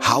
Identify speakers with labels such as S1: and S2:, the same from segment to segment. S1: How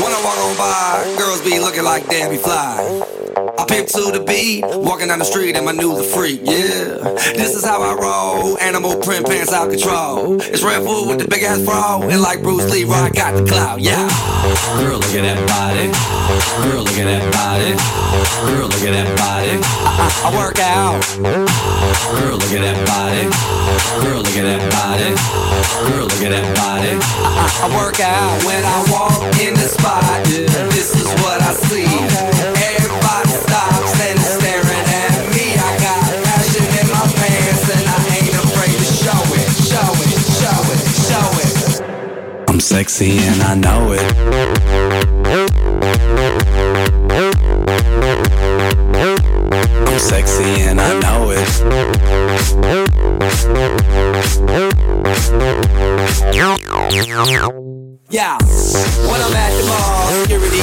S2: When I walk on by, girls be looking like they be fly. I pimp to the beat, walking down the street and my new the freak, yeah. This is how I roll, animal print pants out control. It's red food with the big ass bra, and like Bruce Lee, I got the clout, yeah. Girl, look at that body. Girl, look at that body. Girl, look at that body. I, I, I work out. Girl, look at that body. Girl, look at that body. Girl, look at that body. I, I, I work out when I walk in the spot. This is what I see. Everybody stops and is staring at me. I got passion in my pants and I ain't afraid to show it, show it, show it, show it. I'm sexy and I know it. I'm sexy and I know it. Yeah, when I'm at the mall, security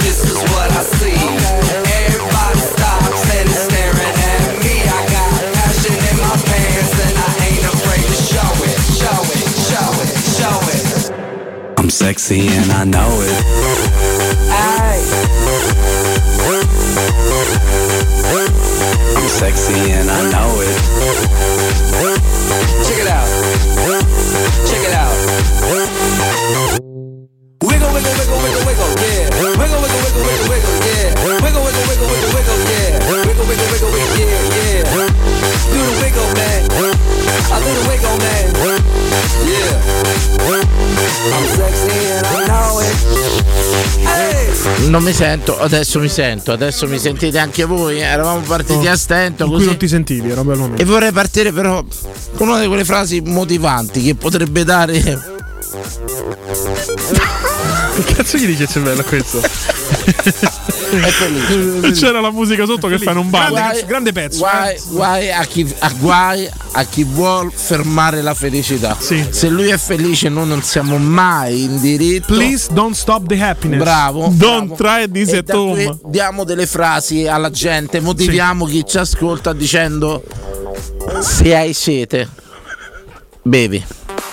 S2: This is what I see. Everybody stops and is staring at me. I got passion in my pants and I ain't afraid to show it, show it, show it, show it. I'm sexy and I know it. I'm sexy and I know it. Check it out. Check it out. Wiggle, wiggle, wiggle, wiggle, wiggle, yeah. Wiggle, wiggle, wiggle, wiggle, wiggle, yeah. Wiggle, wiggle, wiggle, wiggle, wiggle, yeah. Wiggle, wiggle, wiggle, wiggle, yeah, yeah. Do the wiggle, man. I do the wiggle, man. Yeah. I'm sexy and I know it. Hey.
S3: Non mi sento, adesso mi sento, adesso mi sentite anche voi. Eravamo partiti a stento
S4: In cui
S3: così.
S4: non ti sentivi, era un bel momento.
S3: E vorrei partire però con una di quelle frasi motivanti che potrebbe dare.
S4: Che cazzo gli dice il cervello questo?
S3: Ecco lì.
S4: C'era la musica sotto che fa non balla.
S3: Guai- Guai, guai a chi, a guai a chi vuol fermare la felicità.
S4: Sì.
S3: Se lui è felice, noi non siamo mai in diritto.
S4: Please don't stop the happiness.
S3: Bravo.
S4: Don't
S3: bravo.
S4: try this
S3: E
S4: at
S3: da qui
S4: home.
S3: Diamo delle frasi alla gente, motiviamo chi ci ascolta dicendo: Se hai sete, bevi.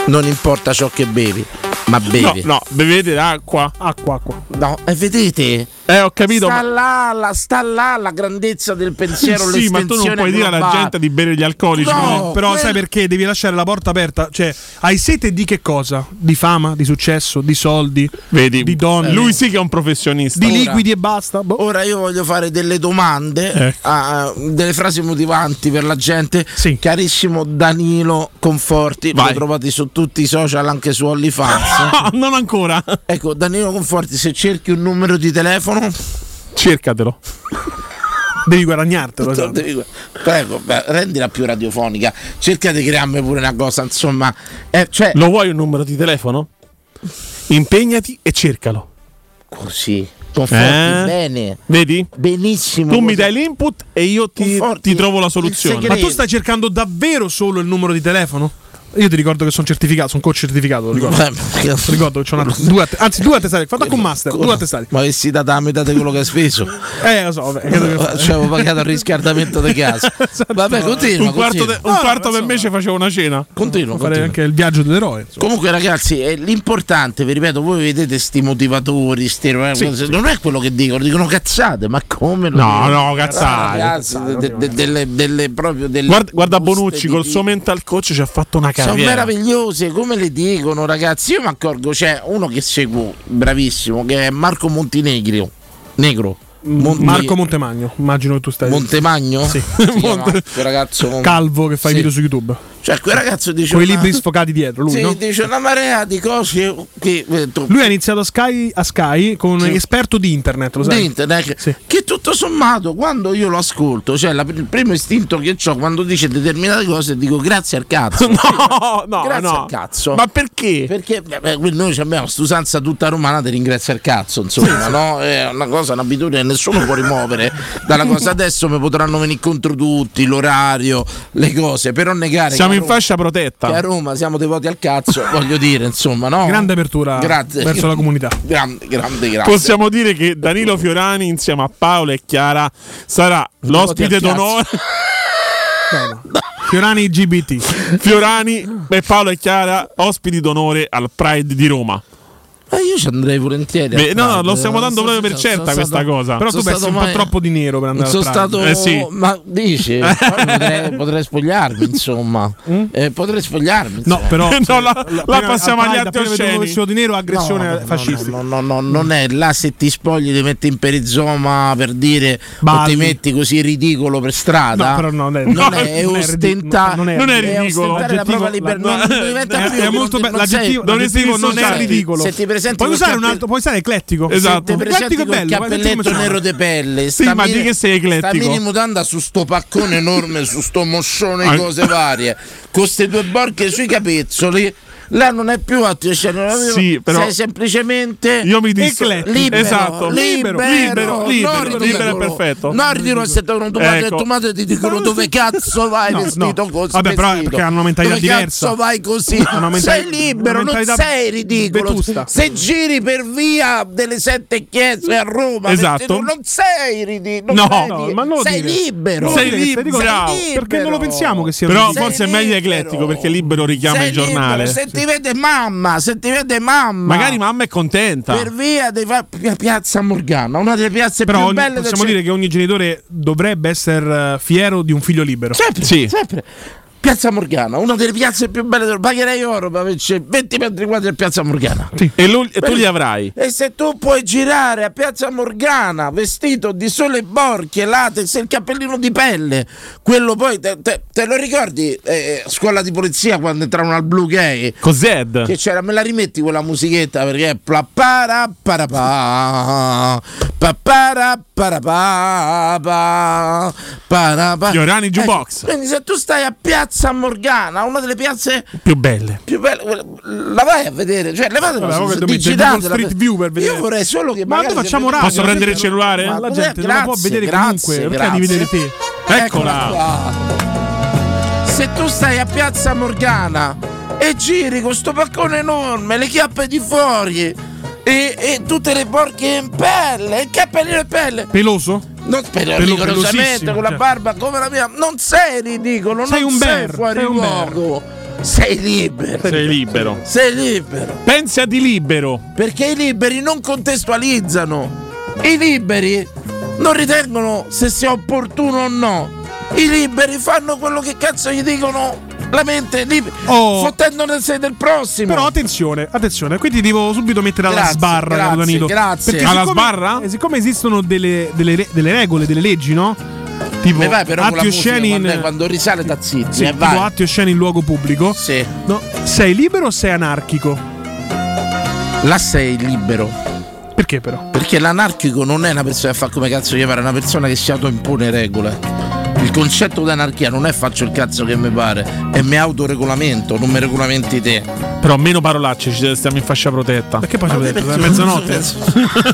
S3: Non importa ciò che bevi, ma
S4: No,
S3: bevi.
S4: no, bevete l'acqua. Acqua, acqua.
S3: No, e vedete?
S4: Eh, ho capito.
S3: Sta
S4: Ma,
S3: là, la, sta là la grandezza del pensiero.
S4: sì, ma tu non
S3: l'estensione
S4: puoi dire alla
S3: globale.
S4: gente di bere gli alcolici.
S3: No,
S4: come-
S3: però sai
S4: perché devi lasciare la porta aperta. Cioè, hai sete di che cosa? Di fama, di successo, di soldi, Vedi, di donne. Lui sì che è un professionista. Di
S3: liquidi
S4: e basta. boh.
S3: Ora io voglio fare delle domande,
S4: Ecco.
S3: a- a- delle frasi motivanti per la gente.
S4: Sì.
S3: Carissimo Danilo Conforti, lo
S4: Vai.
S3: trovate su tutti i social, anche su OnlyFans.
S4: non ancora.
S3: ecco, Danilo Conforti, se cerchi un numero di telefono,
S4: Cercatelo. Devi guadagnartelo. esatto.
S3: devi- prego, beh, rendila più radiofonica. Cerca di crearmi pure una cosa, insomma. eh, cioè,
S4: Lo vuoi un numero di telefono? Impegnati e cercalo.
S3: così, Conforti
S4: Eh?
S3: bene,
S4: Vedi?
S3: benissimo.
S4: Tu mi
S3: così.
S4: dai l'input e io ti,
S3: Conforti
S4: ti trovo la
S3: il
S4: soluzione.
S3: segreto. Ma tu stai
S4: cercando davvero solo il numero di telefono? Io ti ricordo che sono certificato, sono coach certificato, lo ricordo. Ti ricordo che c'ho una, due att- anzi due attestati, fatta con master, due attestati.
S3: Ma avessi dato la metà di quello che hai speso,
S4: Eh, lo so, vabbè, credo che- Esatto.
S3: ci avevo pagato il riscaldamento di casa. Vabbè, continua.
S4: un quarto,
S3: continua.
S4: de- un quarto per me ci facevo una cena.
S3: Continua,
S4: Fare
S3: continua.
S4: anche il viaggio dell'eroe. insomma.
S3: Comunque, ragazzi, eh, l'importante, vi ripeto, voi vedete sti motivatori, sti cose, non è quello che dicono, dicono cazzate, ma come lo
S4: No,
S3: dicono? Ah,
S4: no, cazzate.
S3: Ragazzi, de- de- delle, delle- proprio delle
S4: Guarda, guarda
S3: buste di-
S4: Bonucci col suo mental coach ci ha fatto una
S3: sono
S4: carriera.
S3: meravigliose, come le dicono, ragazzi. Io mi accorgo, c'è uno che seguo, bravissimo, che è Marco Montenegro. Negro. Monti-
S4: Marco Montemagno, immagino che tu stai
S3: Montemagno?
S4: Sì.
S3: Si chiama
S4: Monte-
S3: quel ragazzo
S4: calvo che fa
S3: Sì.
S4: i video su YouTube.
S3: Cioè, quel ragazzo dice.
S4: Con i
S3: una-
S4: libri sfocati dietro, lui,
S3: Sì,
S4: no?
S3: dice una marea di cose che. eh, tu-
S4: Lui ha iniziato a Sky, a Sky con
S3: Sì.
S4: esperto di internet, lo sai?
S3: di internet, che, che tutto sommato quando io lo ascolto, cioè la- il primo istinto che ho quando dice determinate cose, dico grazie al cazzo.
S4: No, no,
S3: grazie
S4: no.
S3: al cazzo.
S4: Ma perché?
S3: Perché beh, beh, noi abbiamo st'usanza tutta romana di ringraziare il cazzo, insomma, no? È una cosa, un'abitudine che nessuno può rimuovere dalla cosa. Adesso mi potranno venire contro tutti, l'orario, le cose, però negare
S4: Siamo
S3: che,
S4: in
S3: a Roma,
S4: fascia protetta.
S3: che a Roma siamo devoti al cazzo, voglio dire, insomma, no?
S4: Grande apertura
S3: Grazie.
S4: verso la comunità.
S3: Grande, grande, grazie.
S5: Possiamo dire che Danilo Fiorani, insieme a Paolo e Chiara, sarà l'ospite
S3: Oddio,
S5: d'onore.
S4: Fiorani GBT.
S5: Fiorani e Paolo e Chiara, ospiti d'onore al Pride di Roma.
S3: Ma Eh, io ci andrei volentieri.
S5: Beh,
S3: a
S5: no,
S3: Pride.
S5: lo stiamo dando
S3: Sono-
S5: proprio per
S3: sono- sono
S5: certa questa
S3: stato-
S5: cosa.
S4: Però
S3: Sono
S4: tu pensi
S3: stato
S4: un po'
S3: mai-
S4: troppo di nero per andare
S3: Sono
S4: al Pride.
S3: stato.
S5: Eh sì.
S3: Ma dici? Poi potrei, potrei spogliarmi, insomma. Eh, potrei spogliarmi.
S4: Mm? No, però
S5: No,
S4: se-
S5: la- la
S4: prima-
S5: passiamo
S4: al
S5: agli
S4: Pride,
S5: atti
S4: appena vedo
S5: osceni.
S4: vestito di nero aggressione
S3: No, no,
S4: fascista.
S3: No, no, no, no, non è là se ti spogli ti metti in perizoma per dire o
S4: Balli.
S3: ti metti così ridicolo per strada.
S4: No, però no, dai,
S3: non
S4: no,
S3: è, è
S4: non è
S3: ostentata-
S4: ridic- no, non è-
S5: non è
S3: è
S5: ridicolo. Eh,
S3: ostentare la propria
S4: L'aggettivo-
S3: libertà.
S4: la-
S3: Non, non diventa
S4: è-
S3: più,
S4: è molto
S3: non-
S4: bello.
S3: non sei-
S4: L'aggettivo-
S3: non
S5: dovresti
S3: sei-
S5: dissociare.
S3: non sei ridicolo. Se ti presenti
S4: puoi
S3: col
S4: usare un
S3: cappello-
S4: altro, puoi usare eclettico.
S5: Esatto.
S3: Te presenti
S4: Eclettico è
S3: col
S4: bello. guarda,
S3: cappelletto
S4: sentiamo-
S3: nero de pelle
S5: Sì,
S3: sta
S5: ma di
S3: mini-
S5: che sei eclettico?
S3: sta mini mutanda su sto paccone enorme su sto moscione
S5: Ah.
S3: di cose varie con ste due borche sui capezzoli là non è più atto cioè, non è-
S5: Sì, però-
S3: sei semplicemente
S5: Io mi disso-
S4: Eclettico.
S3: Ecco, libero
S5: esatto,
S3: libero
S5: libero, libero,
S3: non
S5: libero,
S3: ridicolo.
S5: è
S4: Certo.
S5: perfetto.
S3: non ridicolo se te lo padre e
S5: Ecco.
S3: tua madre ti dicono dove cazzo vai
S4: No,
S3: vestito
S4: no.
S3: così
S4: Vabbè, però è
S3: vestito.
S4: perché hanno una mentalità
S3: Dove
S4: diversa.
S3: cazzo vai così
S4: Hanno una mentalità-
S3: sei libero
S4: una
S3: non
S4: mentalità
S3: sei ridicolo
S4: vetusta.
S3: se giri per via delle sette chiese a Roma,
S5: Esatto.
S3: vestito- non sei ridicolo,
S5: No,
S4: no, ma non lo
S3: sei
S4: dire.
S3: libero,
S5: Sei
S3: Sei
S5: libero, bravo,
S4: Perché non lo pensiamo che sia
S5: Però
S4: ridicolo.
S3: Sei
S5: forse è meglio
S3: libero.
S5: eclettico perché libero richiama
S3: Sei
S5: il giornale.
S3: libero. Se ti vede mamma, se ti vede mamma,
S5: Magari mamma è contenta.
S3: per via di Piazza Morgana, una delle piazze
S4: Però
S3: più
S4: ogni-
S3: belle del
S4: possiamo dire che ogni genitore dovrebbe essere eh, fiero di un figlio libero.
S3: Sempre,
S5: Sì.
S3: sempre. Piazza Morgana, una delle piazze più belle del pagherei oro per averci 20 metri quadri a Piazza Morgana.
S5: E, lo- e tu li avrai.
S3: E se tu puoi girare a Piazza Morgana vestito di sole borchie, latex e il cappellino di pelle, quello poi te, te- te lo ricordi? eh, scuola di polizia quando entravano al Blue Gay.
S5: Cos'è?
S3: Che c'era, me la rimetti quella musichetta perché è pla para para pa pa para para pa pa para pa Eh,
S5: Fiorani Jukebox.
S3: Quindi se tu stai a Piazza Morgana, una delle piazze
S5: Più belle.
S3: più bella, quella- la vai a vedere, cioè levate
S4: Vabbè,
S3: la
S4: proprio dobbiamo mettere Google Street View per vedere.
S3: Io vorrei solo che
S4: Ma
S3: magari
S4: noi facciamo
S3: se-
S4: radio,
S5: Posso prendere il cellulare?
S3: Ma
S4: La
S3: cos'è?
S4: gente non la può
S3: Grazie,
S4: vedere
S3: grazie,
S4: comunque. Perché devi vedere
S3: grazie.
S4: te?
S5: Eccola.
S3: qua. Se tu stai a Piazza Morgana e giri con sto paccone enorme, le chiappe di fuori e, e tutte le porche in pelle, il cappellino in pelle,
S4: Peloso?
S3: non però
S4: Pelo-
S3: rigorosamente
S4: pelosissimo,
S3: con la
S4: cioè.
S3: barba come la mia, non sei ridicolo,
S4: Sei
S3: non
S4: un
S3: sei
S4: bear,
S3: fuori
S4: sei un bear.
S3: luogo, sei libero,
S5: Sei libero.
S3: sei libero.
S5: Pensa di libero.
S3: Perché i liberi non contestualizzano. I liberi non ritengono se sia opportuno o no. I liberi fanno quello che cazzo gli dicono la mente libera.
S4: Oh.
S3: Fottendo nel sé del prossimo.
S4: Però attenzione, attenzione, qui ti devo subito mettere alla
S3: Grazie,
S4: sbarra,
S3: grazie,
S4: caro Danilo.
S3: grazie.
S4: Perché
S5: Alla
S4: siccome-
S5: sbarra?
S4: eh, siccome esistono delle, delle re- delle regole, delle leggi, no? Tipo
S3: Mi vai però con la
S4: atti
S3: musica,
S4: osceni
S3: quando,
S4: in,
S3: quando risale da zitti.
S4: sì,
S3: eh,
S4: tipo
S3: vai.
S4: atti osceni in luogo pubblico.
S3: Sì.
S4: No, sei libero o sei anarchico?
S3: Là sei libero.
S4: Perché però?
S3: Eh. Perché l'anarchico non è una persona che fa come cazzo gli pare, è una persona che si autoimpone regole. Il concetto di anarchia non è faccio il cazzo che mi pare, è mi autoregolamento, non mi regolamenti te.
S5: Però meno parolacce, ci stiamo in fascia protetta.
S4: Perché poi ci
S3: Ma
S4: avete
S3: perché
S4: detto? È
S3: non
S4: mezzanotte.
S3: so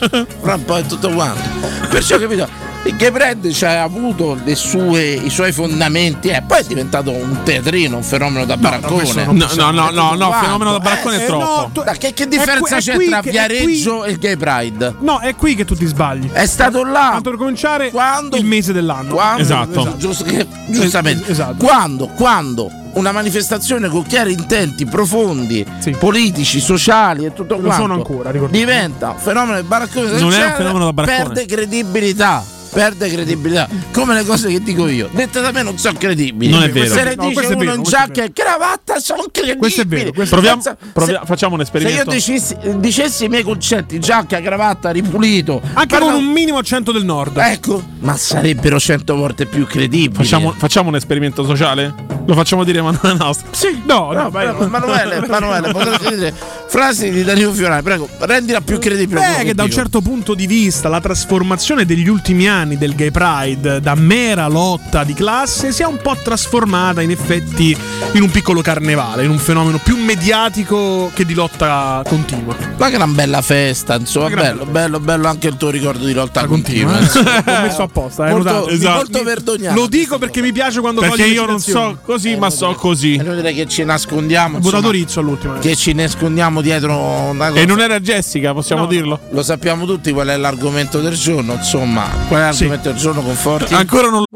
S3: che- Fra un po' è tutto quanto. Perciò capito. Il Gay Pride cioè, ha avuto le sue- i suoi fondamenti, eh, poi è diventato un teatrino, un fenomeno da baraccone. Cioè,
S4: questo
S5: No, no, no, no, no,
S3: Quanto?
S5: fenomeno da baraccone
S4: Eh,
S5: è
S4: eh,
S5: troppo.
S4: no, tu-
S3: Da che, che
S4: è
S3: differenza
S4: qui- è
S3: c'è
S4: qui
S3: tra
S4: che- è
S3: Viareggio e il Gay Pride?
S4: No, è qui che tu ti sbagli.
S3: È stato là
S4: Tanto per cominciare,
S3: quando
S4: il mese dell'anno.
S3: Quando-
S5: Esatto.
S3: giusto che- giustamente.
S4: Esatto.
S3: Quando, quando una manifestazione con chiari intenti profondi,
S4: Sì.
S3: politici, sociali e tutto quanto
S4: sono ancora, ricordiamo.
S3: diventa un fenomeno di baraccone,
S5: Non è un
S3: eccetera,
S5: fenomeno da baraccone.
S3: perde credibilità. Perde credibilità, come le cose che dico io, dette da me non sono credibili.
S5: Non è vero.
S3: Se le
S4: No,
S3: dice
S4: questo è
S3: uno
S4: vero,
S3: in
S4: questo è
S3: giacca e cravatta, sono credibili.
S4: Questo è vero, questo è
S5: Proviamo,
S3: Pensa-
S5: proviamo-
S3: se-
S5: facciamo un
S3: se io
S5: esperimento.
S3: dicessi, dicessi i miei concetti, giacca, cravatta, ripulito,
S4: Anche
S3: parla-
S4: con un minimo accento del nord.
S3: Ecco, ma sarebbero cento volte più credibili.
S5: Facciamo, facciamo un esperimento sociale? Lo facciamo dire Manuela Nostra.
S3: Sì.
S5: No, no,
S3: Bravo,
S5: vai.
S3: bravo. Emanuele, Emanuele, potresti dire frasi di Danilo Fiorani, prego, rendila più credibile.
S4: Beh, che da un certo punto di vista la trasformazione degli ultimi anni del gay pride da mera lotta di classe si è un po' trasformata in effetti in un piccolo carnevale, in un fenomeno più mediatico che di lotta continua.
S3: Ma gran bella festa, insomma,
S4: Una gran
S3: bello, bello, bello anche il tuo ricordo di lotta continua.
S4: Continua.
S3: insomma.
S4: L'ho messo apposta, eh,
S3: Molto-
S4: notato.
S3: mi- molto vergognato.
S4: Lo dico perché mi piace quando
S5: Perché
S4: coglie le
S5: io non
S4: citazioni.
S5: so così, ma so così.
S3: Eh, È inutile che ci nascondiamo,
S4: Ho votato
S3: insomma,
S4: Rizzo all'ultimo. eh.
S3: che ci nascondiamo dietro una cosa.
S5: E non era Jessica, possiamo
S4: No.
S5: dirlo?
S3: Lo sappiamo tutti qual è l'argomento del giorno, insomma, qual è l'argomento del giorno conforti?
S5: Ancora non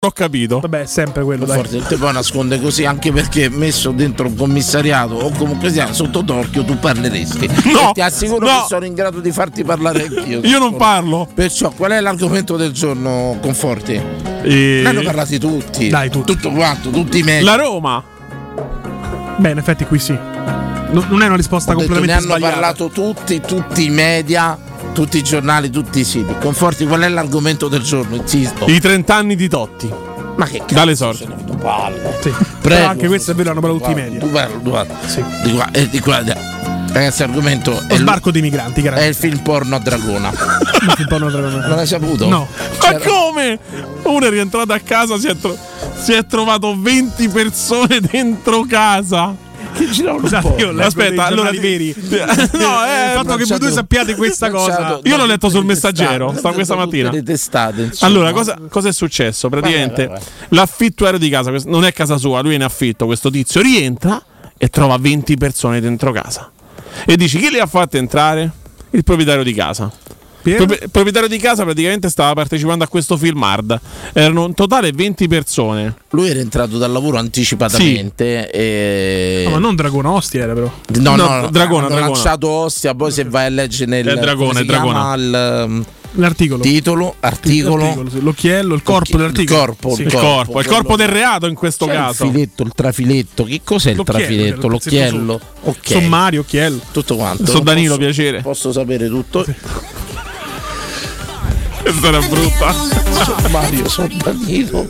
S5: l'ho capito.
S4: Vabbè, è sempre quello, dai.
S3: Conforti, te poi nasconde così anche perché messo dentro un commissariato o comunque sia sotto torchio tu parleresti.
S5: No,
S3: E ti assicuro
S5: no.
S3: che sono in grado di farti parlare anch'io.
S5: Io non
S3: Conforti.
S5: parlo.
S3: Perciò qual è l'argomento del giorno, Conforti? Ne hanno
S5: E...
S3: parlati tutti.
S4: Dai, tutti.
S3: Tutto quanto, tutti i media.
S5: La Roma.
S4: Beh, in effetti qui sì. No- Non è una risposta
S3: Ho detto, ne
S4: completamente
S3: hanno
S4: sbagliata.
S3: parlato tutti, tutti i media, tutti i giornali, tutti i siti. Conforti, qual è l'argomento del giorno? Insisto.
S5: I 30 anni di Totti.
S3: Ma che cazzo?
S5: Dalle sorti.
S3: sono tutto palle.
S4: Sì.
S3: Prego,
S4: Però anche questo è vero, hanno parlato tutti i media.
S3: Tu parla, tu parla.
S4: Sì.
S3: Di qua e di qua. di- Ragazzi, l'argomento
S4: Lo
S3: è, l-
S4: sbarco dei migranti,
S3: è
S4: grazie.
S3: il film porno a Dragona.
S4: Il porno tra-
S3: Non l'hai saputo?
S4: No.
S5: Ma come? Uno è rientrato a casa, si è, tro- si è trovato 20 persone dentro casa.
S3: Che giravano
S4: Scusate, io leggo Ecco, dei
S5: Aspetta, allora
S4: giornali
S5: veri.
S4: veri.
S5: no,
S4: il
S5: eh,
S4: fatto che voi due sappiate questa cosa.
S5: Io l'ho letto sul Messaggero, sta- questa mattina.
S3: Le testate, insomma.
S5: Allora, cosa, cosa è successo? Praticamente
S3: Vai, vai,
S5: l'affittuario di casa, questo- non è casa sua, lui è in affitto, questo tizio rientra e trova 20 persone dentro casa. E dici chi le ha fatte entrare? Il proprietario di casa.
S4: Pier?
S5: Pro- Il proprietario di casa praticamente stava partecipando a questo film hard. Erano in totale 20 persone.
S3: Lui era entrato dal lavoro anticipatamente e...
S4: No, ma non Dragona, Ostia era però.
S3: No, no,
S5: No, Dragona,
S3: hanno
S5: Dragona.
S3: lanciato Ostia, poi se vai a leggere nel
S5: È Dragona,
S3: come si
S5: è Dragona.
S3: chiama? il um,
S4: L'articolo.
S3: titolo, articolo,
S4: L'articolo, sì. L'occhiello, il corpo
S3: il
S4: dell'articolo.
S3: corpo,
S4: Sì.
S5: Il corpo, il corpo del reato in questo
S3: C'è il
S5: caso.
S3: filetto, il trafiletto, che cos'è il
S4: L'occhiello,
S3: trafiletto?
S4: il pezzetto
S3: L'occhiello, ok,
S4: Sommario, occhiello.
S3: tutto quanto.
S5: Sono
S3: Non
S5: Danilo,
S3: posso,
S5: piacere.
S3: posso sapere tutto.
S5: Questa era brutta.
S3: Mario, sono Danilo.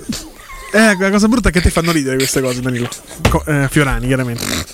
S4: Eh, la cosa brutta è che ti fanno ridere queste cose, Danilo. Co- eh, Fiorani, chiaramente.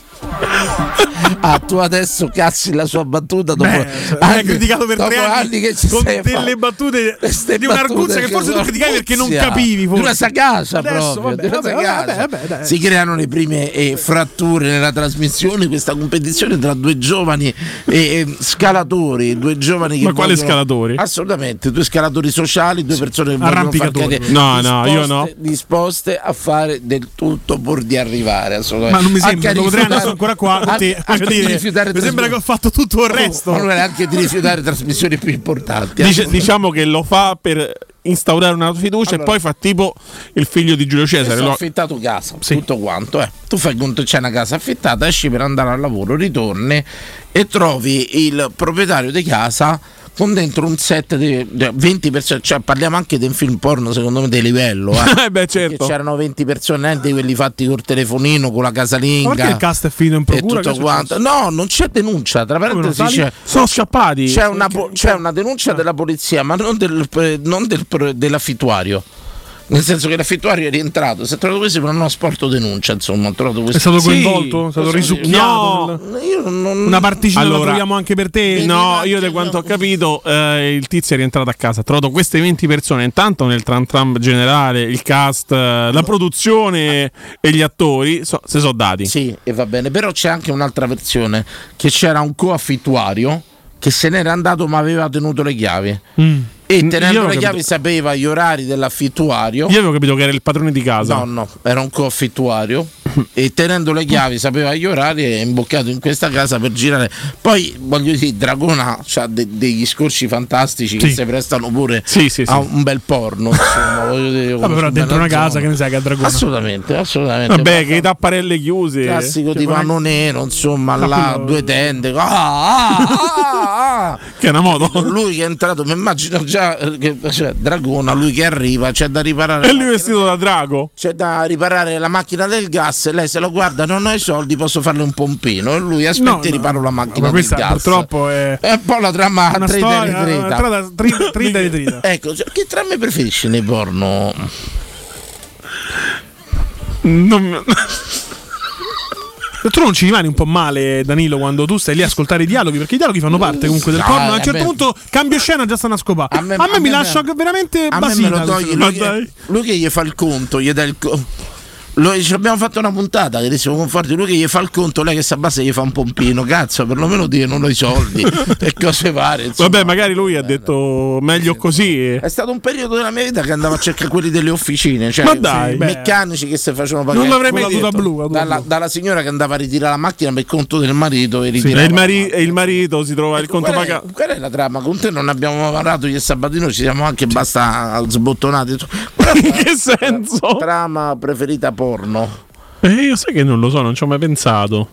S3: Ah, tu adesso cazzi la sua battuta dopo
S4: Beh, cioè, l'hai criticato per
S3: dopo
S4: tre anni,
S3: che ci
S4: con
S3: sei
S4: delle
S3: fa-
S4: battute
S3: Queste
S4: di un'arguzia
S3: battute
S4: che forse tu
S3: sono
S4: criticavi perché non
S3: arguzia.
S4: capivi, forse.
S3: Di una sagacia
S4: Adesso,
S3: proprio.
S4: vabbè,
S3: di una
S4: vabbè,
S3: sagacia.
S4: vabbè, vabbè, dai.
S3: si creano le prime eh, fratture nella trasmissione, questa competizione tra due giovani eh, eh, scalatori, due giovani che
S5: Ma quali
S3: vogliono-
S5: scalatori?
S3: Assolutamente, due scalatori sociali, due persone che vogliono far
S4: Arrampicatori.
S3: cadere,
S5: No, no, io no.
S3: disposte a fare del tutto pur di arrivare assolutamente.
S4: Ma non mi
S3: Anche
S4: sembra,
S3: a
S4: dopo tre anni
S3: rifiutare-
S4: sono ancora qua.
S3: anche-
S4: tutti-
S3: anche
S4: voglio
S3: di
S4: dire,
S3: rifiutare
S4: mi sembra
S3: trasmissioni.
S4: che ho fatto tutto il resto.
S3: Manuele, anche di rifiutare trasmissioni più importanti.
S5: Dice-
S3: Assolutamente.
S5: diciamo che lo fa per instaurare una fiducia e poi fa tipo il figlio di Giulio Cesare.
S3: ho
S5: lo-
S3: affittato casa, tutto quanto. eh. Tu fai conto c'è una casa affittata, esci per andare al lavoro, ritorni e trovi il proprietario di casa con dentro un set di di 20 persone, cioè parliamo anche di un film porno secondo me di livello, eh.
S5: Eh, beh,
S3: Perché
S5: certo.
S3: c'erano 20 persone, eh, di quelli fatti col telefonino, con la
S4: Ma perché
S3: casalinga
S4: il cast è finito in
S3: e
S4: procura? Cioè,
S3: tutto
S4: Che è successo?
S3: quanto. No, non c'è denuncia, tra
S4: non
S3: parentesi
S4: sali?
S3: c'è,
S5: Sono scappati.
S3: c'è una, po- c'è una
S4: eh.
S3: denuncia della polizia, ma non, del, pre- non del pre- dell'affittuario. Nel senso che l'affittuario è rientrato, si è trovato questo per una sporto denuncia, insomma, ho trovato questo.
S4: È stato
S5: Sì,
S4: coinvolto? È stato
S3: cosa
S4: risucchiato?
S5: dire?
S4: nel-
S3: Io non-
S4: Una particina la
S5: Allora,
S4: troviamo anche per te?
S5: No, io da quanto ho capito, eh, il tizio è rientrato a casa. Ha trovato queste 20 persone. Intanto nel tram tram generale, il cast, eh, la produzione e gli attori so- si sono dati.
S3: Sì, e va bene, però c'è anche un'altra versione che c'era un coaffittuario che se n'era andato ma aveva tenuto le chiavi. E tenendo
S5: Io
S3: le
S5: ho
S3: chiavi sapeva gli orari dell'affittuario.
S5: Io avevo capito che era il padrone di casa.
S3: No, no, era un coaffittuario e tenendo le chiavi sapeva gli orari e è imboccato in questa casa per girare. Poi voglio dire, Dragona ha degli scorci fantastici che
S4: Sì.
S3: si prestano pure
S5: Sì, sì, sì.
S3: a un bel porno. Insomma, voglio dire,
S4: Vabbè, però
S3: una
S4: dentro
S3: bella
S4: una casa,
S3: zona.
S4: che ne sai che a Dragona?
S3: Assolutamente, assolutamente.
S5: Vabbè, che tapparelle chiuse.
S3: classico
S4: Cioè,
S3: divano nero, insomma, là,
S4: quello-
S3: due tende. Ah, ah, ah, ah.
S5: Che è una moto.
S3: Lui che è entrato, mi immagino già eh, che- cioè, Dragona, lui che arriva, c'è da riparare.
S5: E lui vestito da drago.
S3: C'è da riparare la macchina del gas e lei se lo guarda, non ho i soldi, posso farle un pompino. E lui aspetta
S4: No,
S3: e
S4: no.
S3: riparo la macchina
S4: Ma
S3: del
S4: questa
S3: gas.
S4: purtroppo è
S3: È un po' la trama
S4: una
S3: trita e
S4: storia. Una
S3: ritrita.
S4: strada tri- trita e ritrita.
S3: Ecco, cioè, che trame preferisci nei porno?
S5: Non-
S4: Tu non ci rimani un po' male, Danilo, quando tu stai lì a ascoltare i dialoghi, perché i dialoghi fanno parte comunque del
S3: No,
S4: porno. A
S3: a
S4: un certo
S3: me-
S4: punto cambio scena già stanno a scopare. A me, mi lascia veramente
S3: a me
S4: basita.
S3: me lo togli,
S4: questo.
S3: lui, eh. che, lui che gli fa il conto, gli dà il co- lo- ci abbiamo fatto una puntata che con conforti lui che gli fa il conto, lei che si abbassa e gli fa un pompino, cazzo, perlomeno dire non ho i soldi Cioè, e cose pare. insomma. Eh,
S5: Vabbè, magari lui ha detto meglio così.
S3: È stato un periodo della mia vita che andavo a cercare quelli delle officine, cioè
S5: Ma dai,
S3: i
S4: beh.
S3: meccanici che si facevano pagare.
S5: Non l'avrei mai
S4: Con la tuta
S5: detto.
S4: blu. la tuta
S3: dalla,
S4: blu.
S3: dalla signora che andava a ritirare la macchina per conto del marito e
S5: E
S3: ritirava
S5: il,
S3: la
S5: mari- e il marito si trova il conto
S3: qual, è,
S5: pagato.
S3: qual è la trama? Con te non abbiamo parlato io e Sabatino ci siamo anche basta sbottonati. Qual è
S5: In
S3: la
S5: che senso?
S3: trama preferita porno?
S5: Eh, io sai che non lo so, non ci ho mai pensato.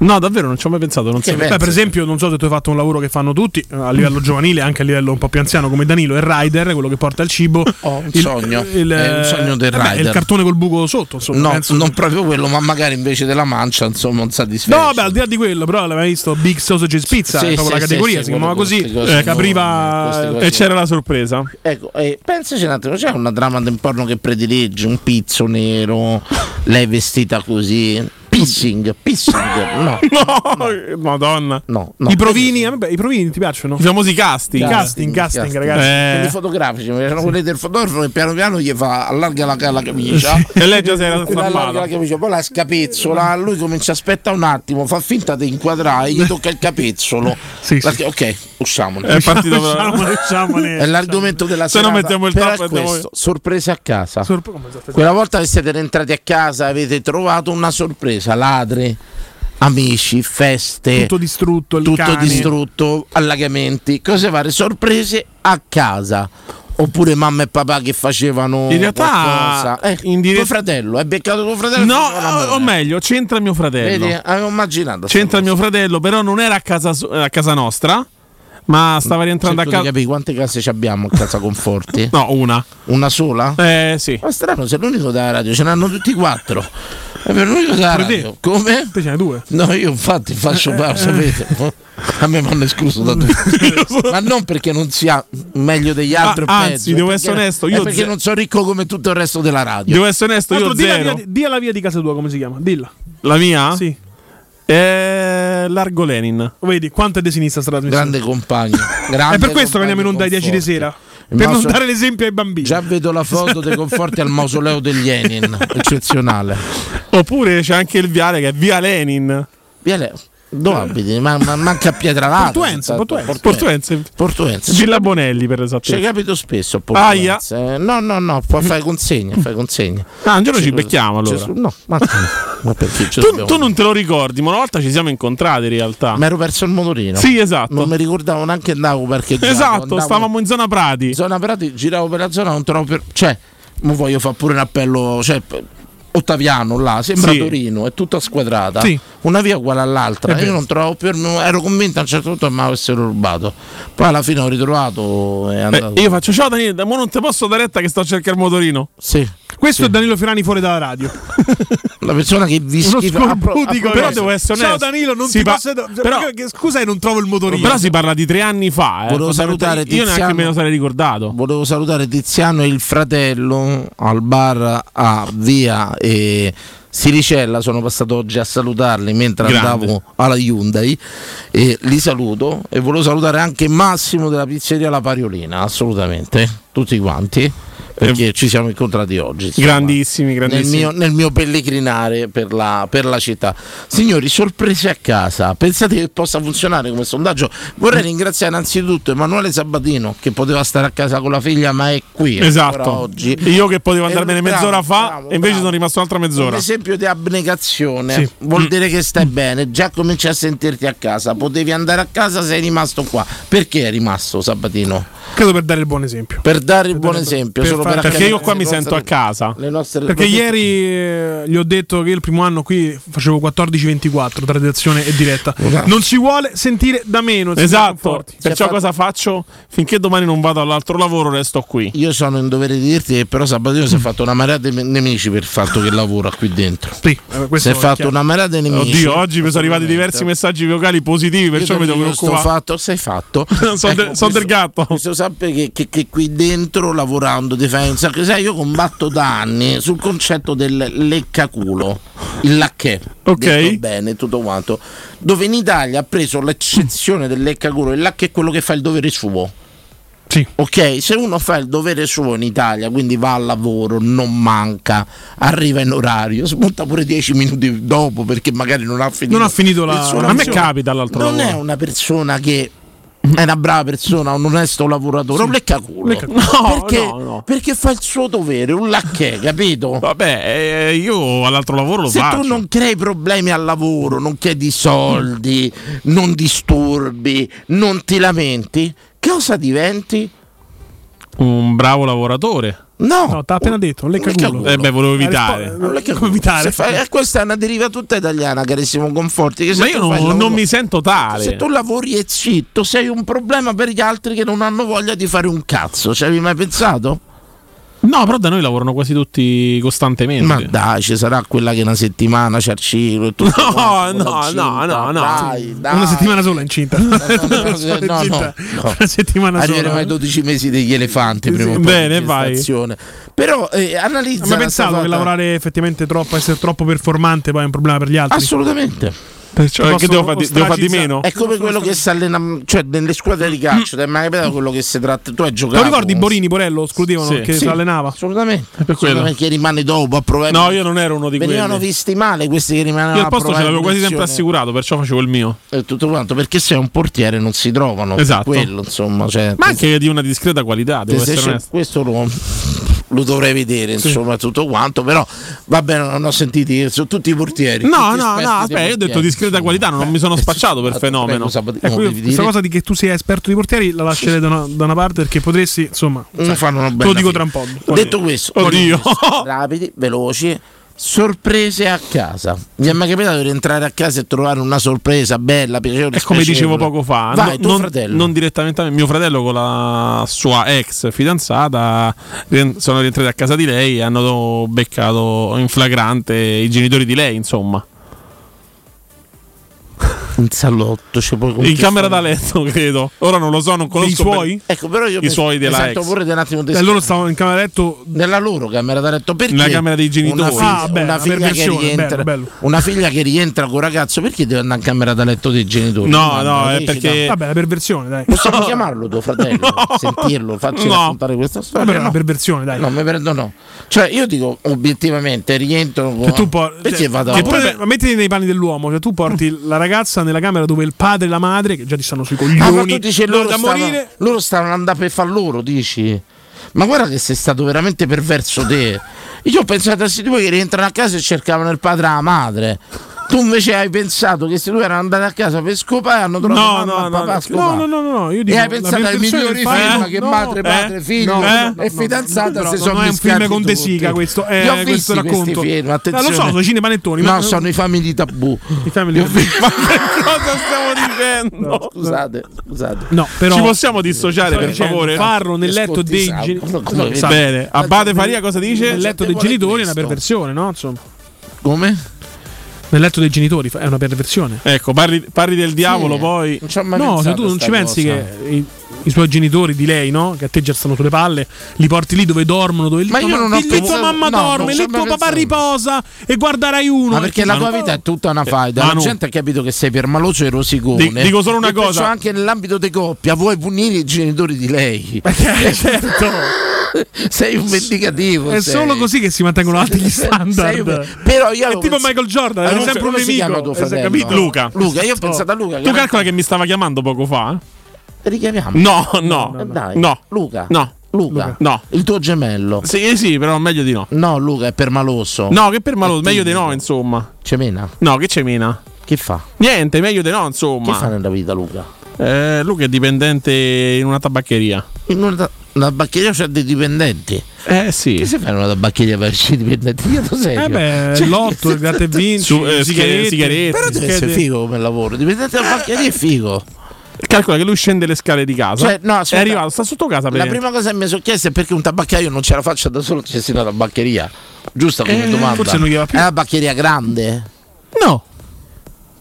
S5: No, davvero non ci ho mai pensato. Non
S3: Che
S5: so.
S3: bello.
S4: Beh, per esempio, non so se tu hai fatto un lavoro che fanno tutti eh, a livello giovanile, anche a livello un po' più anziano, come Danilo e Rider, quello che porta il cibo.
S3: Oh, un sogno. È un sogno del
S4: eh beh,
S3: Rider.
S4: il cartone col buco sotto, insomma. Eh,
S3: No,
S4: penso-
S3: non proprio quello, ma magari invece della mancia, insomma, un satisfatto.
S4: No, beh, al di là di quello, però l'avevai visto Big Sausage Pizza,
S3: Sì,
S4: proprio
S3: sì,
S4: la
S3: sì,
S4: categoria,
S3: sì,
S4: si chiamava
S3: quelle-
S4: così,
S3: queste cose
S4: eh, che
S3: enormi, queste
S4: apriva...
S3: cose.
S5: E c'era la sorpresa.
S3: Ecco, eh, pensaci un attimo, c'è una trama del porno che predilige un pizzo nero, lei vestita così, pissing, pissing, no,
S5: No, madonna.
S3: no, no.
S4: eh, I provini, eh, vabbè, i provini ti piacciono?
S5: I famosi casti.
S3: Casti.
S4: Casting, casting,
S3: casting.
S4: ragazzi.
S3: Quelli
S5: Eh,
S3: fotografici, c'erano quelli del fotografo che piano piano gli fa allarga la, la camicia.
S5: e lei già si era
S3: la allarga la
S5: stampata.
S3: camicia, poi la scapezzola, lui comincia aspetta un attimo, fa finta di inquadrare, gli tocca il capezzolo.
S4: Sì,
S3: La-
S4: sì.
S3: Ok, usciamone.
S5: È partito.
S4: Lasciamole, lasciamole.
S3: È l'argomento della
S5: Se no
S3: serata.
S5: mettiamo il
S3: però è
S5: tappo e andiamo
S3: questo, sorprese a casa.
S4: Sorpre- come sta-
S3: Quella volta che siete rientrati a casa avete trovato una sorpresa, ladri, amici, feste,
S4: Tutto distrutto, il
S3: tutto
S4: cane.
S3: distrutto, allagamenti, cose varie, sorprese a casa. Oppure mamma e papà che facevano
S5: In realtà,
S3: qualcosa. Eh,
S5: in diretta-
S3: tuo fratello, hai beccato tuo fratello?
S5: No, oh,
S3: che faceva
S5: o
S3: l'amore.
S5: meglio, c'entra mio fratello.
S3: Vedi, avevo immaginato.
S5: C'entra mio fratello, però non era a casa, su- a casa nostra, ma stava rientrando
S3: Cerco
S5: a
S3: di
S5: casa.
S3: capire quante case ci abbiamo a casa Conforti?
S5: No, una.
S3: Una sola?
S5: Eh, sì.
S3: Ma strano, sei l'unico della radio, ce n'hanno tutti e quattro. È per l'unico della
S4: Pure te.
S3: radio. Come?
S4: Te ce ne due.
S3: No, io infatti
S5: Eh,
S3: faccio pa- sapete. A me mi hanno escluso da tutti. Ma non perché non sia meglio degli altri. o
S5: Ah, anzi,
S3: peggio, è
S5: devo
S3: perché-
S5: essere onesto,
S3: è
S5: io
S3: perché
S5: ze-
S3: non sono ricco come tutto il resto della radio.
S5: Devo essere onesto,
S4: Tra l'altro,
S5: io
S4: di la, via,
S5: zero.
S4: di, di la via di casa tua, come si chiama? Dilla.
S5: La mia?
S4: Sì.
S5: È Largo Lenin.
S4: Vedi, quanto è di sinistra sta trasmissione.
S3: Grande compagno.
S4: È
S3: grande
S4: per questo che
S3: compagno
S4: andiamo in onda ai 10 di
S3: Conforti.
S4: sera.
S3: Il
S4: Per non
S3: mausoleo-
S4: dare l'esempio ai bambini.
S3: Già vedo la foto dei conforti al mausoleo degli Lenin, eccezionale.
S5: Oppure c'è anche il viale che è Via Lenin. Eh.
S3: Viale, dove abiti? Ma, ma- manca a Pietralata.
S4: Portuense, Portuense.
S5: Portuense.
S3: Portuense.
S5: Villa Bonelli, per
S3: Ci
S5: esattezza.
S3: capito spesso a
S5: Aia.
S3: Portuense. Eh, No, no, no, poi fai consegna, fai consegna.
S5: Ah, un giorno ci becchiamo allora.
S3: Gesù- No, ma, ma perché ci
S5: Tu,
S3: dobbiamo-
S5: tu non te lo ricordi, ma una volta ci siamo incontrati in realtà.
S3: Mi ero perso il motorino.
S5: Sì, esatto.
S3: Non mi ricordavo neanche andavo parcheggiato.
S5: esatto,
S3: andavo
S5: stavamo in zona Prati.
S3: eh, in zona Prati, giravo per la zona, non trovo per... Cioè, mo voglio fare pure un appello, cioè, p- Ottaviano là, sembra
S5: Sì.
S3: Torino, è tutta squadrata,
S4: Sì.
S3: una via uguale all'altra.
S4: È
S3: Io
S4: vero.
S3: non trovavo più, ero convinto a un certo punto che mi avessero rubato. Poi alla fine ho ritrovato e andato.
S5: Beh, io faccio ciao Daniele, da mo non ti posso dare retta che sto a cercare il motorino.
S3: Sì.
S4: Questo è Danilo Fiorani fuori dalla radio.
S3: La persona che vi Ah,
S4: Uno
S3: schifa a pro- a
S4: scorbutico.
S3: pro-
S5: però devo essere
S4: Ciao
S5: onesto.
S4: Danilo, non
S5: Si
S4: ti
S5: pa-
S4: posso.
S5: però-
S4: Perché- che- Scusa, io non trovo il motorino.
S5: Però si parla di tre anni fa. Eh.
S3: Volevo salutare
S5: Io neanche
S3: Tiziano.
S5: me lo sarei ricordato.
S3: Volevo salutare Tiziano e il fratello al bar a via e Siricella. Sono passato oggi a salutarli mentre
S5: Grande.
S3: andavo alla Hyundai. E li saluto e volevo salutare anche Massimo della pizzeria La Pariolina. Assolutamente, tutti
S5: Eh,
S3: quanti. Perché ci siamo incontrati oggi. insomma.
S5: Grandissimi,
S3: Nel
S5: grandissimi.
S3: mio, nel mio pellegrinare per la, per la città, signori, sorprese a casa. Pensate che possa funzionare come sondaggio? Vorrei ringraziare innanzitutto Emanuele Sabatino che poteva stare a casa con la figlia, ma è qui ancora
S5: Esatto.
S3: oggi.
S5: Io che potevo andarmene
S3: Eh, bravo,
S5: mezz'ora fa,
S3: bravo,
S5: e invece
S3: bravo.
S5: sono rimasto altra
S3: Un
S5: mezz'ora.
S3: esempio di abnegazione
S5: Sì. Mm.
S3: vuol dire che stai bene, già cominci a sentirti a casa. Potevi andare a casa, sei rimasto qua. Perché è rimasto Sabatino?
S4: Credo per dare il buon esempio.
S3: Per dare il buon esempio,
S4: per
S3: solo
S4: far-
S3: per
S5: Perché io qua mi
S3: accreditare
S5: sento a casa.
S3: le nostre
S4: Perché
S3: le nostre-
S4: ieri eh, gli ho detto che io il primo anno qui facevo 14-24 tra redazione e diretta. Non si vuole sentire da meno. si fa
S5: Esatto.
S4: forti.
S5: Perciò
S3: fatto-
S5: cosa faccio? Finché domani non vado all'altro lavoro, resto qui.
S3: Io sono in dovere di dirti che però Sabatino si è fatto una marea di nemici per il fatto che lavora qui dentro.
S4: Sì, eh, questo
S3: Si è fatto
S4: chiaro.
S3: una marea di nemici.
S5: Oddio, oggi mi sono arrivati diversi messaggi vocali positivi,
S3: Io
S5: perciò mi devo
S3: dico, sto
S5: preoccupare.
S3: fatto, sei fatto. Ecco,
S5: Non so del- so del gatto.
S3: Questo sempre che, che- che qui dentro lavorando ti fai un sacco. Sai, io combatto da anni sul concetto del leccaculo, il lacchè.
S5: Ok.
S3: Detto bene, tutto quanto. Dove in Italia ha preso l'eccezione del leccaculo, il lacchè è quello che fa il dovere suo.
S4: Sì.
S3: Ok, se uno fa il dovere suo in Italia, quindi va al lavoro, non manca, arriva in orario, smonta pure 10 minuti dopo perché magari non ha finito.
S4: Non ha finito la-
S3: il suo
S5: A me
S3: lavoro.
S5: capita all'altro
S3: Non è
S5: lavoro.
S3: una persona che è una brava persona, un onesto lavoratore, un leccaculo.
S5: No,
S3: perché,
S5: no, no.
S3: perché fa il suo dovere, un lacchè, capito?
S5: Vabbè, eh, io all'altro lavoro lo
S3: Se
S5: faccio.
S3: tu non crei problemi al lavoro, non chiedi soldi, non disturbi, non ti lamenti, cosa diventi?
S5: Un bravo lavoratore.
S3: No,
S4: No, t'ha appena detto, un leccaculo.
S3: leccaculo.
S5: Eh beh, volevo evitare.
S4: rispo-
S3: Non è che-
S4: Come evitare?
S3: se fa- eh, questa è una deriva tutta italiana, carissimo Conforti. Che se
S5: Ma
S3: tu
S5: io
S3: fai il
S5: non, non
S3: lavoro-
S5: mi sento tale.
S3: Se tu lavori e zitto, sei un problema per gli altri che non hanno voglia di fare un cazzo. Ci avevi mai pensato?
S5: No, però da noi lavorano quasi tutti costantemente.
S3: Ma dai, ci sarà quella che una settimana c'è il ciclo e tutto.
S5: No,
S3: quanto,
S5: no,
S3: quella
S5: no,
S3: cinta.
S5: no, no.
S3: Dai, dai.
S4: Una settimana sola incinta. Una
S3: no,
S4: sola
S3: no,
S4: incinta.
S3: no.
S4: Una settimana
S3: Arriveremo ai
S4: sola.
S3: 12 mesi degli elefanti prima o poi
S5: Bene,
S3: di
S5: vai.
S3: gestazione. Però eh, analizza.
S4: Ma
S3: la
S4: pensato
S3: stafata-
S4: che lavorare effettivamente troppo, essere troppo performante poi è un problema per gli altri? Ecco,
S3: Assolutamente.
S5: Cioè, che
S4: Possono
S5: devo fare di, devo fa di
S4: ostracizzare-
S5: meno?
S3: È come quello che si allena, cioè nelle squadre di calcio, ti è mai capitato quello che si tratta, tu hai
S4: Te
S3: giocato.
S4: lo ricordi Borini, Porello, escludevano
S5: Sì.
S4: che
S3: Sì.
S4: si allenava?
S3: Assolutamente.
S5: per quello.
S3: Assolutamente, Che rimane dopo a provare.
S5: No, io non ero uno di
S3: Venivano
S5: quelli.
S3: visti male questi che rimanevano
S5: Io al
S3: a
S5: posto ce
S3: provare
S5: l'avevo quasi sempre
S3: condizione
S5: assicurato, perciò facevo il mio.
S3: e tutto quanto perché se è un portiere non si trovano per
S5: Esatto.
S3: quello insomma cioè,
S5: Ma anche di una discreta qualità, devo
S3: se- se
S5: essere
S3: c'è-
S5: onesto.
S3: questo lo, lo dovrei vedere insomma tutto quanto però va bene non ho sentito sono tutti i portieri tutti
S5: No, no,
S3: esperti
S5: no,
S3: dei
S5: aspetta, io ho detto
S3: portieri,
S5: discreta
S3: insomma.
S5: qualità, non mi sono
S3: Eh,
S5: spacciato per
S3: Prego,
S5: fenomeno.
S3: Sabatino,
S4: Ecco, io
S3: devi
S4: questa
S3: dire.
S4: cosa di che tu sia esperto di portieri la lascerei da una, da una parte perché potresti, insomma, cioè,
S3: Non fanno una
S4: te
S3: Ah, bella
S4: lo dico
S3: fine.
S4: tra un po'.
S3: detto questo
S5: Oddio.
S3: rapidi, veloci, sorprese a casa. Mi è mai capitato di entrare a casa e trovare una sorpresa bella, piacevole.
S5: È come dicevo
S3: spiacevole?
S5: poco fa,
S3: Vai,
S5: no-
S3: tuo
S5: non,
S3: fratello.
S5: non direttamente a me, mio fratello con la sua ex fidanzata ri- sono rientrati a casa di lei e hanno beccato in flagrante i genitori di lei, insomma.
S3: In salotto, c'è poi
S5: In camera da letto, credo. Ora non lo so, non conosco
S4: I suoi?
S5: bene-
S3: Ecco, però io
S5: I suoi
S3: mi
S5: della
S3: sento
S5: ex.
S3: pure di un attimo
S4: E
S3: des-
S4: loro stavano in camera letto
S3: nella loro camera da letto perché
S5: Nella camera dei genitori.
S3: una figlia,
S4: Ah, beh,
S3: una
S4: una
S3: figlia che
S4: perversione,
S3: rientra
S4: bello, bello.
S3: una figlia che rientra con ragazzo perché deve andare in camera da letto dei genitori
S5: No,
S3: Mamma,
S5: no, è
S3: dici,
S5: perché
S4: Vabbè, la perversione, dai.
S3: possiamo chiamarlo tuo fratello sentirlo farci
S5: No.
S3: raccontare questa
S4: Vabbè,
S3: storia
S4: la
S3: no.
S4: perversione, dai.
S3: No, mi prendo no. Cioè, io dico obiettivamente, rientro con.
S4: Cioè, tu por-
S3: perché
S4: cioè,
S3: vado
S4: che
S3: a-
S4: pure- ma mettiti nei panni dell'uomo, cioè tu porti la ragazza nella camera dove il padre e la madre, che già ti stanno sui coglioni,
S3: Ah, ma tu dici
S4: loro
S3: loro,
S4: da
S3: stavano,
S4: morire.
S3: loro stavano andando per far loro, dici. Ma guarda che sei stato veramente perverso te. Io ho pensato a questi due che rientrano a casa e cercavano il padre e la madre. Tu invece hai pensato che se due erano andati a casa per scopare hanno trovato
S5: No,
S3: mamma
S5: no,
S3: e
S5: no,
S3: papà a
S5: no,
S3: scopare.
S5: no, no, no, no, io dico,
S3: e hai
S5: la
S3: pensato ai
S5: perversione
S3: migliori
S5: del
S3: film
S5: padre-
S3: che
S5: eh,
S3: madre, padre,
S5: no,
S3: figlio
S5: eh,
S3: e fidanzata
S5: no,
S3: si
S5: no,
S3: sono
S5: non è un film
S3: mischiati
S5: con De
S3: tutti.
S5: Sica questo, eh,
S3: Li ho
S5: questo
S3: visti
S5: racconto.
S3: questi film,
S5: Eh, lo so,
S3: attenzione.
S5: sono i cinepanettoni,
S3: No,
S5: ma-
S3: sono i family tabù.
S5: I family-
S3: Li ho visti-
S5: Ma che cosa stiamo dicendo?
S3: Scusate, scusate.
S4: No, però
S5: Ci possiamo dissociare,
S4: Sto
S5: per
S4: dicendo,
S5: favore?
S4: Farlo nel letto
S3: Ascolti,
S4: dei
S3: Salvo, non
S4: genitori.
S3: come vedi.
S5: Bene, Abate Faria cosa dice?
S4: Nel letto dei
S3: Qual è
S4: genitori è una
S3: questo?
S4: perversione, no? Insomma,
S3: Come?
S4: nel letto dei genitori fa- è una perversione.
S5: Ecco, parli, parli del diavolo
S3: Sì.
S5: poi.
S3: Non ci ho mai
S4: No, se
S3: pensato
S4: tu non
S3: sta
S4: ci pensi
S3: cosa. Eh,
S4: che i, i suoi genitori di lei, no? Che a te già stanno sulle palle, li porti lì dove dormono, dove lì,
S3: Ma
S4: tua
S3: io
S4: ma-
S3: non ho
S4: lì tua
S3: pensato-
S4: mamma
S3: no,
S4: dorme,
S3: non
S4: lì
S3: ci ho
S4: tuo
S3: mai
S4: papà
S3: pensato.
S4: riposa e guarderai uno.
S3: Ma perché la tua vita è tutta una faida? La
S5: Manu.
S3: gente ha capito che sei permaloso e rosicone.
S5: eh, Di- dico solo una
S3: E perciò
S5: cosa.
S3: anche nell'ambito di coppia vuoi punire i genitori di lei.
S5: Eh,
S4: certo.
S3: Sei un vendicativo.
S4: È
S3: sei.
S4: solo così che si mantengono alti gli
S3: Sei
S4: standard.
S3: un- Però io
S4: È
S3: avevo
S4: tipo
S3: pensato-
S4: Michael Jordan,
S3: Allora,
S4: era sempre un
S3: come si chiama
S4: nemico.
S3: tuo
S4: Eh, si è
S3: fratello?
S4: capito?
S5: Luca.
S3: Luca, io ho pensato a Luca.
S5: Tu calcola che mi stava chiamando poco fa? eh?
S3: Richiamiamo.
S5: Ah, No, no.
S3: Eh, Dai.
S5: No.
S3: Luca.
S5: No.
S3: Luca.
S5: No.
S3: Il tuo gemello.
S5: Sì, sì, però meglio di no.
S3: No, Luca è permaloso.
S5: No, che Oh, per malo, meglio di no, insomma.
S3: Cemena.
S5: No, che c'è mina?
S3: Che fa?
S5: Niente, meglio di no,
S3: Che fa
S5: insomma.
S3: nella vita Luca?
S5: Eh, Luca è dipendente in una tabaccheria.
S3: In una, ta- una tabaccheria c'è dei dipendenti.
S5: Eh
S3: Che
S5: sì.
S3: si fa in una tabaccheria per i dipendenti? Io lo serio.
S4: Eh beh,
S3: Cioè,
S4: l'otto, il gratta e vinci,
S5: Su, eh, sigarette.
S3: Però deve essere figo come lavoro. Dipendente dalla tabaccheria è figo.
S5: Calcola che lui scende le scale di casa.
S3: Cioè, no, aspetta.
S5: è arrivato, sta sotto casa per
S3: La prima cosa che mi sono chiesto è perché un tabaccaio non ce la faccia da solo c'è una tabaccheria. Giusta come
S4: Eh,
S3: domanda.
S4: forse non gli va più.
S3: È una tabaccheria grande.
S5: No,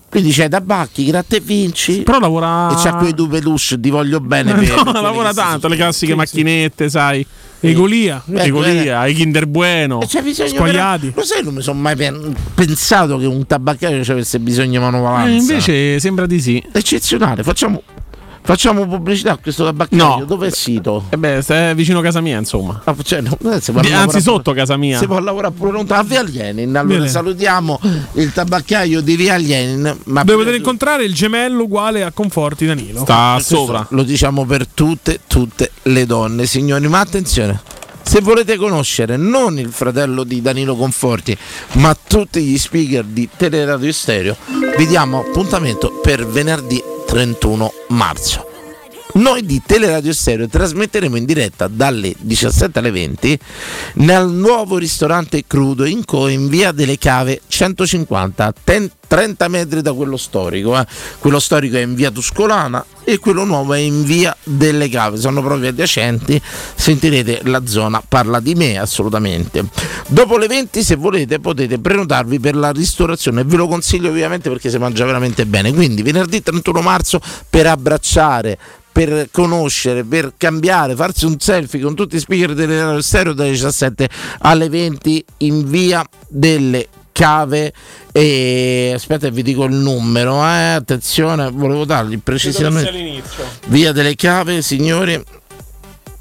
S3: Quindi c'è tabacchi, gratta e vinci.
S5: però lavora
S3: e c'ha quei due peluche, ti voglio bene. per- per
S5: No,
S3: quelli
S5: lavora
S3: che si-
S5: tanto, le classiche macchinette, sai.
S4: e Golia.
S3: Eh,
S5: Le
S3: quella-
S5: golia, i Kinder Bueno.
S3: E c'è bisogno
S4: Squagliati.
S3: però- Lo sai, non mi sono mai pen- pensato che un tabaccaio ci avesse bisogno di manovalanza.
S5: Eh, invece sembra di sì.
S3: eccezionale. Facciamo, facciamo pubblicità a questo tabaccaio.
S5: No.
S3: Dove è il sito?
S5: E Eh beh, è vicino a casa mia, insomma.
S3: Ah, cioè, no, eh, si può
S5: Di-
S3: lavorare
S5: Anzi, sotto casa
S3: pure-
S5: mia.
S3: Si può lavorare pure lontano a Via Alienin. Allora
S4: Bene.
S3: salutiamo il tabaccaio di Via Alienin. Ma
S4: Devo poter incontrare il gemello uguale a Conforti Danilo.
S5: Sta
S3: Questo
S5: sopra.
S3: Lo diciamo per tutte, tutte le donne, signori. Ma attenzione, se volete conoscere non il fratello di Danilo Conforti, ma tutti gli speaker di Teleradio Stereo, vi diamo appuntamento per venerdì 31 marzo. Noi di Teleradio Stereo trasmetteremo in diretta dalle 17 alle 20 nel nuovo ristorante Crudo in Co in via delle Cave 150, ten- 30 metri da quello storico. eh. Quello storico è in via Tuscolana e quello nuovo è in via delle Cave, sono proprio adiacenti. Sentirete la zona parla di me assolutamente. Dopo le 20, se volete, potete prenotarvi per la ristorazione. Ve lo consiglio ovviamente perché si mangia veramente bene. Quindi venerdì 31 marzo per abbracciare per conoscere, per cambiare, farsi un selfie con tutti i speaker del stereo dalle 17 alle 20 in via delle cave e aspetta vi dico il numero eh, attenzione volevo dargli precisamente via delle cave signori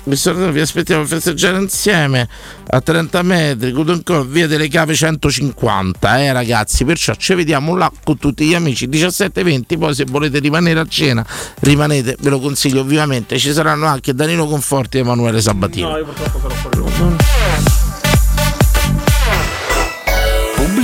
S3: vi saluto, vi aspettiamo a festeggiare insieme a 30 metri, Good and Call, via delle cave 150, eh ragazzi, perciò ci vediamo là con tutti gli amici 17-20, poi se volete rimanere a cena rimanete, ve lo consiglio vivamente, ci saranno anche Danilo Conforti e Emanuele Sabatino.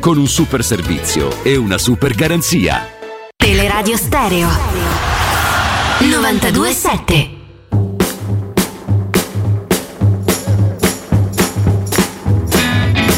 S6: con un super servizio e una super garanzia.
S7: Teleradio Stereo 927
S8: Thank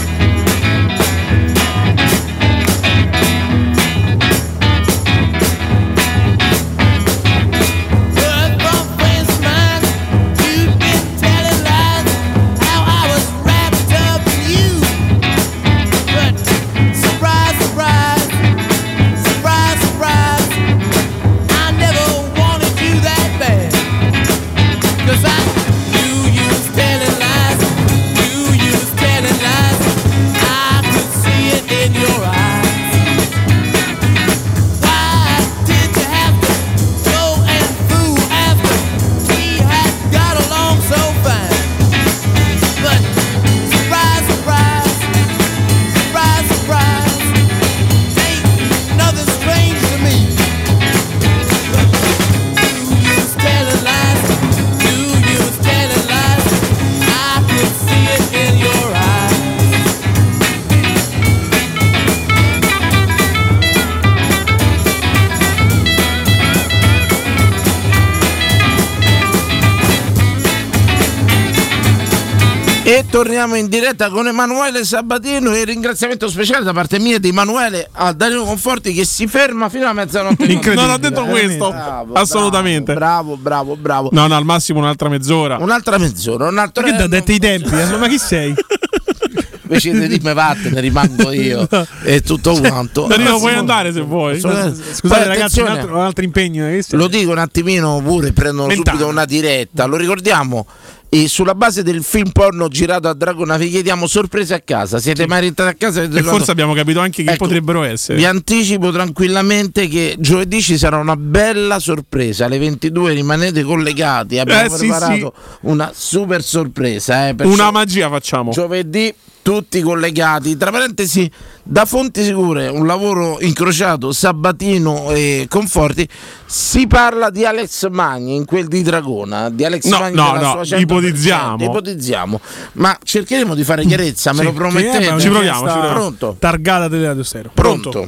S3: E torniamo in diretta con Emanuele Sabatino e il ringraziamento speciale da parte mia di Emanuele a Danilo Conforti che si ferma fino a mezzanotte. Eh,
S5: Incredibile. Non ho detto questo, assolutamente.
S3: Bravo, bravo, bravo.
S5: No, no, al massimo un'altra mezz'ora.
S3: Un'altra mezz'ora, un'altra
S5: Perché ti ha detto i tempi? eh? Ma chi sei?
S3: Invece di dirmi vattene, rimango io e tutto quanto.
S5: Danilo, puoi
S3: Massimo- eh,
S5: andare se vuoi.
S3: Assolutamente.
S4: Scusate,
S3: Poi
S4: ragazzi, un
S3: attenzione.
S4: altro, un altro impegno. eh, questo-
S3: Lo dico un attimino pure, prendono
S4: Mentana.
S3: subito una diretta, lo ricordiamo. E sulla base del film porno girato a Dragona vi chiediamo sorprese a casa. Siete mai rientrati a casa?
S5: E forse abbiamo capito anche chi
S3: Ecco.
S5: potrebbero essere.
S3: Vi anticipo tranquillamente che giovedì ci sarà una bella sorpresa. Alle 22 rimanete collegati. Abbiamo
S5: Eh, sì,
S3: preparato una super sorpresa. eh, per
S5: Una
S3: gio-
S5: magia facciamo.
S3: Giovedì tutti collegati. Tra parentesi, da fonti sicure, un lavoro incrociato, Sabatino e Conforti, si parla di Alex Magni in quel di Dragona. Di Alex
S5: No,
S3: Magni
S5: no,
S3: della
S5: no,
S3: sua 100%,
S5: ipotizziamo. Mm.
S3: ipotizziamo. Ma cercheremo di fare chiarezza, me
S4: Sì.
S3: lo promettete. Cioè,
S4: Sì, eh, ma
S5: Ci proviamo,
S4: un'inchiesta
S5: ci proviamo.
S3: Pronto?
S4: Targata Teleradio Stereo.
S3: Pronto.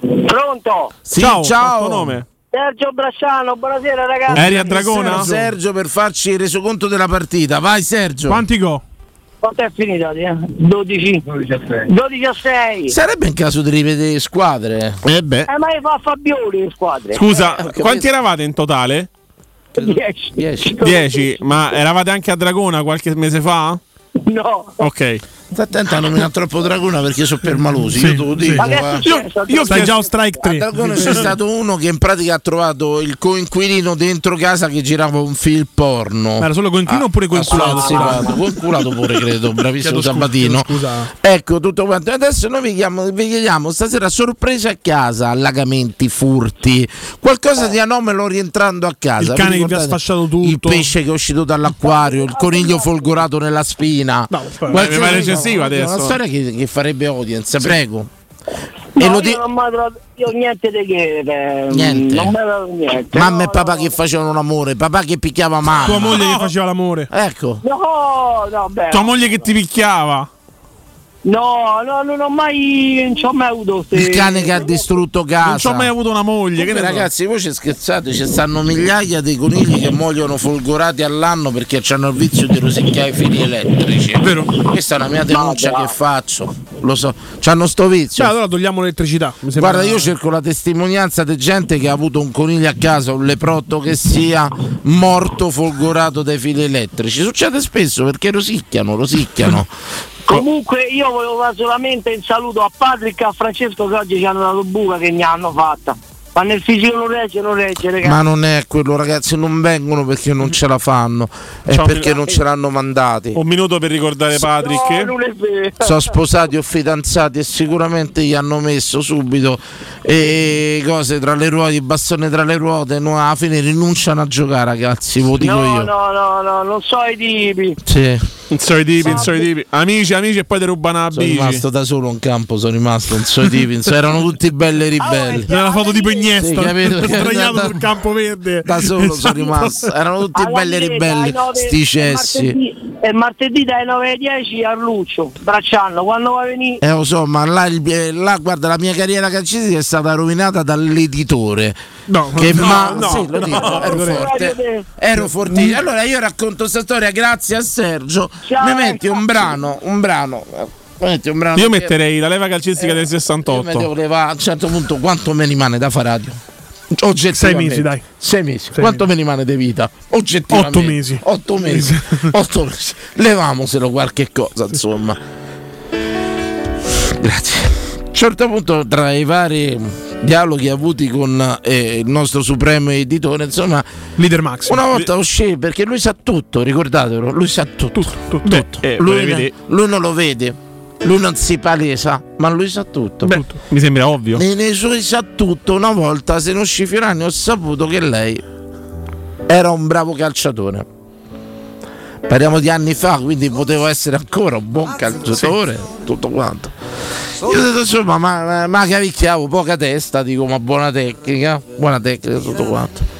S9: Pronto?
S3: Sì,
S4: Ciao,
S3: ciao.
S4: il tuo nome?
S9: Sergio Bracciano, buonasera ragazzi.
S3: Sergio, Sergio per farci il resoconto della partita. Vai Sergio.
S4: Quanti go?
S9: Quanto è finita? eh? 12. 12 a 6.
S3: Sarebbe in caso di rivedere squadre. Eh beh.
S9: Eh, ma fa Fabioli in
S10: Eh,
S9: Eh, squadre.
S5: Scusa, quanti eravate in totale?
S9: 10.
S5: 10. Ma eravate anche a Dragona qualche mese fa?
S9: No.
S5: Ok.
S3: Sta attenta a nominare troppo Dragona perché sono permalosi.
S5: Sì,
S3: io te lo
S5: sì.
S3: dico.
S5: Ma che è
S4: eh.
S3: guarda.
S5: successo? Io- io Stai chiesto- già a strike
S3: A
S5: tre.
S3: Dragona c'è stato uno che in pratica ha trovato il coinquilino dentro casa che girava un film porno.
S4: Ma era solo coinquilino oppure coinculato?
S3: Ha sfalsificato. Coinculato pure, credo. Bravissimo
S4: Chiedo scusa,
S3: Sabatino.
S4: chiedo scusa.
S3: Ecco tutto quanto. E Adesso noi vi chiamo- vi chiediamo stasera sorprese a casa, allagamenti, furti, qualcosa di anomalo rientrando a casa.
S4: Il cane
S3: Vi
S4: che vi ha
S3: ricordate?
S4: sfasciato tutto.
S3: Il pesce che è uscito dall'acquario, il coniglio folgorato nella spina.
S4: poi-
S3: Qualsiasi
S5: Ma è
S3: cosa,
S5: recessiva adesso.
S3: Una storia che, che farebbe audience,
S5: Sì.
S3: prego.
S9: No,
S3: E lo
S9: io
S3: di-
S9: non mi tro- io niente di che. eh,
S3: Niente.
S9: Non mi trovo niente.
S3: Mamma e papà che facevano l'amore, papà che picchiava mamma.
S4: Tua moglie che faceva l'amore.
S3: Ah, Ecco.
S9: No, no, beh.
S5: Tua moglie che ti picchiava.
S9: No, no, non ho mai. Non ci ho mai avuto. queste-
S3: Il cane che ha distrutto casa.
S9: Non ci ho mai avuto
S5: una moglie.
S9: che ne so.
S3: ragazzi, voi ci scherzate, ci stanno migliaia di conigli che muoiono folgorati all'anno perché hanno il vizio di rosicchiare i fili elettrici. Vero. Questa è una mia denuncia che faccio. Lo so, c'hanno sto vizio.
S4: Cioè, allora togliamo l'elettricità. mi sembra-
S3: Guarda, io cerco la testimonianza di gente che ha avuto un coniglio a casa, un leprotto che sia morto folgorato dai fili elettrici. Succede spesso perché rosicchiano, rosicchiano.
S9: Comunque io volevo fare solamente un saluto a Patrick e a Francesco che oggi ci hanno dato buca che ne hanno fatta. Ma nel fisico non regge, non regge, ragazzi.
S3: Ma non è quello, ragazzi, non vengono perché non ce la fanno, è
S5: Ciao,
S3: perché
S5: Milano. Oh,
S3: non ce l'hanno mandati.
S5: Un minuto per ricordare Patrick.
S3: Sono sposati o fidanzati e sicuramente gli hanno messo subito eh, cose tra le ruote, il bastone tra le ruote. No, alla fine rinunciano a giocare, ragazzi, ve lo dico
S9: no,
S3: io.
S9: no, no, no, non so i tipi.
S3: Sì.
S5: Non so i tipi, non so i tipi. Amici, amici, e poi ti rubano la
S3: Sono
S5: bici.
S3: rimasto da solo in campo, sono rimasto, non so i tipi, non so, erano tutti belli
S8: Ah,
S3: ribelli.
S4: C'era la foto tipo Iniesta.
S3: Sì, capito?
S4: sdraiato
S3: Da-
S4: sul campo verde.
S3: Da solo sono
S4: Esatto.
S3: rimasto, erano tutti
S9: Alla
S3: belli
S9: fine, dai,
S3: ribelli,
S9: nove-
S3: sti cessi.
S9: martedì- E martedì dai 9 alle 10 a Luccio, Bracciano, quando va a venire?
S3: Eh, lo so, ma là, il- eh, là, guarda, la mia carriera calcistica è stata rovinata dall'editore. che
S8: no,
S3: ma
S8: no,
S3: sì, lo dico,
S8: no,
S3: ero
S8: no.
S3: forte. Ero fortissimo. Allora io racconto questa storia grazie a Sergio. Mi metti un brano, un brano. Mi metti un brano
S5: Io
S3: che-
S5: metterei la leva calcistica del
S3: Eh, Io me
S5: 68.
S3: devo a un certo punto quanto mi rimane da fare radio? Oggettivamente.
S5: Sei mesi, dai.
S3: Sei mesi. quanto mi rimane di vita? Oggettivamente.
S4: Otto mesi.
S3: Otto mesi. Otto mesi. Levamoselo qualche cosa, insomma. Grazie. A un certo punto, tra i vari dialoghi avuti con eh, il nostro supremo editore, insomma,
S4: Leader Max.
S3: una volta uscì perché lui sa tutto, ricordatelo, lui sa tutto. Tutto.
S5: Eh, volevi
S3: lui,
S5: dire-
S3: lui non lo vede. Lui non si palesa, ma lui sa tutto.
S5: Beh, mi sembra ovvio.
S3: Nei, nei suoi sa tutto, una volta se non Fiorani ho saputo che lei era un bravo calciatore. Parliamo di anni fa, quindi potevo essere ancora un buon calciatore, tutto quanto. Io ho detto insomma, ma, ma- ma cavicchiavo, poca testa, dico, ma buona tecnica, buona tecnica, tutto quanto.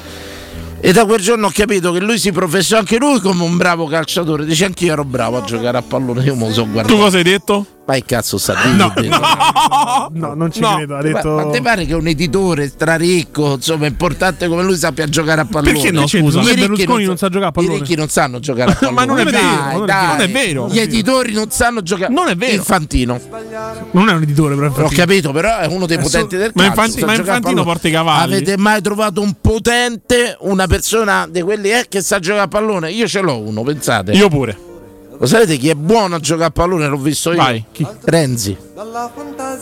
S3: E da quel giorno ho capito che lui si professò anche lui come un bravo calciatore. Dice anch'io ero bravo a giocare a pallone, io me lo so guardato.
S5: Tu cosa hai detto?
S3: Ma che cazzo sta
S4: No,
S3: dicendo?
S4: no, no, non ci credo. Ha detto.
S3: Ma, ma ti pare che un editore straricco, insomma, importante come lui sappia giocare a pallone?
S4: Perché no, scusa?
S3: I
S4: Perché
S3: ricchi
S4: Berlusconi non sa giocare a pallone?
S3: I ricchi non sanno giocare a pallone.
S4: Ma non è
S3: Dai,
S4: vero, non è
S3: dai.
S4: vero. Non è vero.
S3: Gli editori non sanno giocare. Non è vero. Infantino.
S4: Non è un editore, però.
S3: Ho capito, però è uno dei
S4: È
S3: potenti
S4: solo-
S3: del
S4: ma
S3: calcio. sa
S4: Infantino- ma
S3: giocare a
S4: Infantino
S3: pallone.
S4: porta i cavalli?
S3: Avete mai trovato un potente, una persona di quelli eh, che sa giocare a pallone? Io ce l'ho uno, pensate.
S5: Io pure.
S3: Lo sapete chi è buono a giocare a pallone? L'ho visto io.
S5: Vai,
S3: Renzi.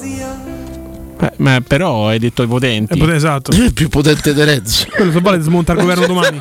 S5: Eh, ma però hai detto i potenti.
S4: esatto.
S3: Il più potente di Renzi.
S4: Quello se vale smonta il governo domani.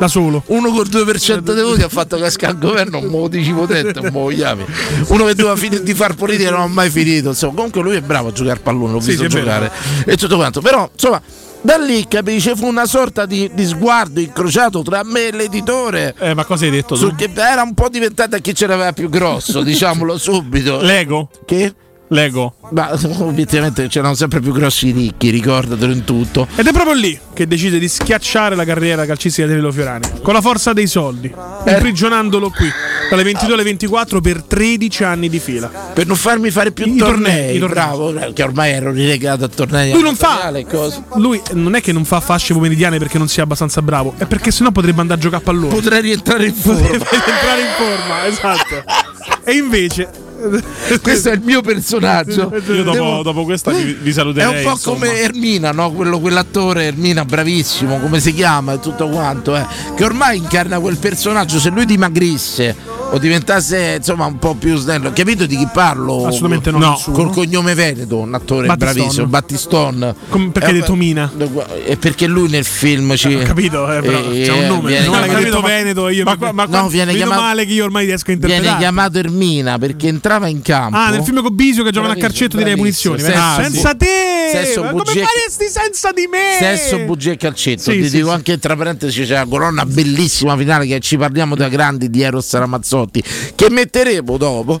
S4: Da solo.
S3: Uno col 2% dei voti ha fatto cascare il governo, non me lo dici potente, non me lo chiami. Uno che doveva finire di far politica non ha mai finito. Insomma, comunque lui è bravo a giocare a pallone, l'ho
S4: Sì,
S3: visto
S4: sì, è
S3: giocare e tutto quanto. Però, insomma, da lì capisce, fu una sorta di, di sguardo incrociato tra me e l'editore.
S5: Eh, ma cosa hai detto tu?
S3: Sul che era un po' diventata chi ce l'aveva più grosso, diciamolo subito.
S5: Lego?
S3: Che?
S5: Lego.
S3: Ma obiettivamente c'erano sempre più grossi ricchi, ricordatelo in tutto.
S4: Ed è proprio lì che decide di schiacciare la carriera calcistica di Lello Fiorani. Con la forza dei soldi.
S3: Eh.
S4: Imprigionandolo qui. Dalle 22 alle 24 per 13 anni di fila.
S3: Per non farmi fare
S4: Eh,
S3: più tornei, bravo, che ormai ero rilegato a tornei.
S4: Lui non fa.
S3: amatoriali Eh, e cose.
S4: Lui non è che non fa fasce pomeridiane perché non sia abbastanza bravo, è perché sennò potrebbe andare a giocare a pallone.
S3: Potrei rientrare in forma.
S4: rientrare in forma, esatto. e invece.
S3: Questo è il mio personaggio.
S5: Io dopo,
S3: Devo-
S5: dopo questa vi, vi
S3: È
S5: saluterei.
S3: un po'
S5: insomma.
S3: come Ermina, no? Quello- quell'attore Ermina, bravissimo, come si chiama e tutto quanto, eh, che ormai incarna quel personaggio. Se lui dimagrisse o diventasse insomma un po' più snello, capito di chi parlo?
S4: Assolutamente no,
S3: no
S4: nessuno.
S3: col cognome Veneto, un attore
S4: Battiston.
S3: bravissimo, Battiston.
S4: Com- perché hai detto Mina?
S3: E perché lui nel film ci.
S4: Ho capito, eh, però
S3: eh,
S4: c'è un nome.
S3: viene
S4: non
S3: chiamato-
S4: capito Veneto io. Ma, ma,
S3: No, viene
S4: meno
S3: chiamato-
S4: male che io ormai riesco a
S3: Viene
S4: interpretare.
S3: chiamato Ermina perché entrava in campo.
S4: Ah, nel film con Bisio che giocano a
S3: Boh. Bravissimo,
S4: carcetto direi
S3: bravissimo.
S4: punizioni. Ah,
S3: Sesso,
S4: senza
S3: bu-
S4: te!
S3: sesso,
S4: Ma come
S3: bugie-
S4: faresti senza di me?
S3: Sesso, bugie e calcetto.
S4: Eh. Sì,
S3: Ti
S4: sì,
S3: dico
S4: sì.
S3: anche tra parentesi c'è la colonna bellissima finale che ci parliamo da grandi di Eros Ramazzotti che metteremo dopo.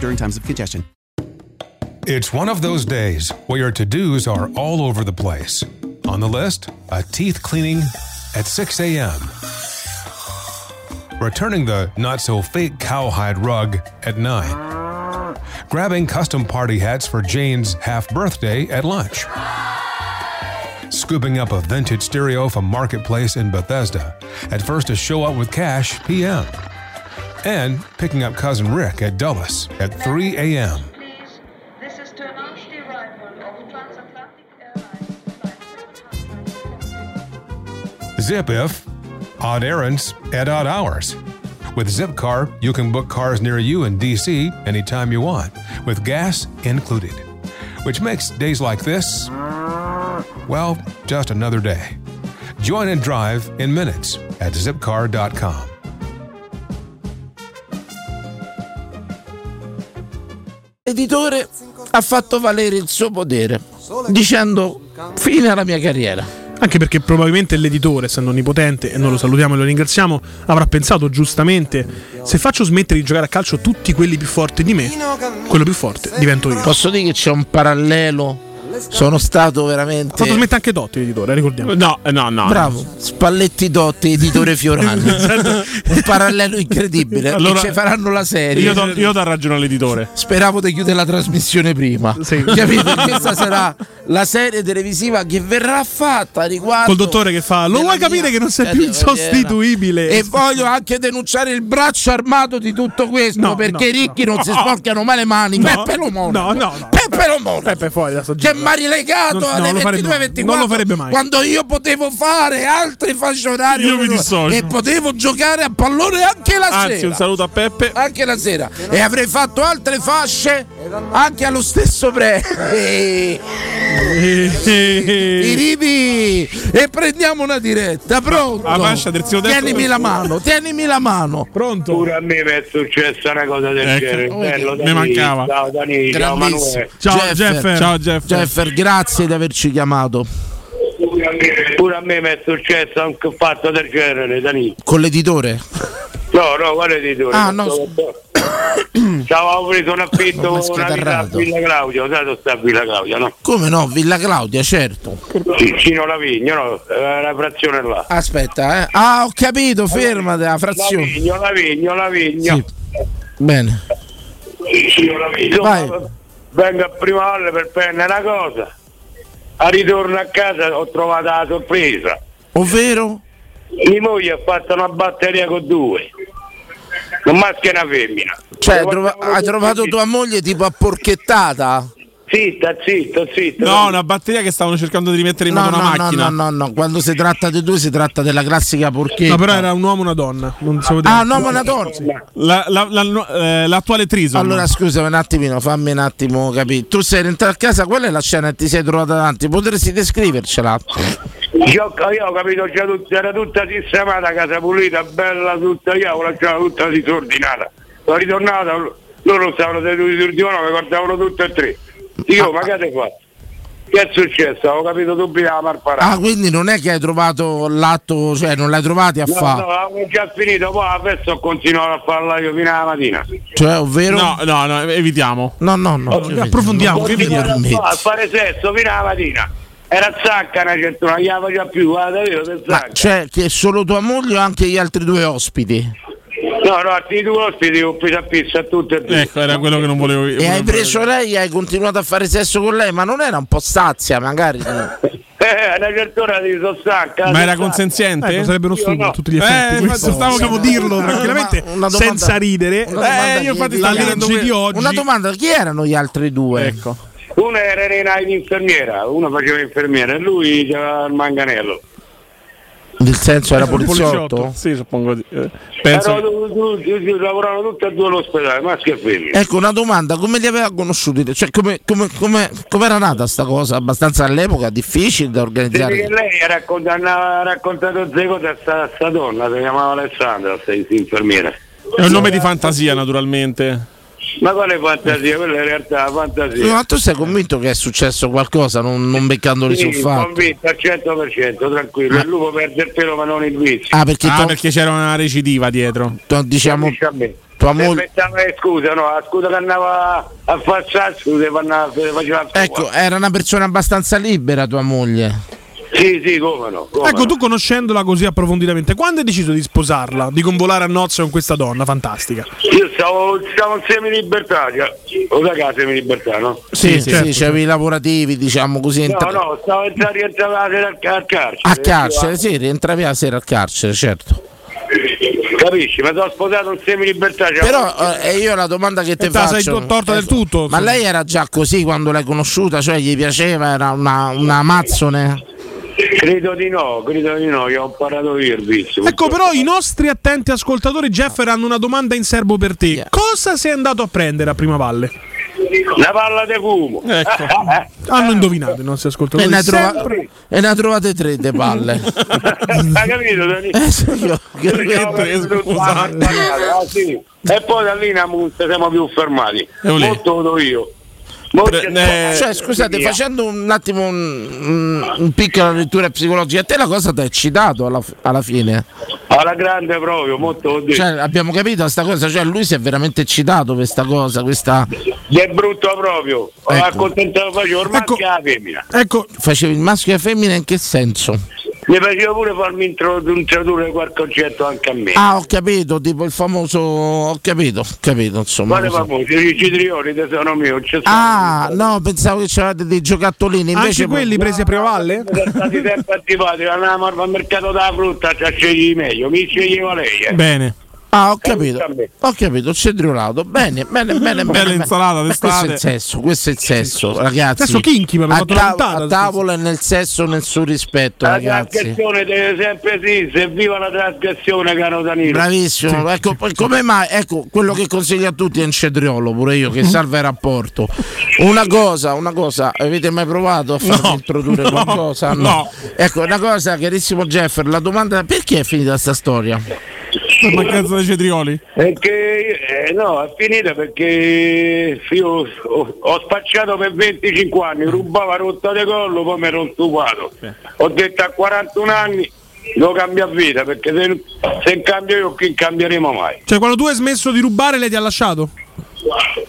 S11: during times of congestion.
S12: It's one of those days where your to dos are all over the place. On the list, a teeth cleaning at 6 a.m., returning the not so fake cowhide rug at 9, grabbing custom party hats for Jane's half birthday at lunch, scooping up a vintage stereo from Marketplace in Bethesda, at first to show up with cash p.m., and picking up cousin Rick at Dulles at 3 a.m. Zip if odd errands at odd hours. With Zipcar, you can book cars near you in DC anytime you want, with gas included, which makes days like this, well, just another day. Join and drive in minutes at zipcar.com.
S3: L'editore ha fatto valere il suo potere dicendo fine alla mia carriera.
S4: Anche perché probabilmente l'editore, essendo onnipotente, e noi lo salutiamo e lo ringraziamo, avrà pensato giustamente: se faccio smettere di giocare a calcio tutti quelli più forti di me, quello più forte divento io.
S3: Posso dire che c'è un parallelo? Sono stato veramente.
S4: Fatto smettere anche Dotti, l'editore, ricordiamo.
S5: No, no, no.
S3: Bravo, Spalletti Dotti, editore Fiorani.
S4: Certo.
S3: Un parallelo incredibile.
S5: Allora-
S3: Allora, ci faranno la serie.
S5: Io do, io do ragione all'editore.
S3: Speravo di chiudere la trasmissione prima. Capito? Questa sarà la serie televisiva che verrà fatta riguardo.
S4: Col dottore che fa, lo
S3: della
S4: vuoi
S3: mia
S4: capire che non sei
S3: vita
S4: più
S3: quotidiana?"
S4: insostituibile?
S3: E voglio anche denunciare il braccio armato di tutto questo
S4: No,
S3: perché
S4: no,
S3: i ricchi
S4: no.
S3: non si sporcano mai le mani.
S4: No,
S3: Peppe lo
S4: no, no, no.
S3: Peppe Peppe non Peppe
S4: fuori da
S3: C'è Mari Legato
S4: Non- no,
S3: alle
S4: lo
S3: 22
S4: farebbe mai.
S3: 24,
S4: Non lo farebbe mai.
S3: Quando io potevo fare altre fasce orarie
S5: Io mi dissocio.
S3: e potevo giocare a pallone anche la
S5: Anzi,
S3: sera.
S5: un saluto a Peppe.
S3: Anche la sera. E avrei fatto altre fasce anche allo stesso prezzo. Iribi e prendiamo una diretta. Pronto?
S5: La fascia terzino destro.
S3: Tienimi la mano, tienimi la mano.
S4: Pronto?
S13: Pure a me mi è successa una cosa del
S3: Ecco.
S13: genere. Bello,
S3: Mi
S13: Dani,
S3: mancava.
S13: Ciao Dani, ciao Manuele.
S3: Jeffer, grazie di averci chiamato.
S13: Pure a me- Pure a me mi è successo anche un fatto del genere, Dani.
S3: Con l'editore?
S13: No, no, quale di due?
S3: Ah, no.
S13: Stavo preso un affitto con una villa
S3: Ma
S13: a
S3: scatarrato.
S13: Villa Claudio, sai dove sta Villa Claudio, no?
S3: Come no? Villa Claudia, certo.
S13: Vicino Lavigno, no? Eh, La frazione là.
S3: Aspetta, eh. Ah, ho capito, fermate la frazione.
S13: Lavigno, Lavigno, Lavigno.
S3: Sì. Bene.
S13: Insomma, vengo a prima valle per prendere una cosa. A ritorno a casa ho trovato la sorpresa.
S3: Ovvero?
S13: Mia moglie ha fatto una batteria con due. Un maschio e una femmina.
S3: Cioè, trova- hai trovato tua moglie tipo apporchettata?
S13: Zitta, zitta, zitta.
S5: No, una batteria che stavano cercando di rimettere in moto una
S3: no,
S5: macchina.
S3: No, no, no, no, quando si tratta di due si tratta della classica porchetta.
S4: No, però era un uomo e una donna. Non so
S3: Ah, un uomo e una donna?
S5: La- la- la- no, eh, l'attuale Trison.
S3: Allora scusa un attimino, fammi un attimo capire. Tu sei rientrato a casa, quella è la scena che ti sei trovata davanti, potresti descrivercela?
S13: Io, io ho capito, già tut- era tutta sistemata, casa pulita, bella tutta, io la c'era tutta disordinata. Sono ritornato, loro stavano seduti sul divano, mi guardavano tutti e tre. Io, ma che avete fatto? Che è successo? Avevo capito subito la marparata.
S3: Ah, quindi non è che hai trovato l'atto, cioè non l'hai trovati a
S13: No,
S3: fare.
S13: no, avevo già finito, poi adesso ho continuato a farla io fino alla mattina.
S3: Cioè, ovvero?
S5: No, no, no, evitiamo.
S3: No, no, no.
S13: Oh,
S5: approfondiamo.
S13: Ho continuato a, fa- a fare sesso fino alla mattina. Era zacca una certuna, non gliela faceva più, guarda io, se
S3: Ma
S13: zacca.
S3: cioè che è solo tua moglie o anche gli altri due ospiti?
S13: No, no, altri due ospiti ho preso a pizza a tutti e due.
S5: Ecco, era quello che non volevo io.
S3: E hai preso lei e hai continuato a fare sesso con lei, ma non era un po' stazia, magari.
S13: Eh, una certa ora ti sono stanca.
S3: Ma era
S5: consenziente?
S4: Eh, sarebbe uno stupido a tutti gli effetti.
S5: Eh,
S4: questo.
S5: infatti, stavo
S4: possiamo
S5: che-
S4: dirlo
S5: Una
S4: tranquillamente
S5: domanda- una domanda-
S4: senza ridere.
S5: una domanda
S4: Eh, io infatti
S5: di-
S4: la
S5: di-
S4: legge di oggi.
S3: Una domanda, chi erano gli altri due?
S5: Ecco.
S13: Una era Rena in infermiera, uno faceva infermiera e lui c'era il manganello.
S3: Nel senso era poliziotto?
S5: Sì, suppongo di. eh,
S13: Penso...
S5: penso-
S13: lavoravano tutti e due all'ospedale, maschio e femmina.
S3: Ecco una domanda, come li aveva conosciuti? Cioè, come, come, come, era nata sta cosa? Abbastanza all'epoca, difficile da
S13: Dice che
S3: organizzare.
S13: lei ha raccontato, ha raccontato zero cose a sta, a sta donna, si chiamava Alessandra, sta infermiera.
S5: È un nome di fantasia, naturalmente.
S13: Ma quale fantasia? Quella è in realtà la fantasia.
S3: Ma tu sei convinto che è successo qualcosa non, non beccandoli sul
S13: Sì,
S3: fatto?
S13: convinto al 100%, tranquillo. Il lupo perde il pelo ma non il vizio.
S3: Ah, perché
S5: Ah,
S3: tu-
S5: perché c'era una recidiva dietro.
S3: diciamo.
S13: Tua eh, scusa, no, la scusa che andava a farsi, scusa, quando faceva
S3: Ecco, era una persona abbastanza libera tua moglie.
S13: Sì, sì, come no. come
S4: Ecco,
S13: no.
S4: tu conoscendola così approfonditamente, quando hai deciso di sposarla, di convolare a nozze con questa donna fantastica?
S13: Io stavo, stavo in semi-libertaria, o da casa semi-libertà, no?
S3: Sì, sì,
S13: certo,
S3: c'avevi i lavorativi, diciamo così.
S13: No,
S3: entra-
S13: no, stavo entrando rientrando la sera al, al carcere.
S3: A carcere, sì, rientravi la sera al carcere, certo.
S13: Capisci? Mi sono sposato in cioè, semi-libertaria.
S3: Però eh, io la domanda che te
S13: te la
S3: faccio Esatto.
S13: sei torta del tutto,
S3: Ma
S13: insomma.
S3: lei era già così quando l'hai conosciuta, cioè gli piaceva, era una, una mazzone.
S13: Credo di no, credo di no, io ho imparato io il vizio.
S4: Ecco, però i nostri attenti ascoltatori Jeffer hanno una domanda in serbo per te. Cosa sei andato a prendere a Prima Valle?
S13: La palla di fumo.
S4: Ecco. Hanno indovinato i nostri ascoltatori.
S3: E ne, ha trova-
S4: Sempre-
S3: e ne ha trovate tre de palle.
S13: Hai capito, Dani?
S3: Eh, sì, io- eh,
S13: Io ho capito tutto, ah, ah, sì. E poi da lì non ci siamo più fermati.
S3: olè.
S13: Molto vado io. Molto-
S3: cioè, scusate,
S13: Via.
S3: facendo un attimo un, un- un piccola lettura psicologica, a te la cosa ti ha eccitato alla, alla fine.
S13: Alla grande proprio, molto oddio.
S3: Cioè, abbiamo capito sta cosa, cioè lui si è veramente eccitato per sta cosa, questa
S13: Gli è brutto proprio. Ho accontentato facevo ormai anche la femmina.
S4: Ecco,
S3: facevi il maschio e la femmina in che senso?
S13: Mi faceva pure farmi introdu- introdurre qualche concetto anche a me.
S3: Ah, ho capito, tipo il famoso ho capito, ho capito, insomma.
S13: Quale
S3: lo so.
S13: famoso? I citrioli tesoro mio, c'è
S3: Ah, no, pensavo che c'eravate dei giocattolini, invece
S4: presi a Prima Valle?
S13: sono stati sempre attivati, andavamo al mercato della frutta, ci scegli meglio, mi sceglieva lei. eh.
S5: Bene.
S3: Ah, ho capito, ho capito, cedriolato. Bene, bene, bene, bene.
S5: Bella
S3: bene.
S5: insalata
S3: Ma Questo è
S5: d'estate.
S3: il sesso, questo è il sesso, ragazzi.
S5: Adesso Kinky mi ha
S3: a,
S5: fatto
S3: ta-
S5: lontana,
S3: a tavola e nel sesso nel suo rispetto,
S13: La
S3: ragazzi.
S13: trasgressione deve sempre esistere, viva la trasgressione, caro Danilo.
S3: Bravissimo, ecco poi come mai? Ecco quello che consiglio a tutti è un cetriolo, pure io,
S5: Mm.
S3: che salva il rapporto. Una cosa, una cosa, avete mai provato a farmi
S5: No,
S3: introdurre
S5: no,
S3: qualcosa?
S5: no.
S3: Ecco, una cosa, carissimo Jeffer, la domanda perché è finita sta storia?
S5: Per mancanza dei cetrioli.
S13: Perché eh, no, è finita perché io ho, ho spacciato per 25 anni, rubava rotta di collo, poi mi ero stupato. Ho detto a 41 anni devo cambiare vita perché se, se cambio io chi cambieremo mai.
S4: Cioè, quando tu hai smesso di rubare, lei ti ha lasciato?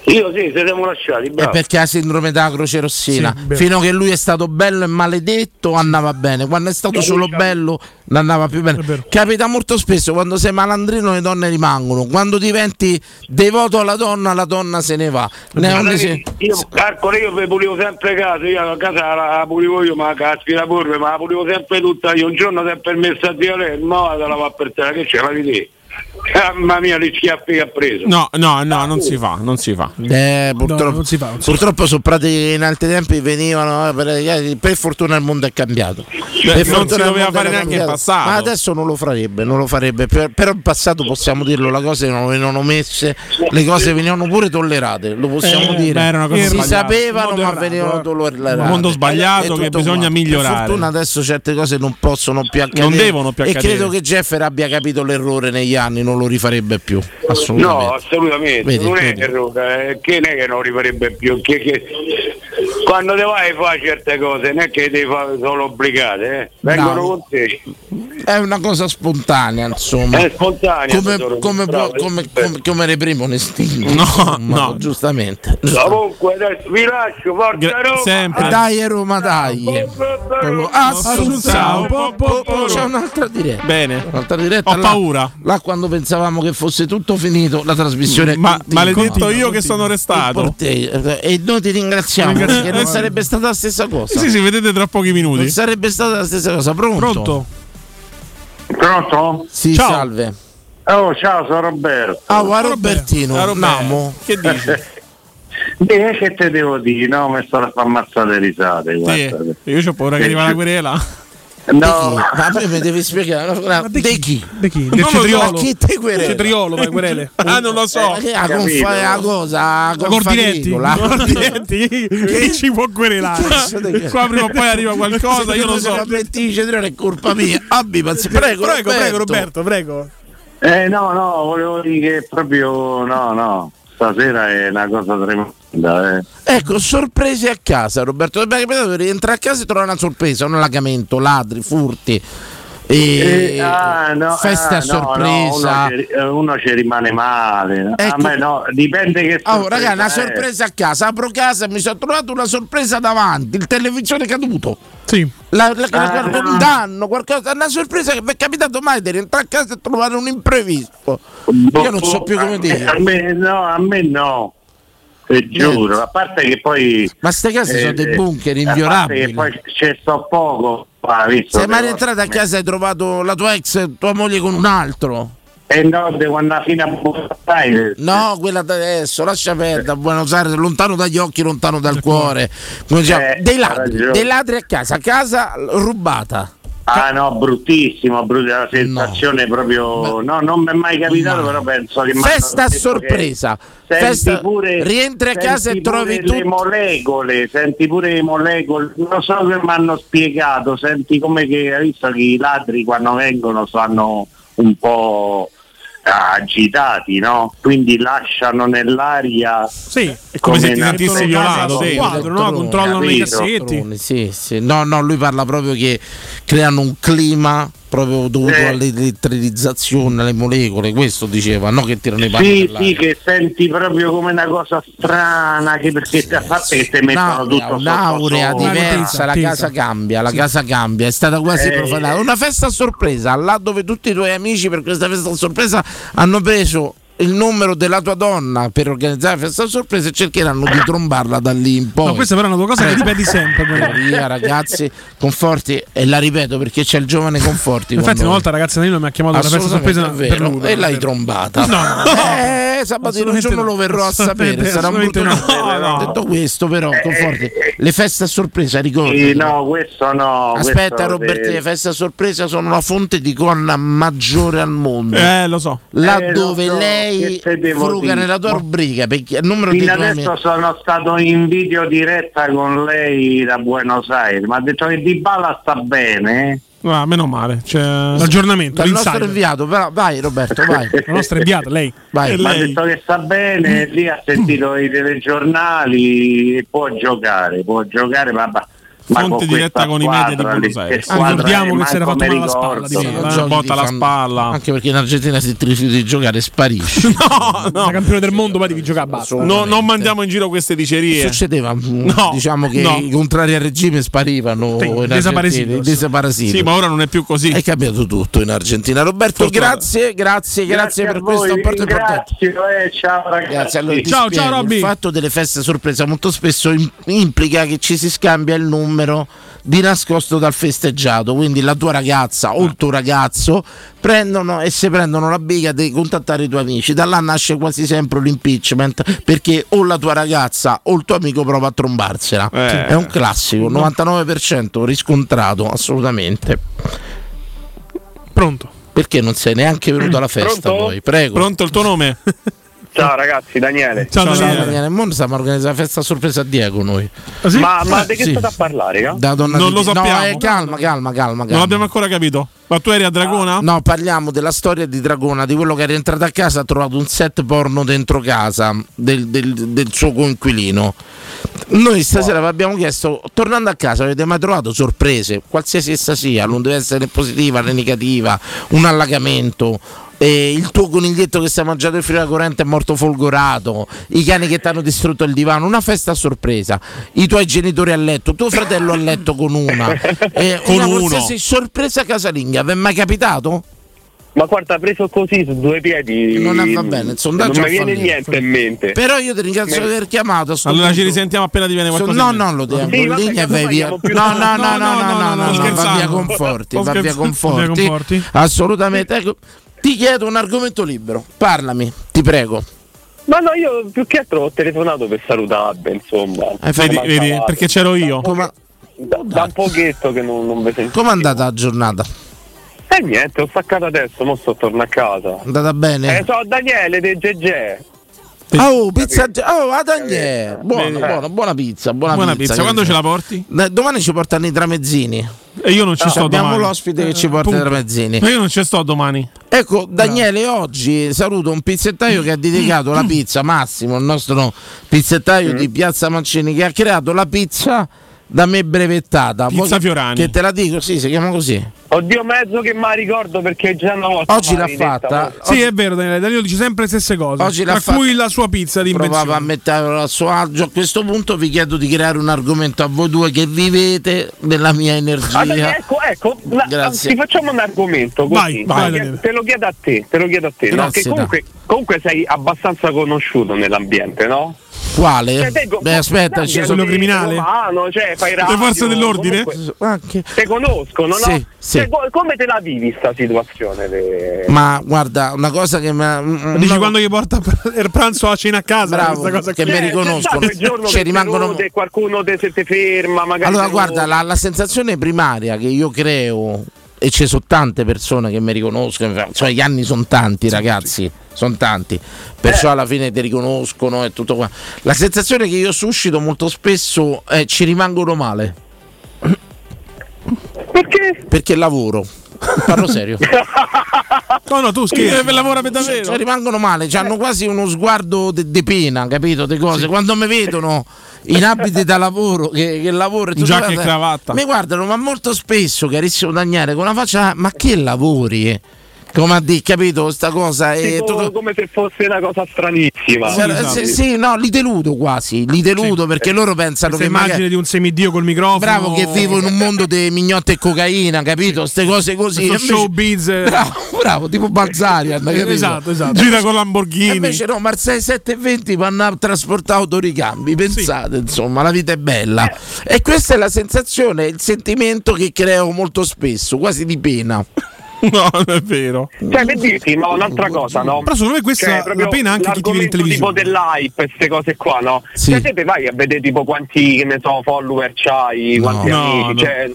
S13: Io sì, se siamo lasciati,
S3: È
S13: bravo.
S3: perché ha sindrome della croce rossina.
S13: Sì, beh.
S3: Fino a che lui è stato bello e maledetto andava bene. Quando è stato solo bello non andava più bene. Capita molto spesso quando sei malandrino le donne rimangono. Quando diventi devoto alla donna, la donna se ne va. Ne
S13: Ma
S3: ho
S13: sai
S3: desi-
S13: che io calcolo io ve pulivo sempre casa, io a casa la, la pulivo io, ma caspita pure, ma la pulivo sempre tutta io, un giorno si è permessa a dire a lei, no, te la va per terra, che c'è la vedi? Mamma mia, gli schiaffi che ha preso.
S5: No, no, no, non si fa, non si fa.
S3: Eh, purtroppo, purtroppo sono prati in altri tempi venivano eh, per, per fortuna il mondo è cambiato
S5: Beh,
S3: Per
S5: non
S3: fortuna
S5: si
S3: il
S5: doveva
S3: mondo
S5: fare
S3: era
S5: neanche in
S3: cambiato.
S5: passato.
S3: ma adesso non lo farebbe non lo farebbe per- però in passato possiamo dirlo le cose non venivano messe le cose venivano pure tollerate lo possiamo
S5: Eh,
S3: dire
S5: beh, era una cosa
S3: si
S5: sbagliata.
S3: sapevano
S5: Mondo
S3: ma
S5: errato,
S3: venivano
S5: eh.
S3: tollerate
S5: Mondo sbagliato
S3: È tutto
S5: che bisogna
S3: quanto.
S5: migliorare.
S3: per fortuna adesso certe cose non possono più accadere
S5: Non devono più
S3: e
S5: accadere.
S3: credo che Jeffer abbia capito l'errore negli anni non lo rifarebbe più assolutamente
S13: No, assolutamente,
S3: Vedi,
S13: non
S3: vedi.
S13: è che roga, eh, che non è che non rifarebbe più, che, che- quando te vai fai certe cose, non è che devi fare solo obbligate, eh. vengono
S3: Bravo.
S13: con te.
S3: È una cosa spontanea, insomma.
S13: È spontanea,
S3: Mm. Come,
S13: tesoro,
S3: come,
S13: bravo, eh,
S3: come- come- come reprimo un istinto.
S5: No,
S3: insomma,
S5: no.
S3: Giustamente.
S13: Comunque adesso vi lascio, forza Roma!
S3: Eh, Dai, Roma, dai. Assunzao. po, po, po. C'è un'altra diretta.
S5: Bene.
S3: Un'altra diretta.
S5: Ho
S3: là-
S5: paura.
S3: Là, quando pensavamo che fosse tutto finito, la trasmissione.
S5: Ma-
S3: continua,
S5: maledetto
S3: continua,
S5: io che
S3: continua.
S5: sono restato.
S3: Il portiere- eh, E noi ti ringraziamo
S5: Ringrazio-
S3: perché non
S5: Eh, sì.
S3: sarebbe stata la stessa cosa.
S5: Sì, sì, vedete tra pochi minuti.
S3: Non sarebbe stata la stessa cosa. Pronto?
S5: Pronto?
S13: Pronto?
S3: Sì,
S13: Ciao.
S3: salve.
S13: Oh, ciao, sono Roberto.
S3: Ah, guarda Robertino,
S13: Ah, Roberto.
S3: Namo.
S5: Che dici?
S13: Beh, eh, che te devo dire? No, mi sto a far ammazzare risate,
S5: Sì,
S13: guarda.
S5: io ho paura che arriva la querela.
S13: No,
S3: Ma poi mi devi spiegare una cosa. De chi?
S4: De chi?
S5: Del cetriolo.
S3: Ma chi te querela?
S4: Cetriolo, vai, querele.
S5: Ah, non lo so.
S3: Eh, la confa- la cosa, la
S4: Cordinetti.
S3: confagricola.
S4: Cordinetti. Che ci può querelare?
S5: Qua prima o poi arriva qualcosa, io lo so.
S3: Metti cetriolo è colpa mia. Abbi pazienza. Prego,
S4: Prego, prego, Roberto, prego.
S13: Eh, no, no, volevo dire che proprio, no, no, stasera è una cosa tremenda, eh.
S3: Ecco, sorprese a casa, Roberto. Beh, capito, rientra a casa e trova una sorpresa, un allagamento, ladri, furti. E
S13: Eh, ah, no,
S3: feste
S13: ah,
S3: a
S13: no, no,
S3: sorpresa.
S13: uno, ci, eh, uno ci rimane male. A
S3: Ecco.
S13: me no, dipende che
S3: Oh, raga, una
S13: eh.
S3: sorpresa a casa. Apro casa e mi sono trovato una sorpresa davanti. Il televisore è caduto. Sì.
S13: Ah.
S3: un danno, qualcosa. Una sorpresa che mi è capitato mai di rientrare a casa e trovare un imprevisto. Io non so più come dire.
S13: Boh, A me no, a me no. Te giuro, a parte che poi...
S3: Eh.
S13: eh,
S3: Ma ste case sono dei bunker
S13: a parte
S3: inviolabili.
S13: che poi c'è sto poco. qua, visto
S3: Sei
S13: che-
S3: mai rientrata a casa e hai trovato la tua ex, tua moglie con un altro?
S13: Eh no, devo andare fino a Buenos Aires.
S3: No, quella da adesso, lascia perdere a Buenos Aires, lontano dagli occhi, lontano dal cuore. Come diciamo,
S13: Eh,
S3: dei
S13: hai
S3: ladri,
S13: ragione.
S3: dei ladri a casa, casa rubata.
S13: Ah no, bruttissimo, brutta la sensazione proprio. No, non mi è mai capitato, però penso che mi hanno
S3: Festa a
S13: detto
S3: sorpresa.
S13: che senti
S3: Festa-
S13: pure-
S3: rientri a
S13: Eh, senti
S3: casa e
S13: pure
S3: trovi
S13: le
S3: tutto.
S13: molecole, senti pure le molecole. Lo so che mi hanno spiegato, senti come che hai visto che i ladri quando vengono sono un po' agitati, no? Quindi lasciano nell'aria
S4: Sì,
S13: è
S5: come se ti sentissi violato, sì. Quadro, no? Controllano i
S3: Poltrone, Sì, sì. No, no, lui parla proprio che creano un clima proprio dovuto
S13: Eh.
S3: all'elettrizzazione, alle molecole, questo diceva, no che tirano i panni
S13: Sì,
S3: dell'aria.
S13: sì, che senti proprio come una cosa strana, che perché a parte che te mettono
S3: Un'aurea,
S13: tutto
S3: un'aurea
S13: sotto sopra.
S3: diversa, la casa cambia, la casa cambia, è stata quasi
S13: Eh.
S3: profanata. Una festa a sorpresa, là dove tutti i tuoi amici per questa festa a sorpresa hanno preso il numero della tua donna per organizzare la festa sorpresa e cercheranno di trombarla da lì in poi.
S4: No, questa però è una tua cosa che ripeti sempre, però.
S3: Maria, ragazzi, conforti, e la ripeto perché c'è il giovane conforti. con
S4: Infatti, una
S3: noi.
S4: volta la ragazza Danilo mi ha chiamato alla festa
S3: Assolutamente
S4: sorpresa
S3: è
S4: per
S3: vero.
S4: nulla.
S3: e l'hai trombata.
S4: No, no, no.
S3: Eh, sabato un
S4: Assolutamente
S3: giorno
S4: no.
S3: lo verrò a sapere.
S4: Assolutamente-
S3: Sarà un brutto
S4: assolutamente no.
S3: no,
S4: No, no.
S3: Detto questo, però, conforti, le feste a sorpresa ricordi.
S13: Eh, Sì, no, questo no.
S3: Aspetta,
S13: questo
S3: Roberti,
S13: sì.
S3: le feste a sorpresa sono la fonte di gonna maggiore al mondo.
S13: Eh,
S5: lo so.
S3: Laddove
S13: Eh, lo so,
S3: lei
S13: che te devo
S3: fruga
S13: dire?
S3: nella tua
S13: Ma-
S3: rubrica perché il numero di
S13: Fino
S3: tuoi
S13: adesso
S3: amici.
S13: sono stato in video diretta con lei da Buenos Aires, ma ha detto che Di Balla sta bene.
S5: Ah, meno male. C'è...
S4: L'aggiornamento,
S3: Dal nostro inviato, però, vai Roberto, vai.
S13: La nostra
S4: inviata, lei.
S3: Vai.
S13: Ma ha detto che sta bene, lì ha sentito i telegiornali e può giocare, può giocare, ma, ma ma
S5: Fonte
S13: con questa
S5: diretta con i media di
S13: squadra
S5: Buenos
S13: lì,
S5: Aires.
S13: che squadra
S5: Ricordiamo
S13: è,
S5: che si era
S13: manco
S5: fatto
S13: mi
S5: male alla
S13: ricordo.
S5: spalla,
S3: Sono giochi
S5: botta
S3: di
S5: alla
S3: fan-
S5: spalla.
S3: Anche perché in Argentina se ti rifiuti di giocare sparisci.
S5: No, no.
S4: campione del mondo, poi devi giocare a basta.
S5: No, non mandiamo in giro queste dicerie.
S3: Succedeva, mm,
S5: No,
S3: diciamo che
S5: no.
S3: i contrari al regime sparivano
S5: Sì,
S3: Oh, in
S5: desaparecidos.
S3: Argentina, i desaparecidos.
S5: Sì, ma ora non è più così.
S3: È cambiato tutto in Argentina. Roberto,
S5: Fortunata.
S3: grazie, grazie, grazie,
S13: Grazie a
S3: per
S13: voi,
S3: questo apporto
S13: ringrazio,
S3: importante.
S13: eh, ciao ragazzi.
S3: Grazie, allora, ti
S13: ciao,
S3: spiego,
S13: ciao Robby.
S3: Il fatto delle feste sorpresa molto spesso im- implica che ci si scambia il numero di nascosto dal festeggiato, quindi la tua ragazza o il tuo ragazzo prendono e se prendono la biga di contattare i tuoi amici. Da là nasce quasi sempre l'impeachment perché o la tua ragazza o il tuo amico prova a trombarsela.
S5: Eh.
S3: È un classico, 99% riscontrato, assolutamente.
S4: Pronto.
S3: Perché non sei neanche venuto alla festa
S13: Pronto?
S3: poi? Prego.
S5: Pronto il tuo nome?
S13: Ciao ragazzi, Daniele.
S3: Ciao, Daniele. Mo stiamo organizzando la festa sorpresa a Diego noi.
S13: Ma, ma di che
S3: Sì.
S13: state a parlare? eh? raga?
S3: Da donna
S5: Ah, Non
S3: di-
S5: lo sappiamo.
S3: No, eh, calma, calma, calma,
S5: Non
S3: calma.
S5: abbiamo ancora capito. Ma tu eri a Dragona?
S3: No, parliamo della storia di Dragona, di quello che è rientrato a casa, ha trovato un set porno dentro casa del, del- del suo coinquilino. Noi stasera vi abbiamo chiesto, tornando a casa, avete mai trovato sorprese, qualsiasi essa sia, non deve essere né positiva né negativa, un allagamento. eh, il tuo coniglietto che si è mangiato il filo della corrente è morto folgorato, i cani che ti hanno distrutto il divano, una festa a sorpresa, i tuoi genitori a letto, tuo fratello a letto con una, eh,
S14: Con
S3: una
S14: uno.
S3: qualsiasi sorpresa casalinga, vi è mai capitato?
S14: Ma guarda, preso così su due piedi.
S3: Non è- va bene, il sondaggio
S14: Non
S3: ha
S14: mi viene
S3: fallito.
S14: niente in mente.
S3: Però io ti ringrazio
S14: Me-
S3: di aver chiamato. a sto
S5: Allora ci
S3: punto.
S5: risentiamo appena diviene
S3: So-
S5: qualcosa.
S3: no,
S5: in
S3: no,
S5: mente.
S3: lo diamo in linea e vai via. No, no, no, no, no, no, no, no, va via conforti,
S5: Sto
S3: va via
S5: scherzando.
S3: conforti. Assolutamente. Ecco, ti chiedo un argomento libero. Parlami, ti prego.
S14: Ma no, io più che altro ho telefonato per salutarvi, insomma.
S3: Eh,
S5: Vedi, vedi, perché c'ero io.
S14: Da, da un pochetto che non, non vi sentivo.
S3: Com'è andata la giornata?
S14: E niente, ho staccato adesso, mo sto torno a casa.
S3: Andata bene?
S14: Eh, sono Daniele de GG.
S3: Oh, pizza. Oh, a Daniele. Buona, buona, buona pizza. Buona,
S5: Buona pizza,
S3: che
S5: quando
S3: ne
S5: ce
S3: so.
S5: la porti?
S3: Eh, Domani ci portano i tramezzini.
S5: E io non ci
S3: Ah,
S5: sto
S3: abbiamo
S5: domani. Eh,
S3: l'ospite che ci porta i
S5: Punto.
S3: tramezzini.
S5: Ma io non ci sto domani.
S3: Ecco, Daniele, oggi saluto un pizzettaio che ha dedicato la pizza, Massimo, il nostro pizzettaio di Piazza Mancini, che ha creato la pizza da me brevettata.
S5: Pizza
S3: Vuoi-
S5: Fiorani.
S3: Che te la dico, sì, si chiama così.
S14: Oddio, mezzo che mi ricordo perché già una volta.
S3: Oggi l'ha
S14: m'avevi detta,
S3: fatta.
S14: ma-
S4: Sì, è vero, Daniele. Danilo dice sempre le stesse cose.
S3: Oggi l'ha
S4: tra
S3: fatta-
S4: cui la sua pizza di
S3: Provava a
S4: invenzione.
S3: metterlo a suo agio. A questo punto vi chiedo di creare un argomento a voi due che vivete della mia
S14: Ah, Daniele,
S3: energia.
S14: ecco, ecco, la-
S3: Grazie.
S14: ti facciamo un argomento
S3: Vai,
S14: così.
S3: vai,
S14: Te lo-
S3: Daniele.
S14: te lo chiedo a te, te lo chiedo a te, no?
S3: Grazie,
S14: Che comunque, comunque sei abbastanza conosciuto nell'ambiente, no?
S3: Quale?
S14: Cioè, te-
S3: Beh, aspetta,
S14: Daniele,
S3: ci sono
S14: sei romano, cioè, fai
S3: Le
S14: radio,
S3: forze dell'ordine?
S14: comunque-
S3: Anche-
S14: Te conoscono, no?
S3: Sì, sì.
S14: Cioè, co- come te la vivi sta situazione? de-
S3: Ma guarda, una cosa che mi ha-
S4: Dici
S3: una-
S4: quando gli porta il pranzo a cena a casa.
S3: Bravo,
S4: questa cosa
S3: che
S15: Eh,
S4: qui.
S3: mi riconoscono.
S14: Cioè, Quel giorno
S3: Ci
S14: che
S3: rimangono-
S14: ti rode, qualcuno te, se ti ferma, magari.
S3: Allora,
S14: te lo-
S3: guarda, la, la sensazione primaria che io creo, e ci sono tante persone che mi riconoscono, cioè gli anni sono tanti, ragazzi, sono tanti,
S14: Eh.
S3: perciò alla fine ti riconoscono e tutto qua. La sensazione che io suscito molto spesso è ci rimangono male.
S14: Perché?
S3: Perché lavoro. Parlo serio.
S4: No, no, tu
S5: scherzi. Eh, lavora per davvero.
S3: Cioè, rimangono male, hanno quasi uno sguardo di pena, capito? De cose. Quando mi vedono in abiti da lavoro, che, che lavoro eh, tutto
S5: Giacca e
S3: quanto,
S5: cravatta.
S3: Mi guardano, ma molto spesso, carissimo Daniele, con la faccia, ma che lavori? eh? Come a dire, capito? Sta cosa eh, è
S14: Tipo,
S3: tutto-
S14: come se fosse una cosa stranissima.
S3: Sì, sì, sì, no, li deludo quasi, li deludo perché loro pensano
S4: Questa
S3: che
S4: immagine
S3: magari-
S4: di un semidio col microfono.
S3: Bravo che vivo in un mondo di mignotte e cocaina, capito? Ste cose così.
S4: Questo
S3: E invece-
S4: showbiz, eh.
S3: Bravo, bravo, tipo Balzarian, capito?
S4: Esatto, esatto. Gira con
S3: Lamborghini. Invece no, Marseille 720 vanno a trasportare autoricambi, pensate, insomma, la vita è bella. E questa è la sensazione, il sentimento che creo molto spesso, quasi di pena.
S5: No, non è vero.
S14: Cioè, che dirti, ma un'altra cosa, no?
S4: Però secondo me questa
S14: Cioè,
S4: la
S14: proprio
S4: pena anche chi ti vede in
S14: l'argomento tipo dell'hype, queste cose qua, no? Cioè, te vai a vedere tipo quanti, che ne so, follower c'hai, quanti
S3: No,
S14: amici,
S3: no.
S9: eh.
S14: cioè...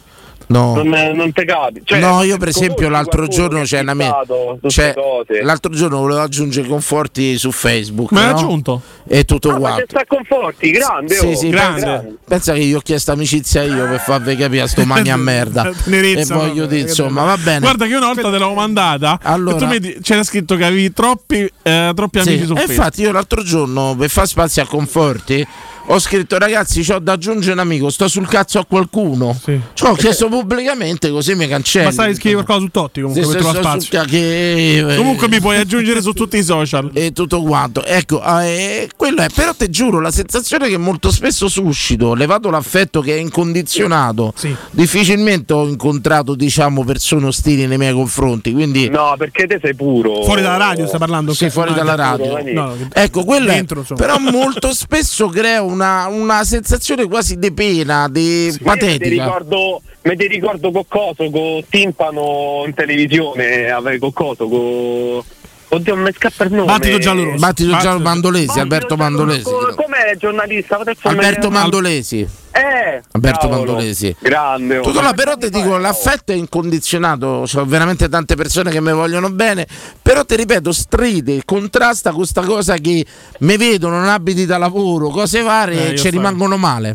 S3: No.
S14: Non, non te capi. Cioè,
S3: no, io per
S14: conosci
S3: esempio l'altro
S14: qualcuno
S3: giorno
S14: che
S3: c'è
S14: è
S3: una me.
S14: fissato, tutte
S3: c'è-
S14: cose.
S3: l'altro giorno volevo aggiungere conforti su Facebook.
S14: Ma l'ha
S3: no?
S14: aggiunto?
S3: E tutto
S14: Ah, ma
S3: quanto.
S14: c'è sta conforti, grande,
S3: Sì,
S14: oh,
S3: sì,
S14: grande.
S3: Pensa, pensa che gli ho chiesto amicizia io per farvi capire a sto magna merda. e
S5: Tenerezza,
S3: voglio
S5: vabbè,
S3: dire,
S5: che
S3: insomma,
S5: bello.
S3: va bene.
S5: Guarda che io una volta te l'avevo mandata.
S3: Allora-
S5: e tu mi di- c'era scritto che avevi troppi, eh, troppi
S3: Sì,
S5: amici su
S3: e
S5: Facebook.
S3: infatti io l'altro giorno per far spazio a conforti ho scritto ragazzi c'ho da aggiungere un amico sto sul cazzo a qualcuno Cioè, ho chiesto pubblicamente così mi cancelli
S4: Ma sai scrivere qualcosa su Totti comunque
S3: Sì,
S4: per
S3: sì,
S4: trovare
S3: sì,
S4: spazio.
S3: su- che-
S4: Comunque mi puoi
S5: aggiungere su tutti i social
S3: e tutto quanto. Ecco, eh, quello è, però ti giuro, la sensazione che molto spesso suscito, levato l'affetto che è incondizionato, difficilmente ho incontrato, diciamo, persone ostili nei miei confronti, quindi
S14: No, perché te sei puro.
S3: Fuori dalla radio sta
S4: parlando?
S3: Sì, fuori dalla radio.
S14: No, eh,
S3: Ecco, quello è-
S14: Dentro, insomma.
S3: però molto spesso crea una, una sensazione quasi di pena, di
S14: Io mi
S3: patetica.
S14: ricordo, me ti ricordo Coccoso con Timpano in televisione, avevo Coccoso con... Oddio, non mi scappa il nome.
S3: Battito Giallo Mandolesi, Alberto Mandolesi.
S14: Co- Com'era il giornalista? Adesso
S3: Alberto
S14: me-
S3: Mandolesi.
S14: Eh,
S3: Alberto
S14: cavolo.
S3: Mandolesi.
S14: Grande. oh.
S3: Tutto là, però ti dico, l'affetto è incondizionato, cioè, ho veramente tante persone che mi vogliono bene, però ti ripeto, stride, contrasta con questa cosa che mi vedono in abiti da lavoro, cose
S14: Eh,
S3: varie,
S14: io
S3: e ci
S14: so.
S3: rimangono male.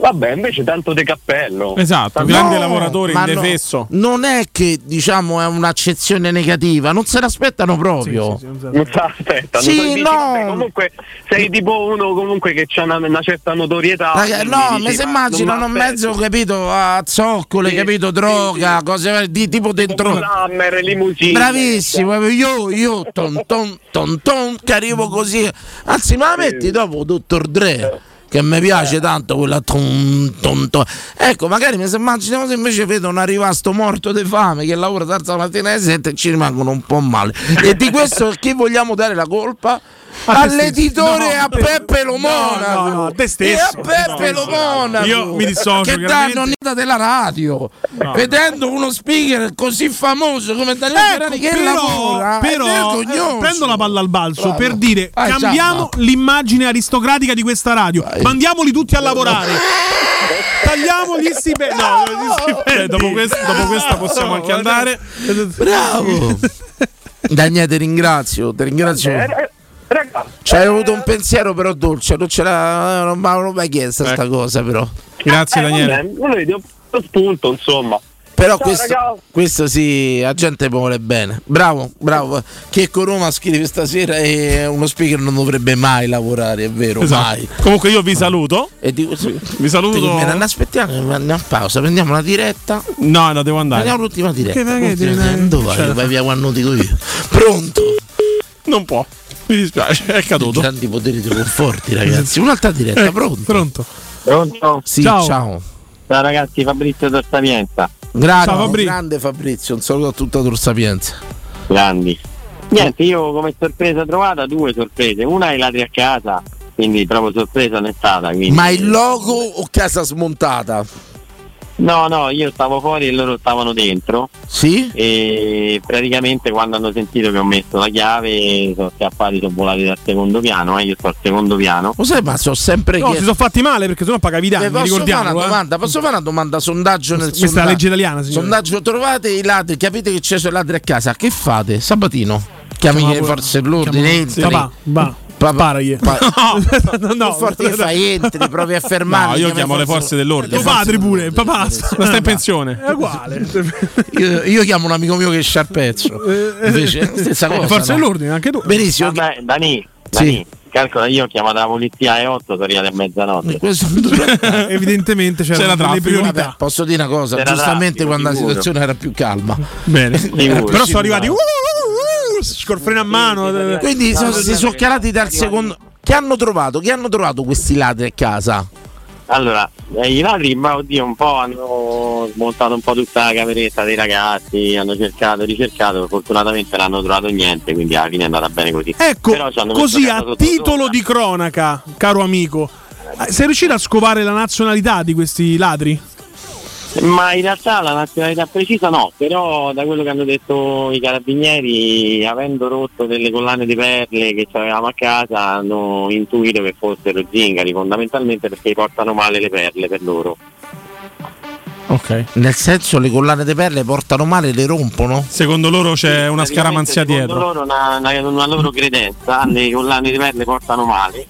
S14: Vabbè, invece tanto de cappello.
S5: Esatto,
S14: Tanto-
S5: grande lavoratore
S3: ma no,
S5: indefesso.
S3: non è che diciamo è un'accezione negativa, non se l'aspettano proprio.
S14: Non si aspettano.
S3: Sì,
S14: Poi dici,
S3: no.
S14: vabbè, comunque sei tipo uno comunque che ha una, una certa notorietà.
S3: Raga,
S14: quindi
S3: no,
S14: dici,
S3: mi si
S14: ma
S3: immaginano
S14: non
S3: un
S14: mi aspetto.
S3: mezzo, capito, a zoccole, capito, droga, cose varie, di tipo dentro.
S14: Summer, limousine.
S3: Bravissimo, eh, io, io, ton ton, ton ton, che arrivo così. Anzi, ma la metti dopo Dottor Dre, che mi piace tanto quella ton ton ton. Ecco, magari mi si immaginano se invece vedono arrivare sto morto di fame che lavora tarda mattina e sette e ci rimangono un po' male. E di questo a chi vogliamo dare la colpa?
S4: A te
S3: All'editore
S4: stesso.
S3: e
S4: No,
S3: a Peppe
S4: no,
S3: Lomonaco
S4: no, no, a te
S3: E
S4: stesso.
S3: a Peppe
S4: No, no,
S3: Lomonaco
S4: io mi dissocio,
S3: Che
S4: chiaramente.
S3: danno un'idea della radio
S4: No. Ecco,
S3: Vedendo uno speaker così famoso come Daniele Ferrari che lavora è
S4: però
S3: vergognoso.
S4: eh, prendo la palla al balzo
S3: Bravo. Eh,
S4: per dire
S3: Vai,
S4: cambiamo l'immagine aristocratica di questa radio mandiamoli tutti a lavorare tagliamo gli stipendi no, gli stipendi.
S5: dopo quest- dopo questa possiamo anche andare.
S3: Bravo Daniele ti ringrazio Ti
S4: Eh,
S3: ringrazio C'hai avuto un pensiero però dolce Non ce l'ha Non mi avevo mai chiesto
S4: Eh.
S3: sta cosa però
S15: Eh,
S5: Grazie
S14: Eh, Vabbè, non lo vedi, ho lo spunto, insomma.
S3: Però
S14: Ciao,
S3: questo,
S14: ragazzi.
S3: questo sì, la gente vuole bene. Bravo, bravo. Che con Roma scrive stasera e uno speaker non dovrebbe mai lavorare, è vero,
S5: Esatto.
S3: mai.
S5: Comunque io vi saluto.
S3: E dico, sì.
S5: Vi saluto.
S3: Dico, "Me ne aspettiamo, che andiamo a pausa, prendiamo la diretta.
S5: No, no, devo andare.
S3: Prendiamo l'ultima diretta.
S5: Che vai, che
S3: L'ultima
S5: devi andare?
S3: diretta. Dove vai?
S5: Cioè-
S3: Vai via quando dico io. Pronto?
S5: Non può. Mi dispiace, è caduto.
S3: Grandi poteri ti conforti, ragazzi. Un'altra diretta,
S4: Ecco.
S5: Eh,
S3: pronto?
S4: Pronto.
S14: Pronto?
S3: Sì, ciao. ciao.
S14: ragazzi, Fabrizio da Sapienza.
S3: Grazie,
S14: Ciao, Fabri.
S3: grande Fabrizio, un saluto a tutta Tor Sapienza.
S14: Grandi. Niente, io come sorpresa trovata due sorprese. Una è la a casa, quindi proprio sorpresa non è stata. Quindi.
S3: Ma il logo o casa smontata?
S14: No, no, io stavo fuori e loro stavano dentro.
S3: Sì?
S14: E praticamente quando hanno sentito che ho messo la chiave sono scappati, sono volati dal secondo piano, eh, io sto al secondo piano.
S3: Lo sai, ma sono sempre
S4: no si
S3: chiesto-
S4: sono fatti male perché sennò pagavi i danni
S3: Eh, posso fare
S4: ricordiamolo
S3: una
S4: eh.
S3: domanda? Posso fare una domanda? Sondaggio nel
S4: Questa è la
S3: sondaggio.
S4: legge italiana, signore.
S3: Sondaggio, trovate i ladri, capite che c'è sui ladri a casa. Che fate? Sabatino? Chiami le forze dell'ordine, entri.
S4: va va sparagli eh.
S3: no, no, forte fai entri, provi a fermarli.
S5: No, io
S3: chiami
S5: chiamo le forze dell'ordine.
S4: tuo padre pure papà
S5: Ma stai in pensione.
S4: è uguale
S3: Io, io chiamo un amico mio che è sciarpezzo. Invece, stessa
S4: Eh,
S3: cosa.
S4: forze
S3: no?
S4: dell'ordine anche tu Eh,
S3: Benissimo.
S14: Vabbè, Dani,
S3: Sì.
S14: Dani, Calcola, io ho chiamato la polizia alle 8, sono arrivati a mezzanotte.
S4: Evidentemente c'erano delle priorità.
S3: Vabbè, posso dire una cosa,
S14: C'era
S3: giustamente
S14: traffico,
S3: quando
S14: sicuro.
S3: la situazione era più calma.
S4: Bene.
S3: Era più
S4: Però sono
S3: simulata.
S4: arrivati. Uh, uh, uh, scorfreno a mano.
S3: Quindi so- si sono calati dal secondo. Che hanno trovato? Che hanno trovato questi ladri a casa?
S14: Allora, eh, i ladri, ma oddio, un po' hanno smontato un po' tutta la cameretta dei ragazzi, hanno cercato, ricercato, fortunatamente non hanno trovato niente, quindi alla fine è andata bene così.
S4: Ecco,
S14: Però ci hanno messo
S4: così
S14: casa
S4: a
S14: sotto
S4: titolo di cronaca, caro amico, eh, sei riuscito a scovare la nazionalità di questi ladri?
S14: Ma in realtà la nazionalità precisa no, però da quello che hanno detto i carabinieri, avendo rotto delle collane di perle che avevamo a casa, hanno intuito che fossero zingari, fondamentalmente perché portano male le perle per loro.
S3: Ok. Nel senso le collane di perle portano male, le rompono?
S5: Secondo loro c'è una scaramanzia
S14: Secondo
S5: dietro.
S14: loro una, una- una loro credenza, le collane di perle portano male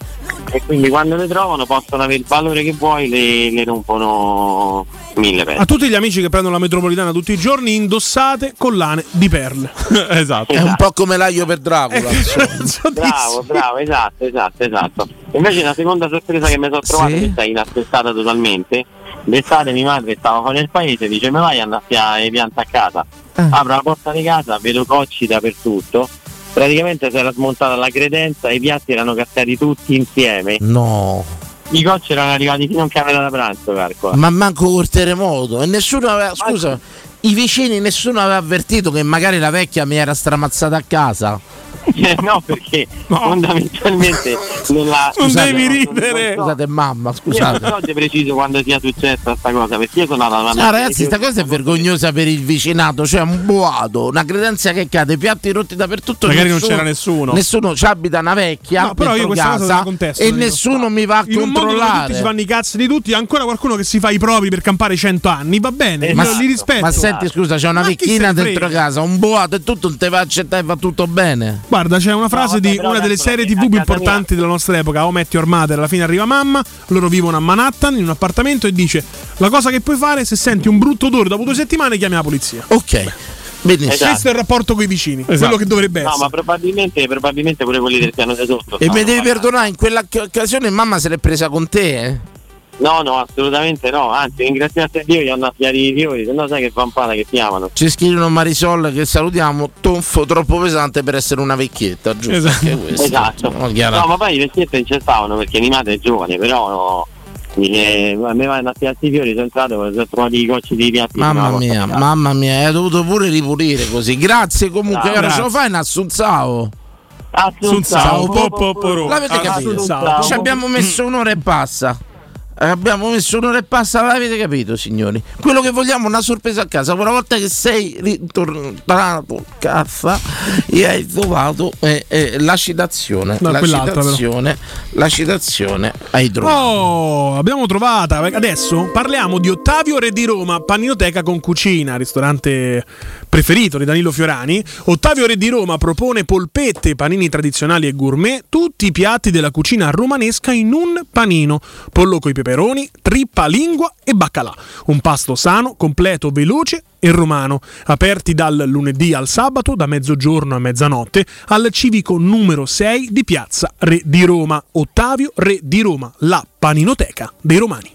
S14: e quindi quando le trovano possono avere il valore che vuoi, le, le rompono mille perle.
S5: Ah,
S4: A tutti gli amici che prendono la metropolitana tutti i giorni, indossate collane di perle. Eh,
S5: esatto.
S3: È un po' come l'aglio per Dracula.
S14: Bravo, bravo, esatto, esatto, esatto. Invece la seconda sorpresa che mi sono trovata,
S3: Sì?
S14: questa è inaspettata totalmente, d'estate mia madre stava fuori nel paese, dice me vai a andare a le piante a casa.
S5: Ah.
S14: Apro la porta di casa, vedo cocci dappertutto, praticamente si era smontata la credenza, i piatti erano cascati tutti insieme,
S3: No.
S14: i cocci erano arrivati fino in camera da pranzo, calcola.
S3: Ma manco col terremoto. E nessuno aveva. Scusa, i vicini, nessuno aveva avvertito che magari la vecchia mi era stramazzata a casa.
S14: Eh, no, perché fondamentalmente nella...
S3: ridere. Scusate, mamma,
S14: Io non
S3: scusate.
S14: so di preciso quando sia successa sta cosa, perché io sono andato alla
S3: No, ragazzi, sta cosa è vergognosa per il vicinato, cioè un boato, una credenza che cade, piatti rotti dappertutto.
S5: Magari non c'era nessuno.
S3: Nessuno ci abita una vecchia
S4: No, però io
S3: dentro
S4: questa cosa
S3: casa
S4: la contesto,
S3: e
S4: io.
S3: nessuno mi va a
S4: In un mondo dove tutti si
S3: controllare.
S4: fanno i cazzi di tutti, ancora qualcuno che si fa i propri per campare 100 anni, va bene,
S3: ma,
S4: io li rispetto.
S3: ma senti, scusa, c'è una
S4: Ma chi
S3: vecchina
S4: se ne
S3: dentro
S4: frega?
S3: casa, un boato e tutto non te va a accettare e va tutto bene.
S4: Guarda, c'è una frase di
S3: però
S4: una delle
S3: calcola
S4: serie
S3: che
S4: TV
S3: a
S4: più
S3: casa
S4: importanti della nostra epoca, O Metti Your Mother. Alla fine arriva mamma, loro vivono a Manhattan in un appartamento e dice: La cosa che puoi fare se senti un brutto odore dopo due settimane, chiami la polizia.
S3: Ok, benissimo. Esatto.
S4: Questo è il rapporto con i vicini, quello che dovrebbe
S14: No,
S4: essere.
S14: ma probabilmente, probabilmente pure quelli del piano di sotto.
S3: E
S14: stavano
S3: mi devi
S14: parlando.
S3: perdonare, in quella che- occasione mamma se l'è presa con te. eh?
S14: No, no, assolutamente no. Anzi, ringraziate Dio, gli hanno affiliato i fiori, se no sai che vampata che ti amano.
S3: Ci scrivono Marisol che salutiamo, tonfo troppo pesante per essere una vecchietta, giusto? Anche questo.
S14: Esatto.
S3: No, chiaro.
S14: No, ma poi i vecchietti non ci stavano perché animate è giovane, però no. Dice, a me vanno a piatti i fiori, sono entrato, mi sono trovato i cocci dei piatti.
S3: Mamma
S14: no,
S3: mia, mamma mia, hai dovuto pure ripulire così. Grazie comunque,
S14: Ah,
S3: ora ce
S14: grazie.
S3: lo fai un assunzao.
S14: Assunzao, po, po, po, Ah, po.
S3: L'avete capito?
S14: Assunzao.
S3: Ci abbiamo messo
S14: Mm.
S3: un'ora e passa. Eh, Abbiamo messo un'ora e passa, l'avete capito signori? Quello che vogliamo è una sorpresa a casa. Una volta che sei ritornato, cazzo, gli hai trovato eh, eh, la citazione.
S4: No,
S3: la,
S4: quell'altra, però.
S3: citazione la citazione hai trovato.
S4: Oh, abbiamo trovata. Adesso parliamo di Ottavio Re di Roma, paninoteca con cucina, ristorante preferito di Danilo Fiorani. Ottavio Re di Roma propone polpette, panini tradizionali e gourmet, tutti i piatti della cucina romanesca in un panino. Pollo coi peperoni, trippa, lingua e baccalà. Un pasto sano, completo, veloce e romano, aperti dal lunedì al sabato da mezzogiorno a mezzanotte al civico numero 6 di Piazza Re di Roma, Ottavio Re di Roma, la paninoteca dei romani.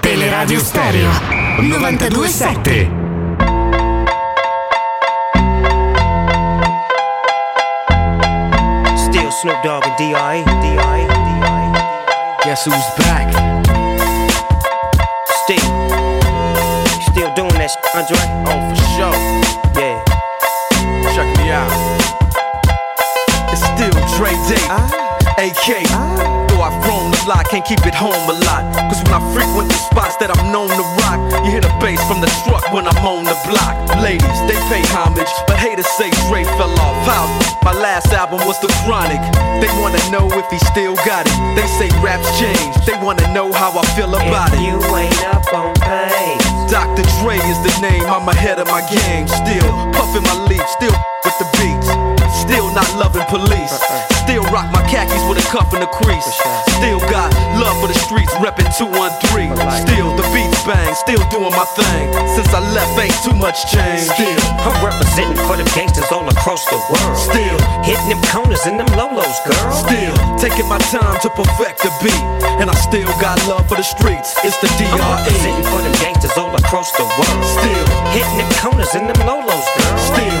S8: Teleradio Stereo 927
S16: E. Still Snoop Dogg and D.I. D.I. Guess who's back? Steve. You Still doing that, shit, Andre? Oh, for sure. Yeah. Check me out. It's still Dre Day. AK. Though I've grown a lot, can't keep it home a lot. Cause when I frequent the spots that I'm known to rock, you hear the bass from the truck when I'm on the block. Ladies, they pay homage, but haters say Dre fell off. How? My last album was The Chronic. They wanna know if he still got it. They say raps change, they wanna know how I feel about it. You ain't up on pain. Dr. Dre is the name, I'm ahead of my game. Still puffin' my leaf, still with the beats. Still not loving police. Still rock my khakis with a cuff and a crease. Still got love for the streets, reppin' 213. Still the beats bang, still doing my thing. Since I left, ain't too much change. Still, I'm representing for the gangsters all across the world. Still, hitting them corners in them lolos, girl. Still, taking my time to perfect the beat. And I still got love for the streets. It's the DRE. I'm representing for them gangsters all across the world. Still, hitting them corners in them lolos, girl. Still,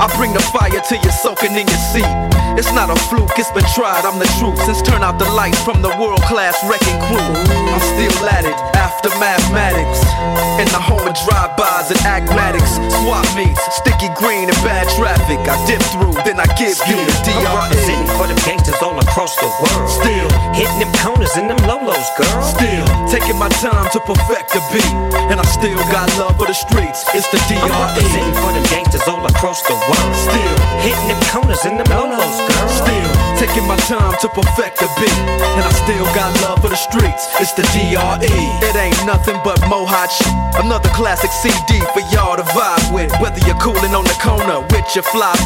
S16: I bring the fire till you're soaking in your seat. It's not a fluke, it's been tried, I'm the truth. Since turn out the lights from the world class wrecking crew, I'm still at it after mathematics. In the home of drive-bys and agmatics, swap meets, sticky green and bad traffic. I dip through, then I give you the DRE. I'm representing for them gangsters all across the world. Still hitting them corners in them lolos, girl. Still taking my time to perfect the beat, and I still got love for the streets. It's the DRE. I'm representing for them gangsters all across the world. Still hitting them corners in them lolos, girl. Still taking my time to perfect the beat, and I still got love for the streets. It's the DRE. It ain't nothing but mohawk shit. Another classic CD for y'all to vibe with. Whether you're cooling on the corner with your flop,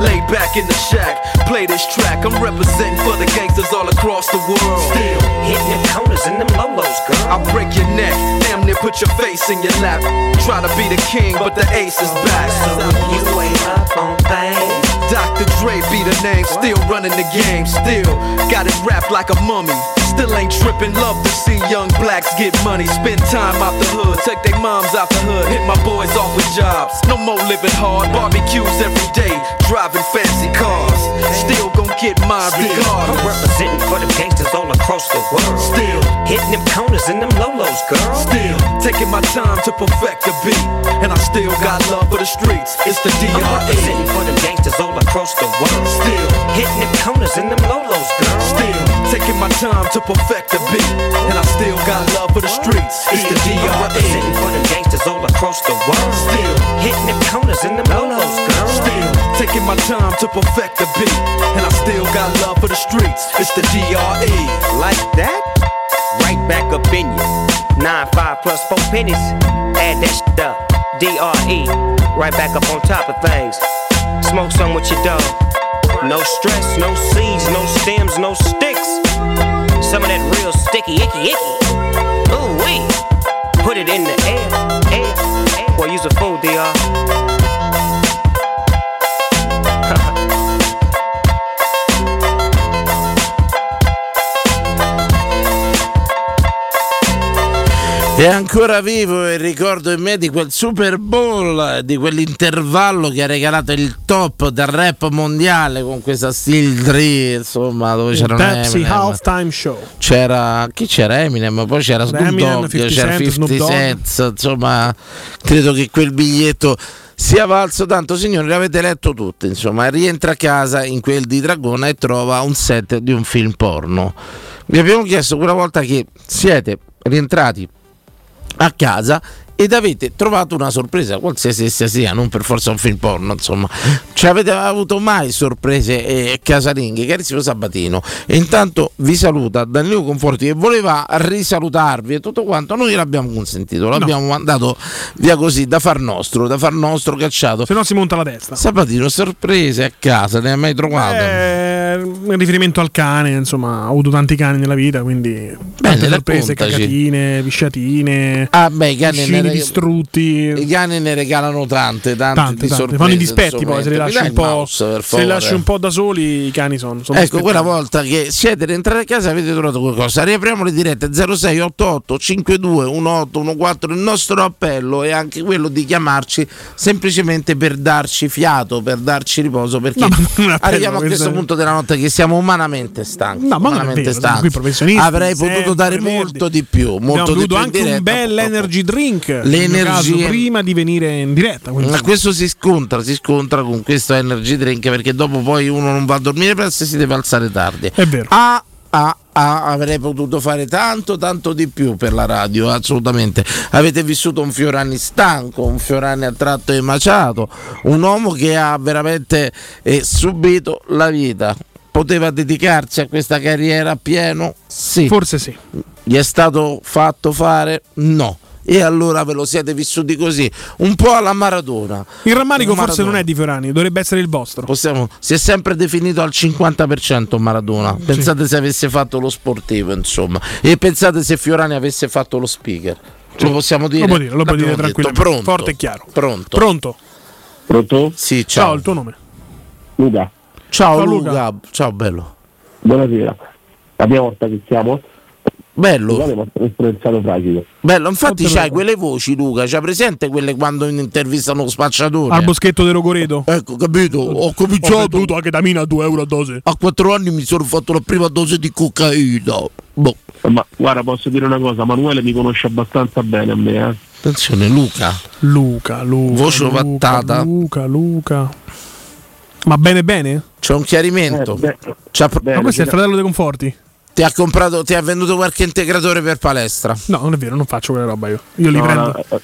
S16: lay back in the shack, play this track. I'm representing for the gangsters all across the world. Still hitting them corners in them lolos, girl. I'll break your neck, damn near put your face in your lap. Try to be the king, but the ace is back. So you ain't up on things. Dr. Dre be the name, still running the game, still got it wrapped like a mummy. Still ain't tripping, love to see young blacks get money. Spend time out the hood, take their moms out the hood, hit my boys off with jobs. No more living hard, barbecues every day, driving fancy cars. Still gon' get my regard. I'm representing for the gangsters all across the world. Still hitting them corners in them lolos, girl. Still taking my time to perfect the beat, and I still got love for the streets. It's the DRE. I'm representing for them gangsters all across the world. Still hitting them corners in them lolos, girl. Still taking my time to perfect the beat, and I still got love for the streets. It's the DRE. I'm representing for them gangsters all across the world. Still hitting them corners in them lolos, girl. Still taking my time to perfect the beat, and I still got love for the streets. It's the DRE. Like that? Right back up in you. Nine five plus four pennies. Add that shit up. DRE. Right back up on top of things. Smoke some with your dog. No stress, no seeds, no stems, no sticks. Some of that real sticky, icky, icky. Ooh wee. Put it in the air, air, air. Boy, use a fool, DR.
S3: È ancora vivo il ricordo in me di quel Super Bowl, di quell'intervallo che ha regalato il top del rap mondiale con questa Steel 3, insomma, dove
S4: Il
S3: c'era
S4: Pepsi
S3: Eminem.
S4: Halftime Show.
S3: C'era chi c'era Eminem, poi c'era Snoop
S4: Eminem,
S3: Dogg,
S4: 50
S3: c'era 50
S4: Cent, Snoop Dogg.
S3: Cent, insomma, credo che quel biglietto sia valso tanto, signori, l'avete letto tutti, insomma, rientra a casa in quel di Dragona e trova un set di un film porno. Vi abbiamo chiesto quella volta che siete rientrati a casa ed avete trovato una sorpresa, qualsiasi essa sia, non per forza un film porno, insomma. Ci avete avuto mai sorprese eh, casalinghe, carissimo Sabatino. E intanto vi saluta Danilo Conforti che voleva risalutarvi e tutto quanto. Noi l'abbiamo consentito, l'abbiamo mandato via così da far nostro, da far nostro cacciato.
S4: Se no si monta la testa.
S3: Ah, Sabatino, sorprese a casa, ne hai mai trovato?
S4: Eh, in in riferimento al cane, insomma, ho avuto tanti cani nella vita, quindi tante sorprese,
S3: raccontaci.
S4: cacatine, visciatine,
S3: Ah, beh, i cani
S4: cuscini
S3: ne reg-
S4: distrutti.
S3: I cani ne regalano tante, tante,
S4: Tante,
S3: di
S4: tante.
S3: sorprese,
S4: Fanno i dispetti
S3: insomma,
S4: poi, se li
S3: mi
S4: lasci
S3: dai
S4: un
S3: il
S4: po',
S3: mouse, per
S4: se li lasci
S3: favore?
S4: un po' da soli, i cani sono. sono
S3: Ecco, quella
S4: dispettosi.
S3: volta che siete rientrati a casa avete trovato qualcosa. Riapriamo le dirette 0688 52 1814. Il nostro appello è anche quello di chiamarci semplicemente per darci fiato, per darci riposo, perché
S4: un appello,
S3: arriviamo a
S4: questo
S3: questo
S4: è-
S3: punto della notte che siamo umanamente stanchi.
S4: No, ma non è
S3: umanamente
S4: vero, siamo qui professionisti,
S3: Avrei potuto
S4: sempre
S3: dare
S4: verdi.
S3: molto di più,
S4: Abbiamo
S3: molto di
S4: bevuto
S3: più in
S4: anche
S3: diretta.
S4: un bel energy drink nel mio
S3: L'energia-
S4: caso, prima di venire in diretta. quindi,
S3: Ma questo si scontra, si scontra con questo energy drink perché dopo poi uno non va a dormire presto e si deve alzare tardi.
S4: È vero.
S3: Ah, ah, ah, avrei potuto fare tanto, tanto di più per la radio, assolutamente. Avete vissuto un Fiorani stanco, un Fiorani a tratto emaciato, un uomo che ha veramente eh, subito la vita. Poteva dedicarsi a questa carriera a pieno? Sì.
S4: Forse sì.
S3: Gli è stato fatto fare? No. E allora ve lo siete vissuti così, un po' alla Maradona.
S4: Il rammarico forse non
S3: Maradona.
S4: è di Fiorani, dovrebbe essere il vostro.
S3: Possiamo, si è sempre definito al 50% Maradona. Pensate se avesse fatto lo sportivo, insomma. E pensate se Fiorani avesse fatto lo speaker. Lo possiamo dire?
S4: Lo puoi dire, lo puoi
S3: L'abbiamo
S4: dire
S3: detto.
S4: tranquillamente.
S3: Pronto.
S4: Forte e chiaro.
S3: Pronto.
S4: Pronto?
S3: Pronto? Sì, ciao.
S4: il tuo nome.
S15: Luca,
S3: Ciao,
S4: Ciao,
S3: Luca.
S4: Luca.
S3: Ciao bello.
S15: buonasera. La prima volta che siamo.
S3: Bello.
S15: Scusate, ma sono influenzato fragile.
S3: Bello, infatti c'hai quelle voci, Luca. C'hai presente quelle quando intervistano lo spacciatore?
S4: Al boschetto di Rogoreto.
S3: Ecco, capito? Ho cominciato.
S4: Ho venduto anche da mina a 2 euro a dose.
S3: A 4 anni mi sono fatto la prima dose di cocaina. Boh.
S15: Ma guarda, posso dire una cosa, Manuele mi conosce abbastanza bene a me, eh.
S3: Attenzione, Luca.
S4: Luca, Luca.
S3: Voce
S4: Luca,
S3: ovattata.
S4: Luca, Luca. Ma bene, bene?
S3: C'è un
S4: Eh,
S3: chiarimento. C'ha pro-
S4: Ma questo è il fratello dei conforti?
S3: Ti ha comprato, ti ha venduto qualche integratore per palestra.
S4: No, non è vero, non faccio quella roba io. Io li
S15: No,
S4: prendo.
S3: eh,
S15: no,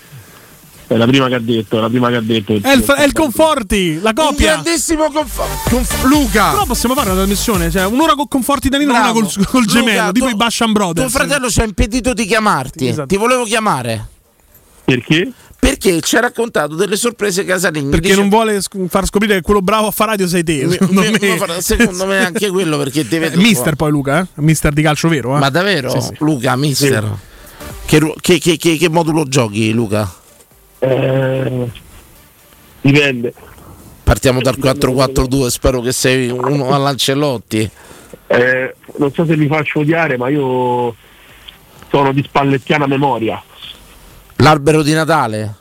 S15: È la prima che ha detto, è la prima che ha detto.
S4: È il, è il Conforti, la coppia.
S3: Un grandissimo Conforti. Luca.
S4: Però possiamo fare una trasmissione, cioè un'ora con Conforti Danilo, un'ora col, col
S3: Luca,
S4: gemello, tipo
S3: tuo-
S4: i Basham
S3: Tuo
S4: Brothers.
S3: fratello ci ha impedito di chiamarti.
S4: Esatto.
S3: Ti volevo chiamare.
S15: Perché?
S3: Perché ci ha raccontato delle sorprese casalinghe.
S4: Perché
S3: Dice-
S4: non vuole sc- far scoprire che quello bravo a fare radio sei te.
S3: Mi-
S4: Secondo
S3: mi-
S4: me,
S3: ma fra- secondo me anche quello perché deve
S4: Eh, Mister poi Luca, eh? Mister di calcio vero, eh?
S3: Ma davvero?
S4: Sì, sì.
S3: Luca, mister. Che, ru- che- che- che- che modulo giochi, Luca?
S15: Eh, dipende.
S3: Partiamo dal 4-4-2, spero che sei uno all'Ancelotti.
S15: Eh, non so se mi faccio odiare, ma io sono di spallettiana memoria.
S3: L'albero di Natale.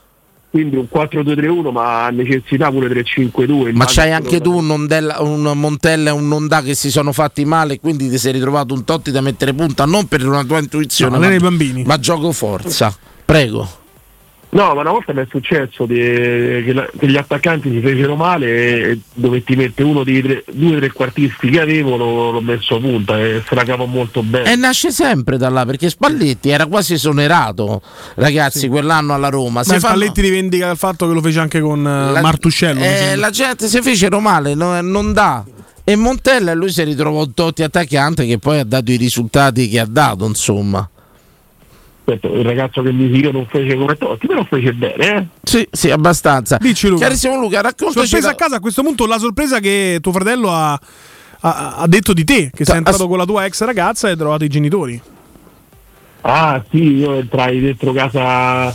S15: Quindi un 4-2-3-1, ma ha necessità pure 3-5-2.
S3: Ma
S15: immagino
S3: c'hai anche
S15: non-
S3: tu un, Nondella- un Montella e un Nondà che si sono fatti male e quindi ti sei ritrovato un Totti da mettere punta, non per una tua intuizione,
S15: No, non
S3: ma,
S15: ai
S3: ma gioco forza. Prego.
S15: No, ma una volta mi è successo de- che, la- che gli attaccanti si fecero male e dovetti mettere uno dei tre, due tre quartisti che avevo, l'ho, l'ho messo a punta e se la cavo molto bene.
S3: E nasce sempre da là perché Spalletti era quasi esonerato, ragazzi, quell'anno alla Roma.
S4: Ma
S3: Si fanno-
S4: Spalletti rivendica il fatto che lo fece anche con eh,
S3: La-
S4: Martuscello. mi
S3: eh,
S4: sembra.
S3: la gente si fecero male, no- eh, non dà. E Montella lui si ritrovò un Totti attaccante che poi ha dato i risultati che ha dato, insomma.
S15: Aspetta, il ragazzo che mi io non fece come Totti, però fece bene, eh?
S3: Sì, sì, abbastanza.
S4: Dici Luca.
S3: Carissimo Luca, raccontaci
S4: Sorpresa
S3: la-
S4: a casa a questo punto, la sorpresa che tuo fratello ha, ha- ha detto di te, che sei entrato con la tua ex ragazza e hai trovato i genitori.
S15: Ah sì, io entrai dentro casa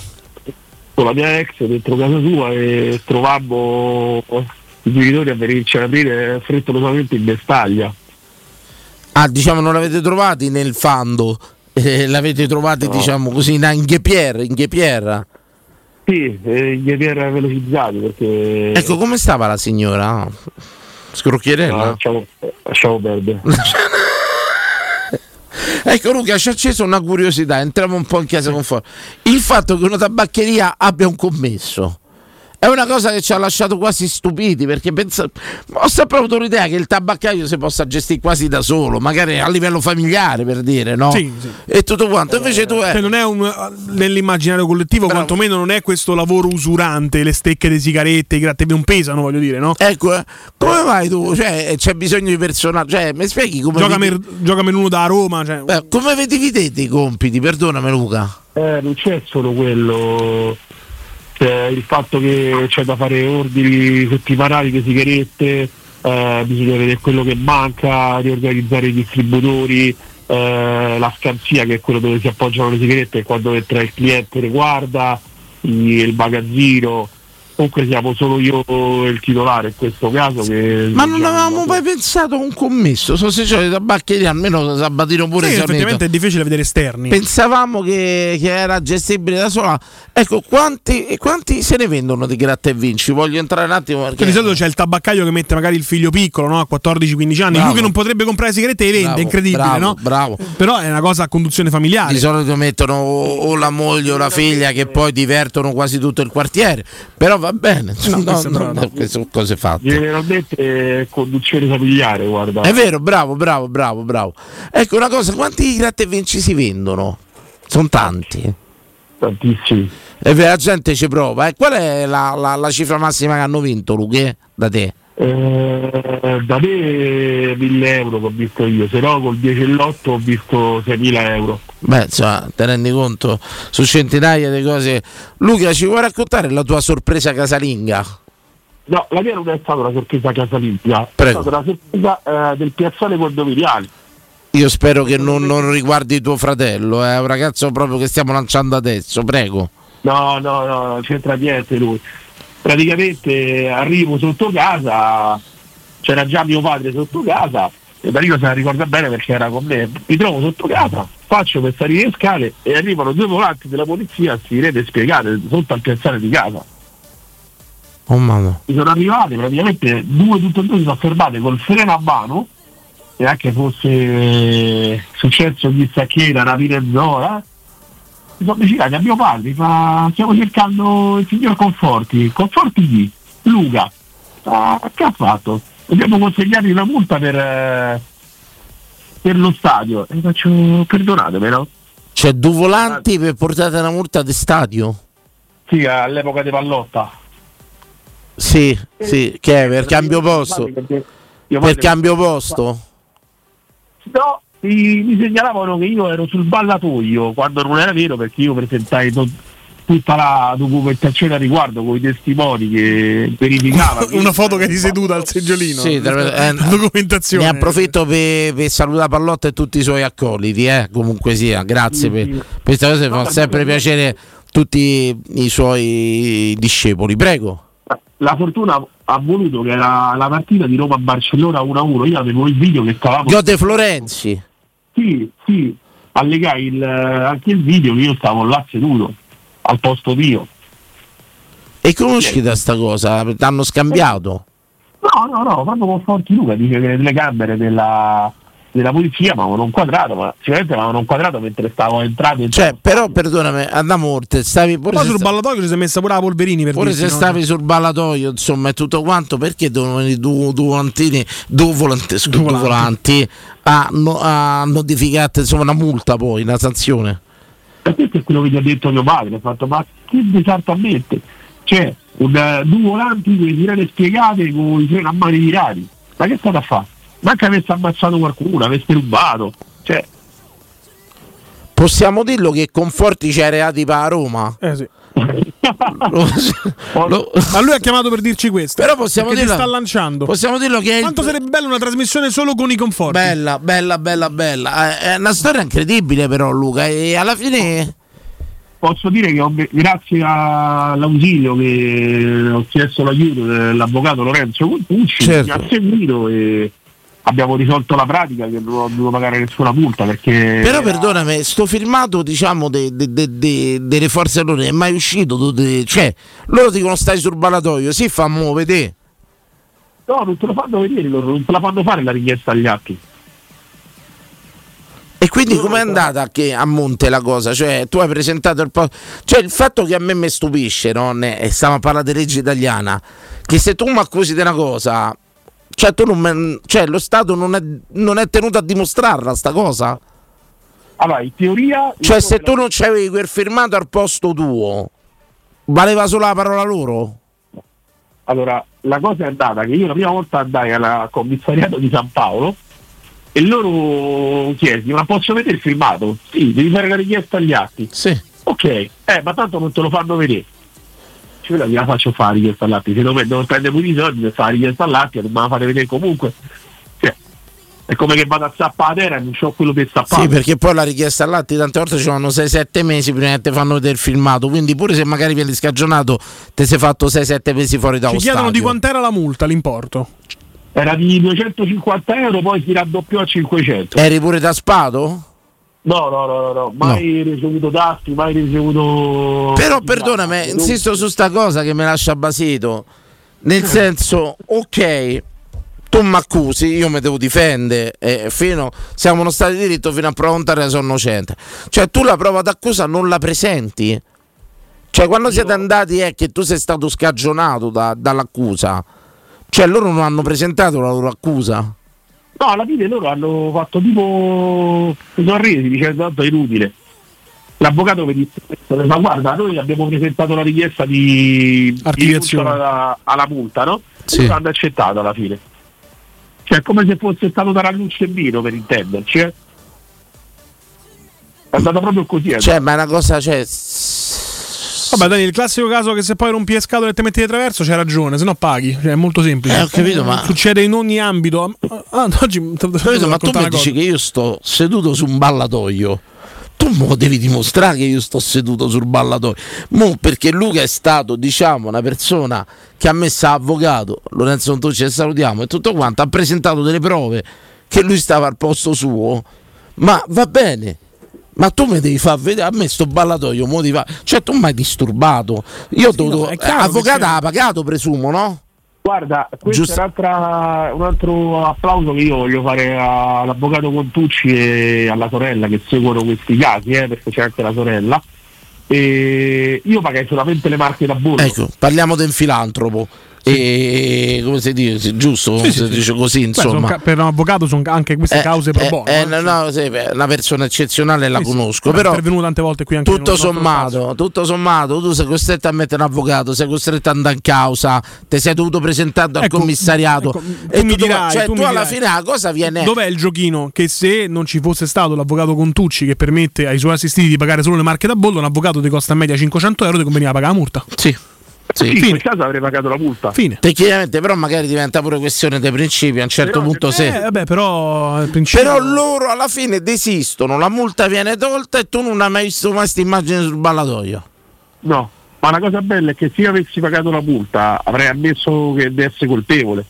S15: con la mia ex, dentro casa sua e trovavo i genitori a venirci ad aprire frettolosamente in bestaglia.
S3: Ah, diciamo non l'avete trovati nel fando, eh, l'avete trovati diciamo così in Anghepier, in Ghepierra.
S15: Sì, eh, gli era velocizzato perché...
S3: Ecco, come stava la signora?
S15: No,
S3: Scrocchierella?
S15: lasciamo, lasciamo perdere.
S3: Ecco Luca, ci ha acceso una curiosità, entriamo un po' in chiesa con forza. Il fatto che una tabaccheria abbia un commesso. È una cosa che ci ha lasciato quasi stupiti perché pensa- ho sempre avuto l'idea che il tabaccaio si possa gestire quasi da solo, magari a livello familiare per dire, no?
S4: Sì, sì.
S3: E tutto quanto. Invece tu eh.
S4: Cioè,
S3: è.
S4: non è un, nell'immaginario collettivo, quantomeno non è questo lavoro usurante, le stecche di sigarette, i grattapiedi non pesano, voglio dire, no?
S3: Ecco, eh, come mai tu? Cioè, eh, c'è bisogno di personaggio. Cioè, mi spieghi come.
S4: Gioca
S3: vedi-
S4: mer- gioca menudo da Roma, cioè,
S3: Beh, come vedi vedete i compiti? Perdonami, Luca.
S15: Eh, non c'è solo quello, c'è il fatto che c'è da fare ordini settimanali di sigarette, eh, bisogna vedere quello che manca, riorganizzare i distributori, eh, la scansia che è quello dove si appoggiano le sigarette e quando entra il cliente le guarda, i- il magazzino. Comunque siamo solo io e il titolare in questo caso che
S3: Ma non avevamo mai pensato a un commesso. So se c'è le tabaccherie, almeno Sabatino pure
S4: Sì,
S3: si è
S4: effettivamente
S3: unito.
S4: è difficile vedere esterni.
S3: Pensavamo che, che era gestibile da sola. Ecco, quanti, e quanti se ne vendono di gratta e vinci? Voglio entrare un attimo perché.
S4: Perché di solito c'è il tabaccaio che mette magari il figlio piccolo, no? A 14-15 anni.
S3: Bravo.
S4: Lui che non potrebbe comprare sigarette e le vende,
S3: Bravo,
S4: è incredibile,
S3: bravo,
S4: no?
S3: Bravo.
S4: Però è una cosa a conduzione familiare.
S3: Di solito mettono o o la moglie o la figlia che poi divertono quasi tutto il quartiere. Però va bene,
S15: No,
S3: no,
S15: questo
S3: no,
S15: però no.
S3: no, queste sono cose fatte.
S15: generalmente eh, conduzione familiare, guarda.
S3: È vero, bravo, bravo, bravo, bravo. Ecco una cosa, quanti gratta e vinci si vendono? Sono tanti.
S15: Tantissimi.
S3: E la gente ci prova. eh. Qual è la, la- la cifra massima che hanno vinto, Luque, da te?
S15: Eh, da me 1000 euro che ho visto io, se no col 10 e l'8 ho visto 6000 euro.
S3: Beh, insomma, te rendi conto su centinaia di cose. Luca, ci vuoi raccontare la tua sorpresa casalinga?
S15: No, la mia non è stata una sorpresa casalinga,
S3: Prego.
S15: è stata una sorpresa eh, del piazzale condominiale.
S3: Io spero che non, non riguardi tuo fratello, eh. è un ragazzo proprio che stiamo lanciando adesso, prego.
S15: No, no, no, non c'entra niente lui. Praticamente arrivo sotto casa, c'era già mio padre sotto casa, e Danilo se la ricorda bene perché era con me. Mi trovo sotto casa, faccio per salire le scale e arrivano due volanti della polizia, si rete spiegate, sotto al piazzale di casa.
S3: Oh mamma.
S15: Mi sono arrivate praticamente due tutte e due si sono fermate col freno a mano e anche fosse successo chissà che era rapire in zona mi sono avvicinati a mio padre ma stiamo cercando il signor Conforti Conforti chi? Luca "Ah, che ha fatto? abbiamo consegnato una multa per, eh, per lo stadio e faccio perdonatemi no?
S3: Cioè, due volanti per portare una multa di stadio?
S15: sì all'epoca di Pallotta
S3: Sì,
S15: Eh,
S3: sì, che è per cambio posto. Per cambio posto?
S15: No, mi, mi segnalavano che io ero sul ballatoio, quando non era vero perché io presentai to- tutta la documentazione a riguardo con i testimoni che verificavano.
S4: Una foto che eri seduta al seggiolino.
S3: Sì, tra- eh,
S4: documentazione.
S3: Ne approfitto per per salutare Pallotta e tutti i suoi accoliti, eh, comunque sia, grazie per, per questa cosa, fa sempre piacere tutti i suoi discepoli, prego.
S15: La fortuna ha voluto che era la partita di Roma-Barcellona 1-1, io avevo il video che stavamo...
S3: Giote Florenzi!
S15: Sì, sì, allegai il- anche il video che io stavo là seduto, al posto mio.
S3: E conosci da sta cosa? T'hanno scambiato?
S15: No, no, no, proprio con Forti Luca dice che le camere della, della polizia mi avevano inquadrato, ma sicuramente mi avevano inquadrato mentre stavo entrato.
S3: Cioè, però perdonami, andiamo oltre, stavi pure
S4: Poi
S3: se
S4: sul
S3: sta-
S4: ballatoio ci si è messa pure la polverini per
S3: Pure
S4: dirti,
S3: se
S4: no?
S3: stavi sul ballatoio, insomma, e tutto quanto, perché devono venire due, due volantini, due volanti, scusa, due volanti a, no- a notificare insomma, una multa poi, una sanzione?
S15: E questo è quello che gli ha detto mio padre, ha fatto ma che esattamente? Cioè, un, eh, due volanti con le sirene spiegate con i freni a mani tirati. Ma che è stato a fare? Manca avesse ammazzato qualcuno, avesse rubato. Cioè,
S3: Possiamo dirlo che Conforti c'è reati pa' a Roma?
S4: Eh sì.
S3: Lo-
S4: Ma lui ha chiamato per dirci questo.
S3: Però possiamo
S4: perché ti
S3: dirlo-
S4: sta lanciando.
S3: possiamo dirlo che è il-
S4: Quanto sarebbe bella una trasmissione solo con i conforti.
S3: Bella, bella, bella, bella. Eh, È una storia incredibile però Luca e alla fine...
S15: posso dire che ho- grazie a- all'ausilio che ho chiesto l'aiuto dell'avvocato Lorenzo Contucci
S3: Certo.
S15: mi ha seguito e abbiamo risolto la pratica che non ho dovuto pagare nessuna multa perché
S3: Però perdonami, sto filmato diciamo de- de- de- de- delle forze dell'ordine è mai uscito, tu te- cioè loro dicono stai sul ballatoio, si fa vedere.
S15: no non te lo fanno vedere loro non te la fanno fare la richiesta agli atti
S3: E quindi com'è andata che a monte la cosa? Cioè, tu hai presentato il po- Cioè, il fatto che a me mi stupisce, no? Ne- e stiamo a parlare di legge italiana, che se tu mi accusi di una cosa, cioè, tu non me- cioè, lo Stato non è, non è tenuto a dimostrarla sta cosa.
S15: Allora, in teoria.
S3: Cioè, se tu non c'avevi quel firmato al posto tuo, valeva solo la parola loro?
S15: allora la cosa è andata che io la prima volta andai al commissariato di San Paolo e loro chiesi ma posso vedere il filmato? sì devi fare la richiesta agli atti
S3: sì.
S15: ok eh ma tanto non te lo fanno vedere Cioè, quella gliela faccio fare io Spalletti, se no me- devo prendere pure i soldi per fare io Spalletti, non me la fate vedere comunque. Cioè, è come che vado a zappare la terra e non ho quello per zappare.
S3: Sì, perché poi la richiesta all'atti tante volte ci vanno 6-7 mesi prima che ti fanno vedere il filmato. Quindi, pure se magari vieni scagionato, te sei fatto 6-7 mesi fuori da
S4: Ci
S3: un
S4: chiedono di
S3: stadio.
S4: quant'era la multa, l'importo.
S15: Era di 250 euro, poi si raddoppiò a 500.
S3: Eri pure da spado?
S15: No, no, no, no, no. mai ricevuto tasti, mai ricevuto...
S3: Però perdonami, insisto su sta cosa che mi lascia basito. Nel senso, ok, tu mi accusi, io mi devo difendere. eh, fino, siamo uno stato di diritto fino a prontare sono innocente. Cioè, tu la prova d'accusa non la presenti. Cioè, quando siete andati è che tu sei stato scagionato da- dall'accusa. Cioè, loro non hanno presentato la loro accusa.
S15: No, alla fine loro hanno fatto tipo. si sono resi dicendo tanto è inutile. L'avvocato mi disse, ma guarda, noi abbiamo presentato la richiesta di di
S4: Archiviazione.
S15: rinuncia alla, alla multa, no?
S4: Sì.
S15: E l'hanno accettata alla fine. Cioè, è come se fosse stato Taralluccio e Vino, per intenderci. eh. È andata proprio così. eh.
S3: Cioè, ma è una cosa. Cioè,
S4: Vabbè, Dani, il classico caso che se poi rompi le scatole e te metti di traverso c'è ragione, se no paghi. Cioè, è molto semplice.
S3: Eh, ho capito, ma-
S4: Succede in ogni ambito. Ah, oggi
S3: Capito? Ma tu mi dici che io sto seduto su un ballatoio. Tu mo devi dimostrare che io sto seduto sul ballatoio. Mo perché Luca è stato, diciamo, una persona che ha messo avvocato, Lorenzo Antucci, e salutiamo, e tutto quanto, ha presentato delle prove che lui stava al posto suo. Ma va bene. Ma tu mi devi far vedere, a me sto ballatoio motiva. Cioè, tu mi hai disturbato. Io ho dovuto.
S15: è chiaro che
S3: Avvocato
S15: c'è-
S3: ha pagato, presumo, no?
S15: Guarda, questo
S3: Giusto.
S15: è un'altra- un altro applauso che io voglio fare a- all'avvocato Contucci e alla sorella che seguono questi casi, eh, perché c'è anche la sorella. E io pagai solamente le marche da bollo.
S3: Ecco, parliamo del filantropo. E come si dice, giusto?
S4: Sì,
S3: si
S4: sì, sì.
S3: dice così,
S4: Beh, sono
S3: insomma.
S4: ca- per un avvocato sono anche queste
S3: Eh,
S4: cause pro
S3: eh,
S4: bono.
S3: eh, no, sì, beh, è una persona eccezionale la
S4: Sì, sì.
S3: conosco,
S4: È
S3: però
S4: intervenuto tante volte qui anche nel
S3: tutto
S4: nostro
S3: sommato, tutto sommato, tu sei costretto a mettere un avvocato, sei costretto ad andare in causa, ti sei dovuto presentare al
S4: Ecco,
S3: commissariato.
S4: tu mi
S3: tutto-
S4: dirai,
S3: cioè,
S4: tu
S3: tu,
S4: mi
S3: alla
S4: dirai.
S3: fine la cosa viene.
S4: Dov'è il giochino? Che se non ci fosse stato l'avvocato Contucci che permette ai suoi assistiti di pagare solo le marche da bollo, un avvocato ti costa in media 500 euro, ti conveniva pagare la multa.
S3: Sì.
S15: Sì, in quel caso avrei pagato la multa.
S4: Fine.
S3: Tecnicamente, però, magari diventa pure questione dei principi. A un certo punto, se
S4: Eh, vabbè, però al principio
S3: Però loro alla fine desistono, la multa viene tolta e tu non hai mai visto mai questa immagine sul ballatoio.
S15: No, ma la cosa bella è che se io avessi pagato la multa avrei ammesso che di essere colpevole.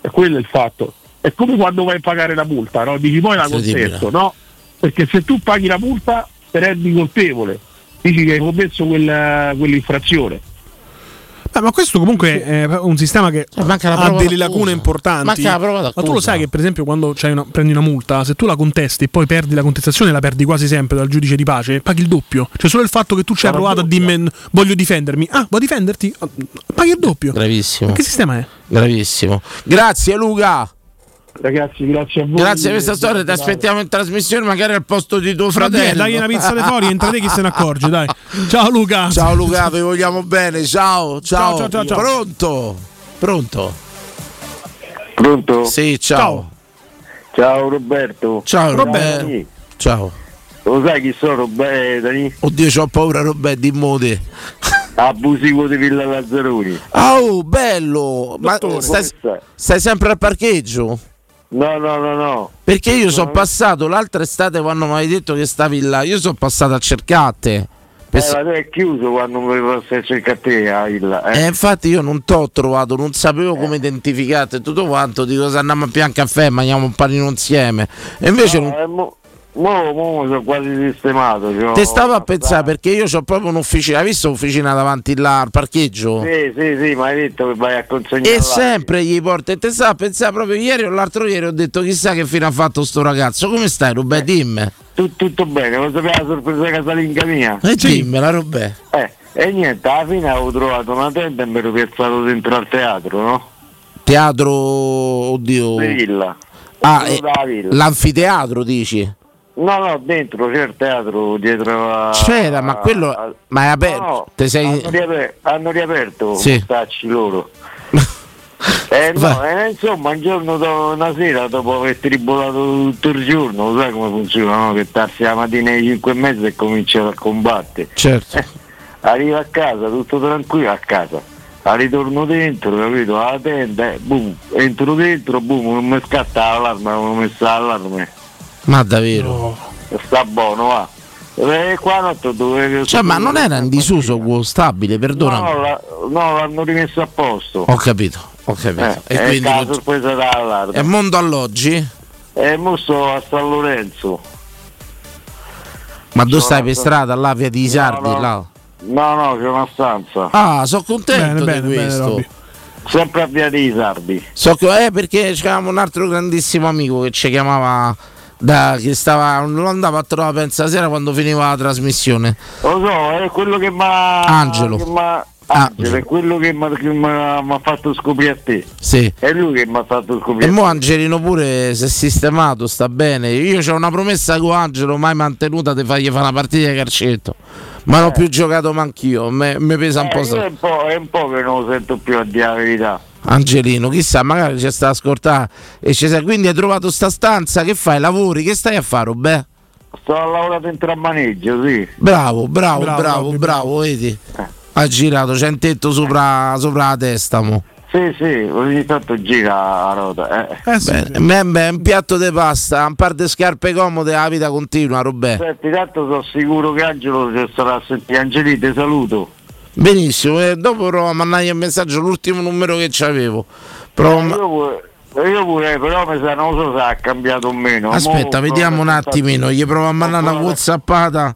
S15: E quello è il fatto. È come quando vai a pagare la multa, no? Dici poi la
S3: Incredibile.
S15: contesto, no? Perché se tu paghi la multa te rendi colpevole. Dici che hai commesso quella- quell'infrazione.
S4: Eh, ma questo comunque è un sistema che
S3: Eh, manca la
S4: ha
S3: prova
S4: Ah, delle
S3: d'accusa.
S4: lacune importanti.
S3: Manca la prova
S4: ma tu lo
S3: d'accusa.
S4: sai che, per esempio, quando c'hai una- prendi una multa, se tu la contesti e poi perdi la contestazione, la perdi quasi sempre dal giudice di pace, paghi il doppio. Cioè, solo il fatto che tu ci hai provato a dirmi "N- voglio difendermi. Ah, vuoi difenderti? Ah, Paghi il doppio.
S3: Bravissimo.
S4: Che sistema è?
S3: Gravissimo. Grazie Luca.
S15: Ragazzi, grazie a voi.
S3: Grazie per questa storia, ti aspettiamo in trasmissione magari al posto di tuo
S4: Fratello.
S3: fratello.
S4: Dai una pizza di fuori, entra te chi se ne accorge, dai. Ciao Luca.
S3: Ciao Luca, vi vogliamo bene. Ciao, ciao.
S4: Ciao, ciao, ciao, ciao.
S3: Pronto? Pronto?
S17: Pronto?
S3: Sì, ciao.
S17: Ciao Roberto.
S3: Ciao, Roberto.
S17: Dani.
S3: Ciao.
S17: Lo sai chi sono Roberto? Dani?
S3: Oddio, c'ho paura Robè, dimmo te.
S17: Abusivo di Villa Lazzaroni.
S3: Oh, bello. Ma
S17: Dottore.
S3: stai, stai sempre al parcheggio?
S17: No, no, no, no. Eh,
S3: Perché io sono passato l'altra estate quando mi avevi detto che stavi là, io sono passato a cercate.
S17: Eh, ma te è chiuso quando mi posso cercare te a Villa.
S3: E
S17: eh.
S3: infatti io non t'ho trovato, non sapevo come identificate tutto quanto, dico se andiamo a pian caffè, mangiamo un panino insieme. E invece non...
S17: No, eh, mo, mo, mo mi sono quasi sistemato. cioè.
S3: te stavo a pensare perché io ho proprio un'officina, hai visto l'officina davanti là al parcheggio?
S17: Sì, sì, sì, ma hai detto che vai a consegnare.
S3: E sempre gli porta e te stavo a pensare proprio ieri o l'altro ieri ho detto chissà che fine ha fatto sto ragazzo, come stai Robè?
S17: Eh.
S3: Dimmi.
S17: Tu- tutto bene, lo sapeva la sorpresa casalinga mia.
S3: E dimmela Robè.
S17: Eh, e niente, alla fine avevo trovato una tenda e mi ero piazzato dentro al teatro, no?
S3: Teatro, oddio.
S17: Di Villa.
S3: Ah,
S17: Quello
S3: eh,
S17: della Villa.
S3: l'anfiteatro dici?
S17: No, no, dentro c'è il teatro dietro a...
S3: C'era, ma quello- ma è aperto,
S17: Ah, No,
S3: te sei-
S17: hanno, riaper- hanno riaperto
S3: Sì.
S17: stacci loro. Eh, no, eh, insomma, un giorno, do- una sera, dopo aver tribolato tutto il giorno, lo sai come funziona, no? Che tassi la mattina alle 5 e mezza e cominciano a combattere.
S3: Certo.
S17: arriva a casa, tutto tranquillo a casa. Al ritorno dentro, capito? Alla tenda, eh, boom, entro dentro, boom, non mi scatta l'allarme, non mi sta l'allarme.
S3: Ma davvero?
S17: Sta buono, va. E qua notte dove...
S3: Cioè, ma non era in disuso quello stabile, perdonami.
S17: No, la- no, l'hanno rimesso a posto.
S3: Ho capito, ho capito.
S17: Eh,
S3: Oh, e
S17: è
S3: quindi
S17: la
S3: con-
S17: sorpresa dall'allarme.
S3: è mondo alloggi?
S17: E Eh, mo sto a San Lorenzo.
S3: Ma tu
S17: Sono
S3: stai per
S17: stato-
S3: strada, là, via di Isardi,
S17: No, no.
S3: là?
S17: No, no, c'è una stanza.
S3: Ah, sono contento
S17: Bene,
S3: di
S17: bene, bene,
S3: questo.
S17: Robby. Sempre a via dei Sardi.
S3: So che, eh, perché c'avevamo un altro grandissimo amico che ci chiamava, da, che stava, lo andava a trovare pensa sera quando finiva la trasmissione.
S17: Lo so, è quello che mi ha.
S3: Angelo.
S17: che m'ha- Angelo, è quello che mi ha fatto scoprire a te.
S3: Sì.
S17: È lui che mi ha fatto
S3: E
S17: scoprire.
S3: mo Angelino pure si è sistemato, sta bene. Io c'ho una promessa con Angelo mai mantenuta di fargli fare una partita di calcetto. Ma non ho più giocato manch'io, me- mi pesa un
S17: Eh,
S3: po'.
S17: io
S3: sta-
S17: è, un po', è un po' che non lo sento più a dire la verità.
S3: Angelino, chissà, magari ci sta a ascoltare e ci sei. Quindi hai trovato sta stanza, che fai? Lavori, che stai a fare, oh, Robè?
S17: Sto a lavorare dentro a maneggio, sì. Eh,
S3: Bravo, bravo,
S17: Bravo,
S3: bravo, bravo, vedi? Ha girato, c'è un tetto sopra, sopra la testa, mo.
S17: Sì, sì, ogni tanto gira la ruota. Eh.
S3: Bene, beh, beh, un piatto di pasta, un par di scarpe comode, la vita continua, Robè.
S17: Senti, tanto sono sicuro che Angelo ci sarà a sentire. Angelino, ti saluto.
S3: Benissimo, e dopo provo a mandare un messaggio, l'ultimo numero che c'avevo. Provo a ma-
S17: Io pure, io pure, però mi sa, non so se ha cambiato o meno.
S3: Aspetta, vediamo un attimino, gli provo a mandare una whatsappata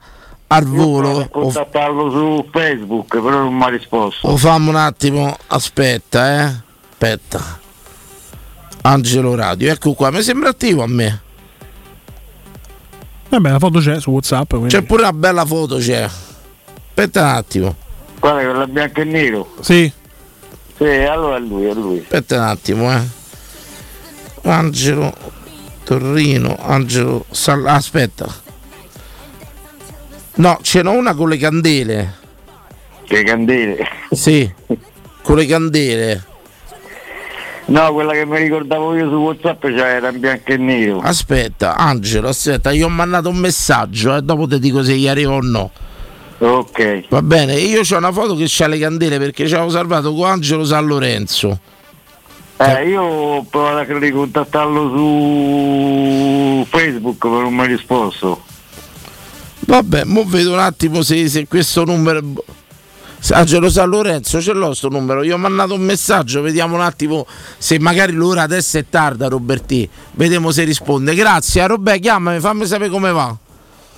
S3: al volo. O,
S17: Contattarlo su Facebook, però non mi ha risposto.
S3: o fammi un attimo, aspetta, eh. Aspetta. Angelo Radio, ecco qua, mi sembra attivo a me.
S4: Vabbè, Eh la foto c'è su WhatsApp. Quindi.
S3: C'è pure una bella foto, c'è. Aspetta un attimo.
S17: Guarda quella bianca e nero.
S4: Sì.
S17: Sì, allora è lui, è lui.
S3: Aspetta un attimo, eh. Angelo Torrino, Angelo Sal- ah, aspetta. No, ce n'ho una con le candele.
S17: Che candele.
S3: Sì. Con le candele.
S17: No, quella che mi ricordavo io su WhatsApp cioè, era in bianco e nero.
S3: Aspetta, Angelo, aspetta, io ho mandato un messaggio, eh, dopo ti dico se gli arriva o no.
S17: Ok. Eh,
S3: Va bene, io ho una foto che c'ha le candele perché ci avevo salvato con Angelo San Lorenzo. Certo.
S17: Eh, io ho provato a ricontattarlo su Facebook, ma non mi ha risposto.
S3: Vabbè, mo vedo un attimo se, se questo numero. se Angelo San Lorenzo ce l'ho sto numero, gli ho mandato un messaggio, vediamo un attimo se magari l'ora adesso è tarda Roberti, vediamo se risponde. Grazie, eh, Robè, chiamami, fammi sapere come va.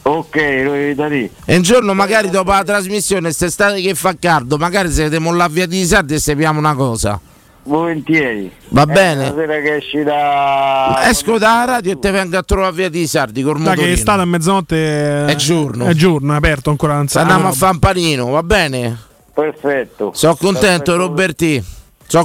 S17: Ok, lo devi da lì.
S3: E un giorno magari dopo la trasmissione, se state che fa caldo, magari se vediamo la via di Sardi e sappiamo una cosa.
S17: Volentieri.
S3: Va
S17: Eh,
S3: bene.
S17: stasera che esci da...
S3: Esco dalla radio e te vengo a trovare via di Sardi col
S4: Dai, che è
S3: motorino.
S4: stata a mezzanotte.
S3: È giorno.
S4: È giorno, è aperto ancora. Non sa-
S3: Andiamo
S4: Ah,
S3: a fare un panino, va bene?
S17: Perfetto.
S3: Sono contento Roberti, sono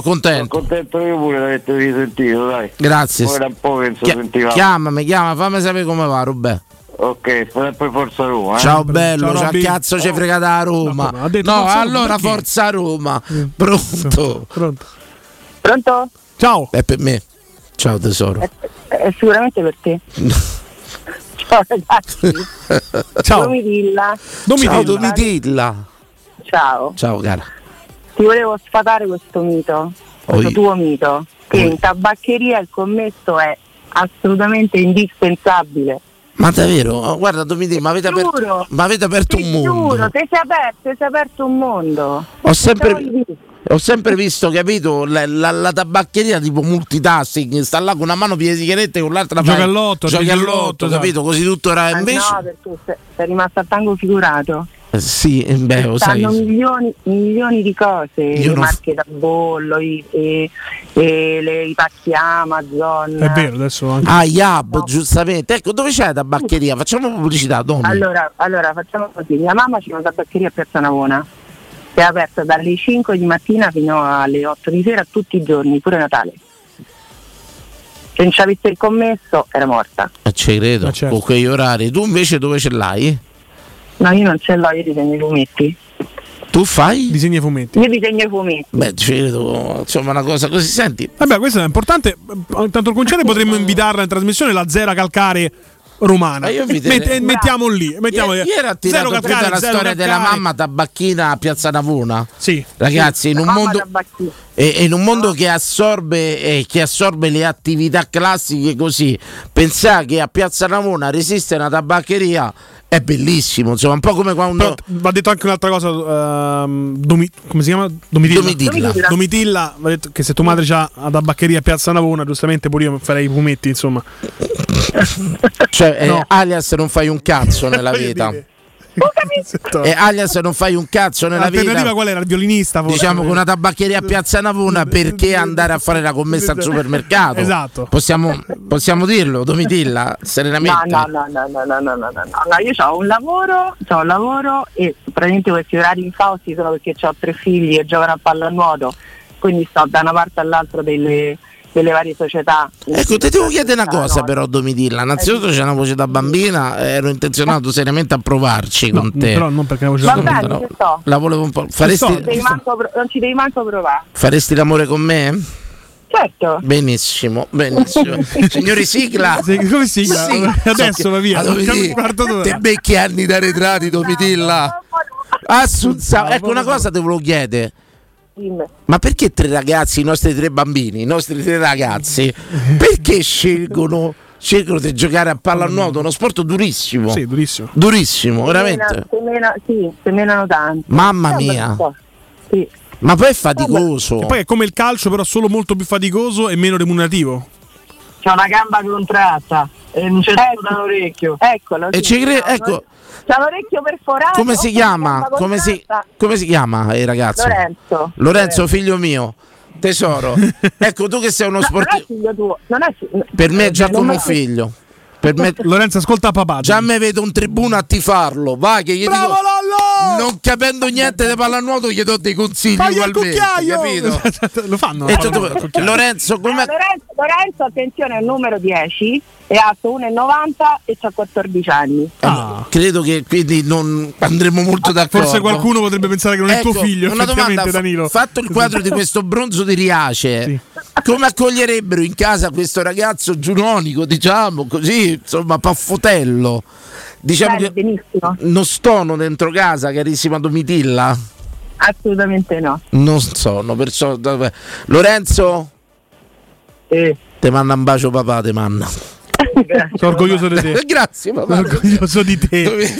S17: Sono
S3: contento.
S17: contento io pure di averti risentito, dai.
S3: Grazie.
S17: Ora un po' che non si
S3: Chia-
S17: sentiva.
S3: chiamami, chiama, fammi sapere come va, Robè.
S17: Ok, sempre forza Roma. eh.
S3: Ciao bello, ciao, cazzo ci frega da Roma.
S17: ma Eh, ha detto
S3: No,
S17: forza Roma,
S3: allora
S17: perché?
S3: forza Roma. Pronto?
S4: Pronto?
S10: Pronto?
S4: Ciao.
S3: È per me. Ciao tesoro.
S10: Eh, sicuramente per te. Ciao ragazzi. Domitilla.
S3: Ciao Domitilla.
S10: Ciao.
S3: Ciao cara.
S10: Ti volevo sfatare questo mito, questo
S3: Oi.
S10: tuo mito, che in tabaccheria il commesso è assolutamente indispensabile.
S3: Ma davvero? Oh, Guarda Domitilla, ma avete aperto, ma avete aperto un mondo.
S10: Giuro, te sei aperto, ti sei aperto un mondo.
S3: Ho sempre,
S10: Pensavo di-
S3: ho sempre visto, capito, la, la- la tabaccheria tipo multitasking, sta là con una mano piede sigarette e con l'altra
S4: Gioca
S3: fa-
S4: al lotto,
S3: giochi
S4: giochi
S3: al
S4: al
S3: lotto,
S4: lotto,
S3: capito?
S4: esatto.
S3: Così tutto era
S10: Ah,
S3: invece...
S10: No, perché tu sei, sei rimasto a tango figurato.
S3: Eh, Sì, eh, beh, lo sai.
S10: Stanno milioni, milioni di cose,
S3: Io
S10: le
S3: non-
S10: marche da bollo, i, e- e le- i pacchi Amazon.
S4: adesso
S3: Ah, Yab, giustamente. Ecco, dove c'è la tabaccheria? Facciamo pubblicità, Domi.
S10: Allora, allora, facciamo così, mia mamma c'è una tabaccheria a Piazza Navona, che è aperta dalle 5 di mattina fino alle 8 di sera tutti i giorni, pure Natale. Se non ci avesse il commesso era morta.
S3: Eh, ci credo,
S4: certo.
S3: con quegli orari. Tu invece dove ce l'hai?
S10: No, io non ce l'ho, io disegno i fumetti.
S3: Tu fai?
S4: Disegni e fumetti.
S10: Io disegno i fumetti.
S3: Beh, ci credo, insomma, una cosa così. Senti,
S4: Eh Vabbè, questo è importante. Intanto il concetto potremmo invitarla in trasmissione la Zera Calcare romana.
S3: Ma io vi
S4: Mette-
S3: direi-
S4: mettiamo lì, mettiamo
S3: Ieri,
S4: lì.
S3: ieri ha tirato
S4: Zero
S3: tutta
S4: calcare,
S3: la
S4: zero
S3: storia della
S4: calcare.
S3: mamma tabacchina a Piazza Navona.
S4: Sì.
S3: Ragazzi, in un
S10: Mamma
S3: mondo...
S10: tabacchina.
S3: E e in un mondo che assorbe, eh, che assorbe le attività classiche così, pensare che a Piazza Navona resiste una tabaccheria è bellissimo, insomma, un po' come quando...
S4: Va detto anche un'altra cosa, ehm, Domi- come si chiama? Domitilla.
S3: Domitilla.
S4: Domitilla, va detto che se tua madre c'ha la tabaccheria a Piazza Navona, giustamente pure io farei i fumetti, insomma.
S3: Cioè, eh, alias non fai un cazzo nella vita. E alias non fai un cazzo nella
S4: L'alternativa
S3: vita.
S4: qual era? Il violinista forse?
S3: Diciamo che una tabaccheria a Piazza Navona perché andare a fare la commessa al supermercato?
S10: Esatto.
S3: Possiamo, possiamo dirlo, Domitilla,
S10: No,
S3: serenamente.
S10: no, no, no, no, no, no, no, no, no, io ho un lavoro, ho un lavoro e praticamente questi orari infausti sono perché ho tre figli e giocano a pallanuoto, quindi sto da una parte all'altra delle, delle varie società.
S3: Ecco, ti devo chiedere una cosa però, Domitilla. Innanzitutto c'è una voce da bambina, ero intenzionato seriamente a provarci con te.
S4: però non perché la voce
S10: da Va bambina. bene,
S3: No,
S10: ci sto.
S3: La volevo un po'.
S10: Non ci
S3: Faresti,
S10: devi manco pro- non ci devi manco provare.
S3: faresti l'amore con me?
S10: Certo.
S3: Benissimo, benissimo. Signori sigla.
S4: Sì, come sigla? Adesso va via. Mancano un quarto d'ora.
S3: Te becchi anni da retrati, Domitilla. Assunza, ecco una cosa te volevo chiedere.
S10: Dimmi.
S3: Ma perché tre ragazzi, i nostri tre bambini, i nostri tre ragazzi, perché scelgono, scelgono di giocare a pallanuoto? Uno sport durissimo.
S4: Sì, durissimo.
S3: Durissimo,
S10: Semena-
S3: veramente.
S10: semena- sì, semenano tanto.
S3: Mamma
S10: Eh, ma
S3: mia.
S10: ci sto. Sì.
S3: Ma poi è faticoso.
S4: E poi è come il calcio, però solo molto più faticoso e meno remunerativo. Ecco.
S10: C'è una gamba contratta e non c'è tutto da un orecchio. Eccolo.
S3: E
S10: sì,
S3: ci cre-
S10: c'ha un-
S3: ecco.
S10: C'ha l'orecchio
S4: Ah,
S10: perforato.
S3: Come si
S10: oh,
S3: chiama?
S10: gamba
S3: Come si,
S10: contratta.
S3: come si chiama il ragazzo?
S10: Lorenzo.
S3: Lorenzo, figlio mio, tesoro. ecco, tu che sei uno
S10: Non è
S3: sportivo.
S10: figlio tuo. Non è fi-
S3: Per me è già
S10: non
S3: come
S10: è-
S3: un figlio. Per me...
S4: Eh, Lorenzo, ascolta papà.
S3: Già me vedo un tribuno a tifarlo. Vai, che gli dico. Non capendo niente di pallanuoto, gli do dei consigli
S4: Fagli il
S3: ugualmente.
S4: cucchiaio!
S3: Capito?
S4: Lo fanno.
S3: E tu dove- Lorenzo,
S10: Eh,
S3: come.
S10: Lorenzo, Lorenzo, attenzione, è il numero 10, è alto 1,90 e ha 14 anni.
S3: Credo che quindi non andremo molto d'accordo.
S4: Ah. Forse qualcuno potrebbe pensare che non è
S3: Ecco,
S4: tuo figlio,
S3: Una domanda,
S4: effettivamente,
S3: fa-
S4: Danilo.
S3: fatto il quadro di questo bronzo di Riace, come accoglierebbero in casa questo ragazzo giunonico, diciamo così, insomma, paffotello? Diciamo
S10: Bene,
S3: che non stono dentro casa, carissima Domitilla?
S10: Assolutamente no.
S3: Non sono, perciò vabbè. Lorenzo?
S10: Eh.
S3: Te manda un bacio papà, te manda.
S4: Sono orgoglioso di te. Ecco,
S3: Grazie, papà.
S4: Sono orgoglioso di te.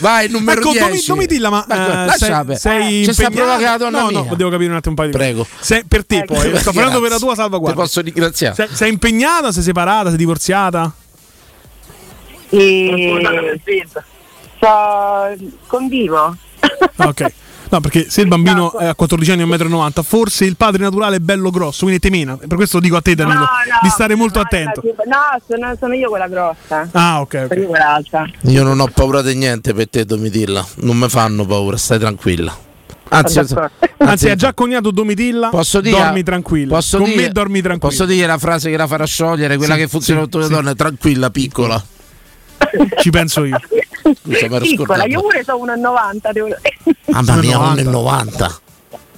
S3: Vai, numero
S4: Ecco,
S3: 10.
S4: Domi- Domitilla, ma, eh, sei, sei
S3: C'è sta
S4: impegnata?
S3: provocata donna
S4: No,
S3: mia.
S4: no, devo capire un attimo un paio di
S3: Prego.
S4: Se, per te poi, Ecco. sto parlando per la tua salvaguardia.
S3: Ti posso ringraziare.
S4: Sei, sei impegnata, sei separata, sei divorziata?
S10: E... So, convivo.
S4: Ah, Ok. No, perché se il bambino è a 14 anni e 1,90 m, forse il padre naturale è bello grosso, quindi te mena. Per questo lo dico a te, Danilo,
S10: No, no,
S4: di stare molto attento.
S10: No, sono, sono io quella grossa.
S4: Ah, ok,
S10: Sono io quella alta.
S4: eh,
S3: Io non ho paura di niente per te, Domitilla. Non mi fanno paura, stai tranquilla. Anzi,
S4: Sono d'accordo. Anzi, ha già cognato Domitilla.
S3: Posso dire,
S4: dormi tranquillo.
S3: posso
S4: Con
S3: dire-
S4: me dormi tranquillo.
S3: Posso dire la frase che la farà sciogliere, quella
S4: Sì,
S3: che funziona
S4: sì,
S3: con tutte
S4: sì.
S3: le donne, tranquilla, piccola.
S4: Ci penso io.
S3: mi ero
S10: Piccola, io
S3: scordato. Ah,
S10: pure sono 1,90.
S3: Oh.
S10: Devo... eh,
S3: Mamma mia, 1,90.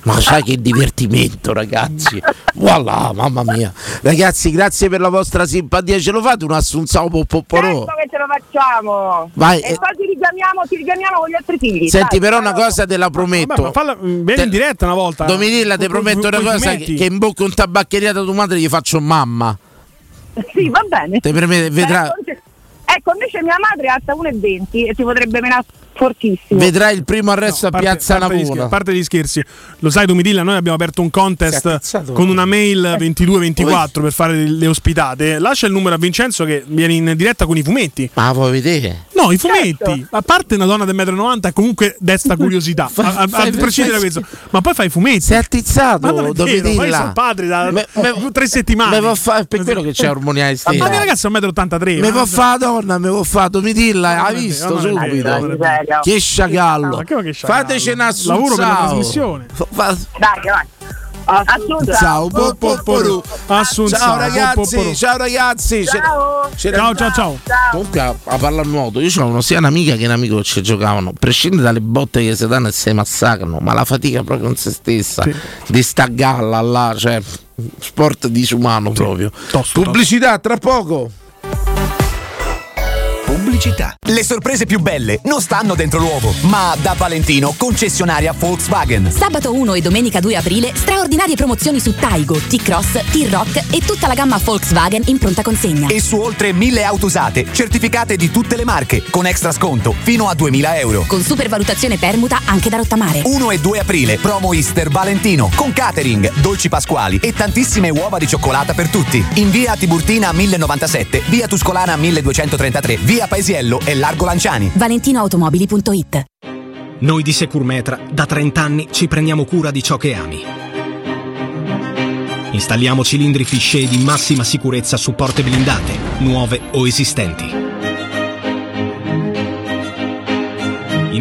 S3: Ma sai che divertimento, ragazzi. Voilà, mamma mia. Ragazzi, grazie per la vostra simpatia. Ce lo fate un assunzao popporò.
S10: Ecco che ce lo facciamo.
S3: Vai,
S10: e
S3: eh.
S10: poi ti richiamiamo, ti richiamiamo con gli altri figli.
S3: Senti,
S10: dai,
S3: però una
S10: ciao.
S3: cosa te la prometto.
S4: ma falla- vieni in diretta una volta.
S3: Domitilla,
S4: Con-
S3: ti
S4: con-
S3: prometto una
S4: con i
S3: cosa:
S4: fumetti.
S3: che, che in bocca un tabaccheria da tua madre gli faccio mamma.
S10: Sì, va bene.
S3: Te preme- vedrà-
S10: Ecco, invece- Ecco, invece mia madre è alta 1,20 e ti potrebbe menare fortissimo.
S3: Vedrai il primo arresto a
S4: parte-
S3: Piazza
S4: parte gli scher-
S3: Navona.
S4: parte gli scherzi, lo sai, Domitilla, noi abbiamo aperto un
S3: Si è
S4: contest
S3: ammazzato. Eh.
S4: con una mail 2224 per fare le ospitate. Lascia il numero a Vincenzo che viene in diretta con i fumetti.
S3: Ma Ah, vuoi vedere?
S4: No, i fumetti,
S3: Certo.
S4: a parte una donna del metro 90, comunque desta curiosità. a, a- a
S3: fai-
S4: prescindere da
S3: fai-
S4: questo, ma poi fai i fumetti.
S3: Sei attizzato,
S4: ma non è vero, ma io
S3: Domitilla.
S4: sono padre da
S3: Me- me-
S4: tre settimane.
S3: me va a fa- per quello che c'è ormoniale
S4: Ma
S3: stella.
S4: mia ragazza è un metro 83.
S3: Mi
S4: ma-
S3: può fare la donna, mi può fare Domitilla, ha visto
S4: mamma mia,
S3: subito.
S4: mamma mia.
S3: Che sciagallo.
S4: Ma che- ma che sciagallo?
S3: Fateci un assunzao.
S4: Lavoro per la trasmissione.
S10: Dai, vai. Assunta.
S3: Ciao, po- po- poru.
S4: Assunzao,
S3: Ciao
S4: po- po- poru.
S3: ragazzi, ciao ragazzi.
S10: Ciao.
S4: Ciao, ciao, ciao.
S3: Comunque a, a pallanuoto io c'avevo sia un'amica che un amico che ci giocavano, a prescindere dalle botte che si danno e si massacrano, ma la fatica proprio con se stessa, di sta galla là, cioè sport disumano proprio. Pubblicità tra poco.
S2: Pubblicità. Le sorprese più belle non stanno dentro l'uovo, ma da Valentino, concessionaria Volkswagen.
S7: Sabato 1 e domenica 2 aprile straordinarie promozioni su Taigo, T-Cross, T-Rock e tutta la gamma Volkswagen in pronta consegna.
S2: E su oltre 1000 auto usate, certificate di tutte le marche, con extra sconto fino a 2000 euro.
S7: Con supervalutazione permuta anche da rottamare.
S2: 1 e 2 aprile, promo Easter Valentino, con catering, dolci pasquali e tantissime uova di cioccolata per tutti. In via Tiburtina 1097, via Tuscolana 1233, via Paesiello e Largo Lanciani.
S7: ValentinoAutomobili.it
S18: Noi di Securmetra da 30 anni ci prendiamo cura di ciò che ami. Installiamo cilindri fisce di massima sicurezza su porte blindate, nuove o esistenti. I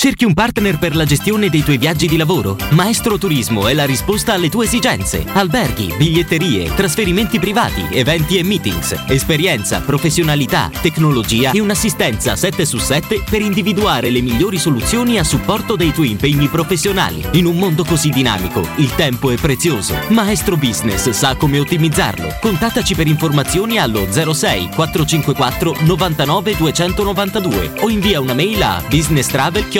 S19: Cerchi un partner per la gestione dei tuoi viaggi di lavoro? Maestro Turismo è la risposta alle tue esigenze. Alberghi, biglietterie, trasferimenti privati, eventi e meetings. Esperienza, professionalità, tecnologia e un'assistenza 7 su 7 per individuare le migliori soluzioni a supporto dei tuoi impegni professionali. In un mondo così dinamico, il tempo è prezioso. Maestro Business sa come ottimizzarlo. Contattaci per informazioni allo 06 454 99 292 o invia una mail a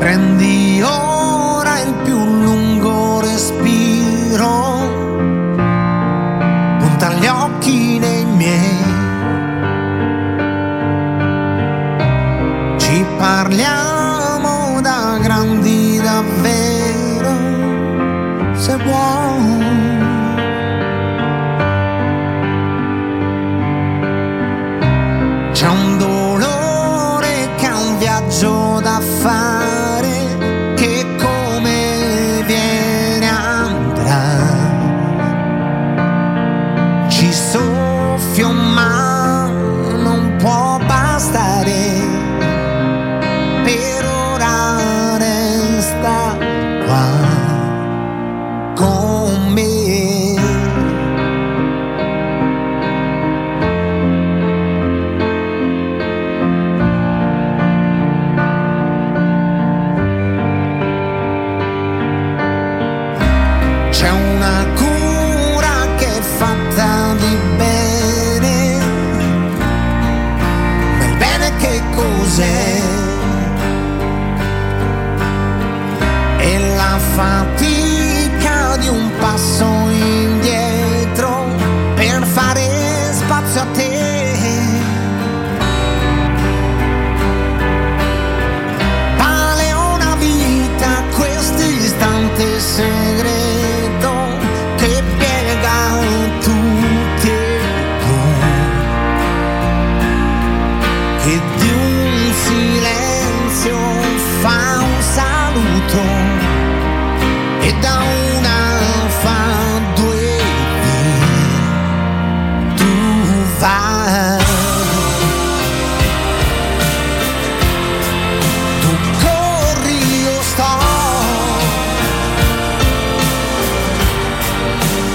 S20: Prendi ora il più lungo respiro, punta gli occhi nei miei, ci parliamo da grandi davvero, se vuoi. C'è un dolore che è un viaggio da fare che come viene andrà. Ci soffio ma non può bastare. Per ora resta qua con me. C'è una cura che è fatta di bene, ma il bene che cos'è? E la fatica di un passo indietro per fare spazio a te. Vale una vita questo istante segreto che piega tutti e due, che di un silenzio fa un saluto e da una fa due vie. tu vai corri io sto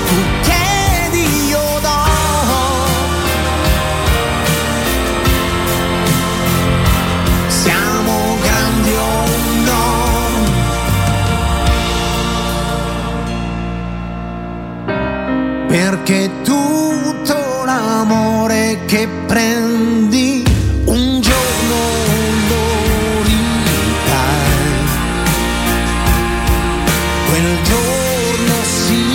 S20: tu chiedi io do siamo grandi o no perché tutto l'amore che prendi un giorno lo ridai. Quel giorno sì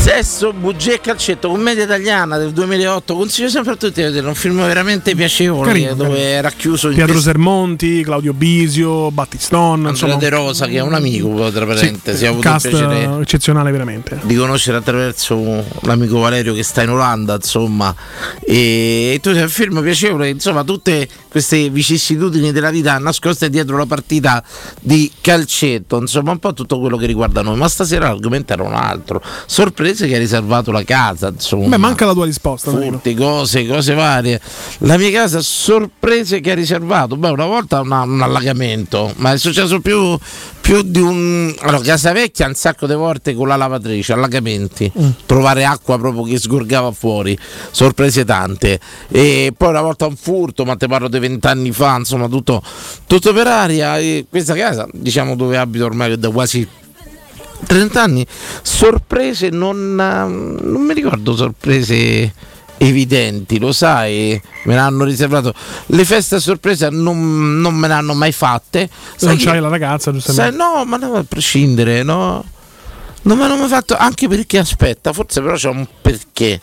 S3: Sesso, bugie e calcetto, commedia italiana del 2008. Consiglio sempre a tutti di vedere un film veramente piacevole
S4: Carino,
S3: dove
S4: carino.
S3: era chiuso in
S4: Pietro
S3: testa-
S4: Sermonti, Claudio Bisio, Battiston,
S3: Andrea De Rosa, che è un amico, tra parentesi, ha
S4: un
S3: avuto il
S4: cast eh,
S3: piacere-
S4: eccezionale veramente.
S3: di conoscere attraverso l'amico Valerio che sta in Olanda, insomma. E tu sei un film piacevole, insomma, tutte queste vicissitudini della vita nascoste dietro la partita di calcetto, insomma, un po' tutto quello che riguarda noi. Ma stasera l'argomento era un altro. Sorprese che hai riservato la casa, insomma.
S4: Beh, manca la tua risposta. Danilo.
S3: Furti, cose, cose varie. La mia casa, sorprese che ha riservato. Beh, una volta una- un allagamento, ma è successo più, più di un. Allora, casa vecchia un sacco di volte con la lavatrice, allagamenti. Trovare acqua proprio che sgorgava fuori, sorprese tante. E poi una volta un furto, ma te parlo di vent'anni fa, insomma, tutto, tutto per aria. E questa casa, diciamo dove abito ormai da quasi 30 anni, sorprese non, eh, non mi ricordo sorprese evidenti, lo sai, me l'hanno riservato. Le feste a sorpresa non, non me le hanno mai fatte.
S4: Non
S3: che-
S4: c'hai la ragazza,
S3: sai,
S4: giustamente.
S3: no, ma no, a prescindere, no. Non me l'hanno mai fatto, anche perché aspetta, forse però c'è un perché.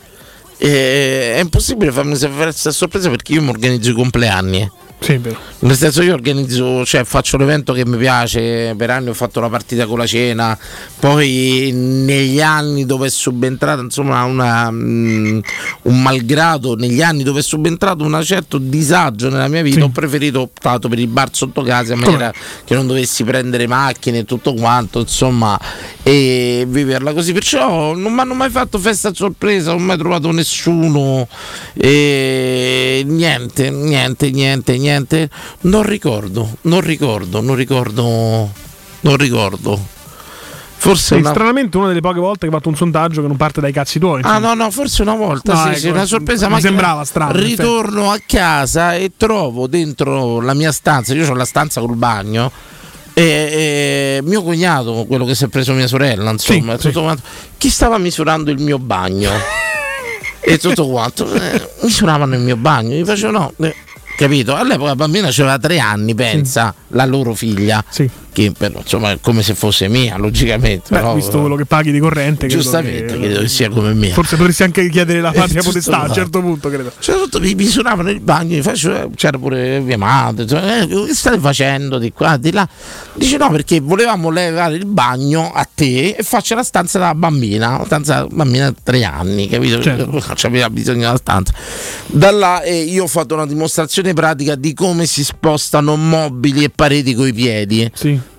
S3: Eh, è impossibile farmi festa a sorpresa perché io mi organizzo i compleanni. eh.
S4: Sì, vero.
S3: Nel senso io organizzo, cioè faccio l'evento che mi piace, per anni ho fatto la partita con la cena, poi negli anni dove è subentrata, insomma una, mm, un malgrado, negli anni dove è subentrato un certo disagio nella mia vita, ho preferito ho optato per il bar sotto casa in maniera che non dovessi prendere macchine e tutto quanto, insomma, e viverla così. Perciò non mi hanno mai fatto festa a sorpresa, non ho mai trovato nessuno, e niente, niente, niente, niente. Non ricordo, non ricordo, non ricordo, non ricordo. Forse
S4: Sei
S3: una...
S4: stranamente una delle poche volte che ho fatto un sondaggio che non parte dai cazzi tuoi.
S3: Ah no, no, forse una volta,
S4: No,
S3: sì,
S4: ecco,
S3: sì, una sorpresa.
S4: mi
S3: ma che-
S4: sembrava strano, in effetti.
S3: Ritorno a casa e trovo dentro la mia stanza, io ho la stanza col bagno, e, e mio cognato, quello che si è preso mia sorella, insomma, tutto quanto, chi stava misurando il mio bagno? e tutto quanto, eh, misuravano il mio bagno, gli facevo no. eh, Capito? All'epoca la bambina aveva tre anni, pensa, la loro figlia, che però, insomma è come se fosse mia, logicamente.
S4: Beh,
S3: però,
S4: visto quello che paghi di corrente, credo
S3: giustamente,
S4: che-
S3: credo che sia come mia.
S4: Forse potresti anche chiedere la patria
S3: giusto, esatto.
S4: potestà a un
S3: no.
S4: certo punto, credo.
S3: Cioè, tutto mi misuravano il bagno, mi facevo- c'era pure mia madre, insomma, eh, che state facendo di qua, di là? Dice no, perché volevamo levare il bagno a te e faccia la stanza della bambina, la stanza della bambina di tre anni, capito?
S4: Certo.
S3: C'aveva bisogno della stanza. Da là eh, io ho fatto una dimostrazione pratica di come si spostano mobili e pareti coi piedi.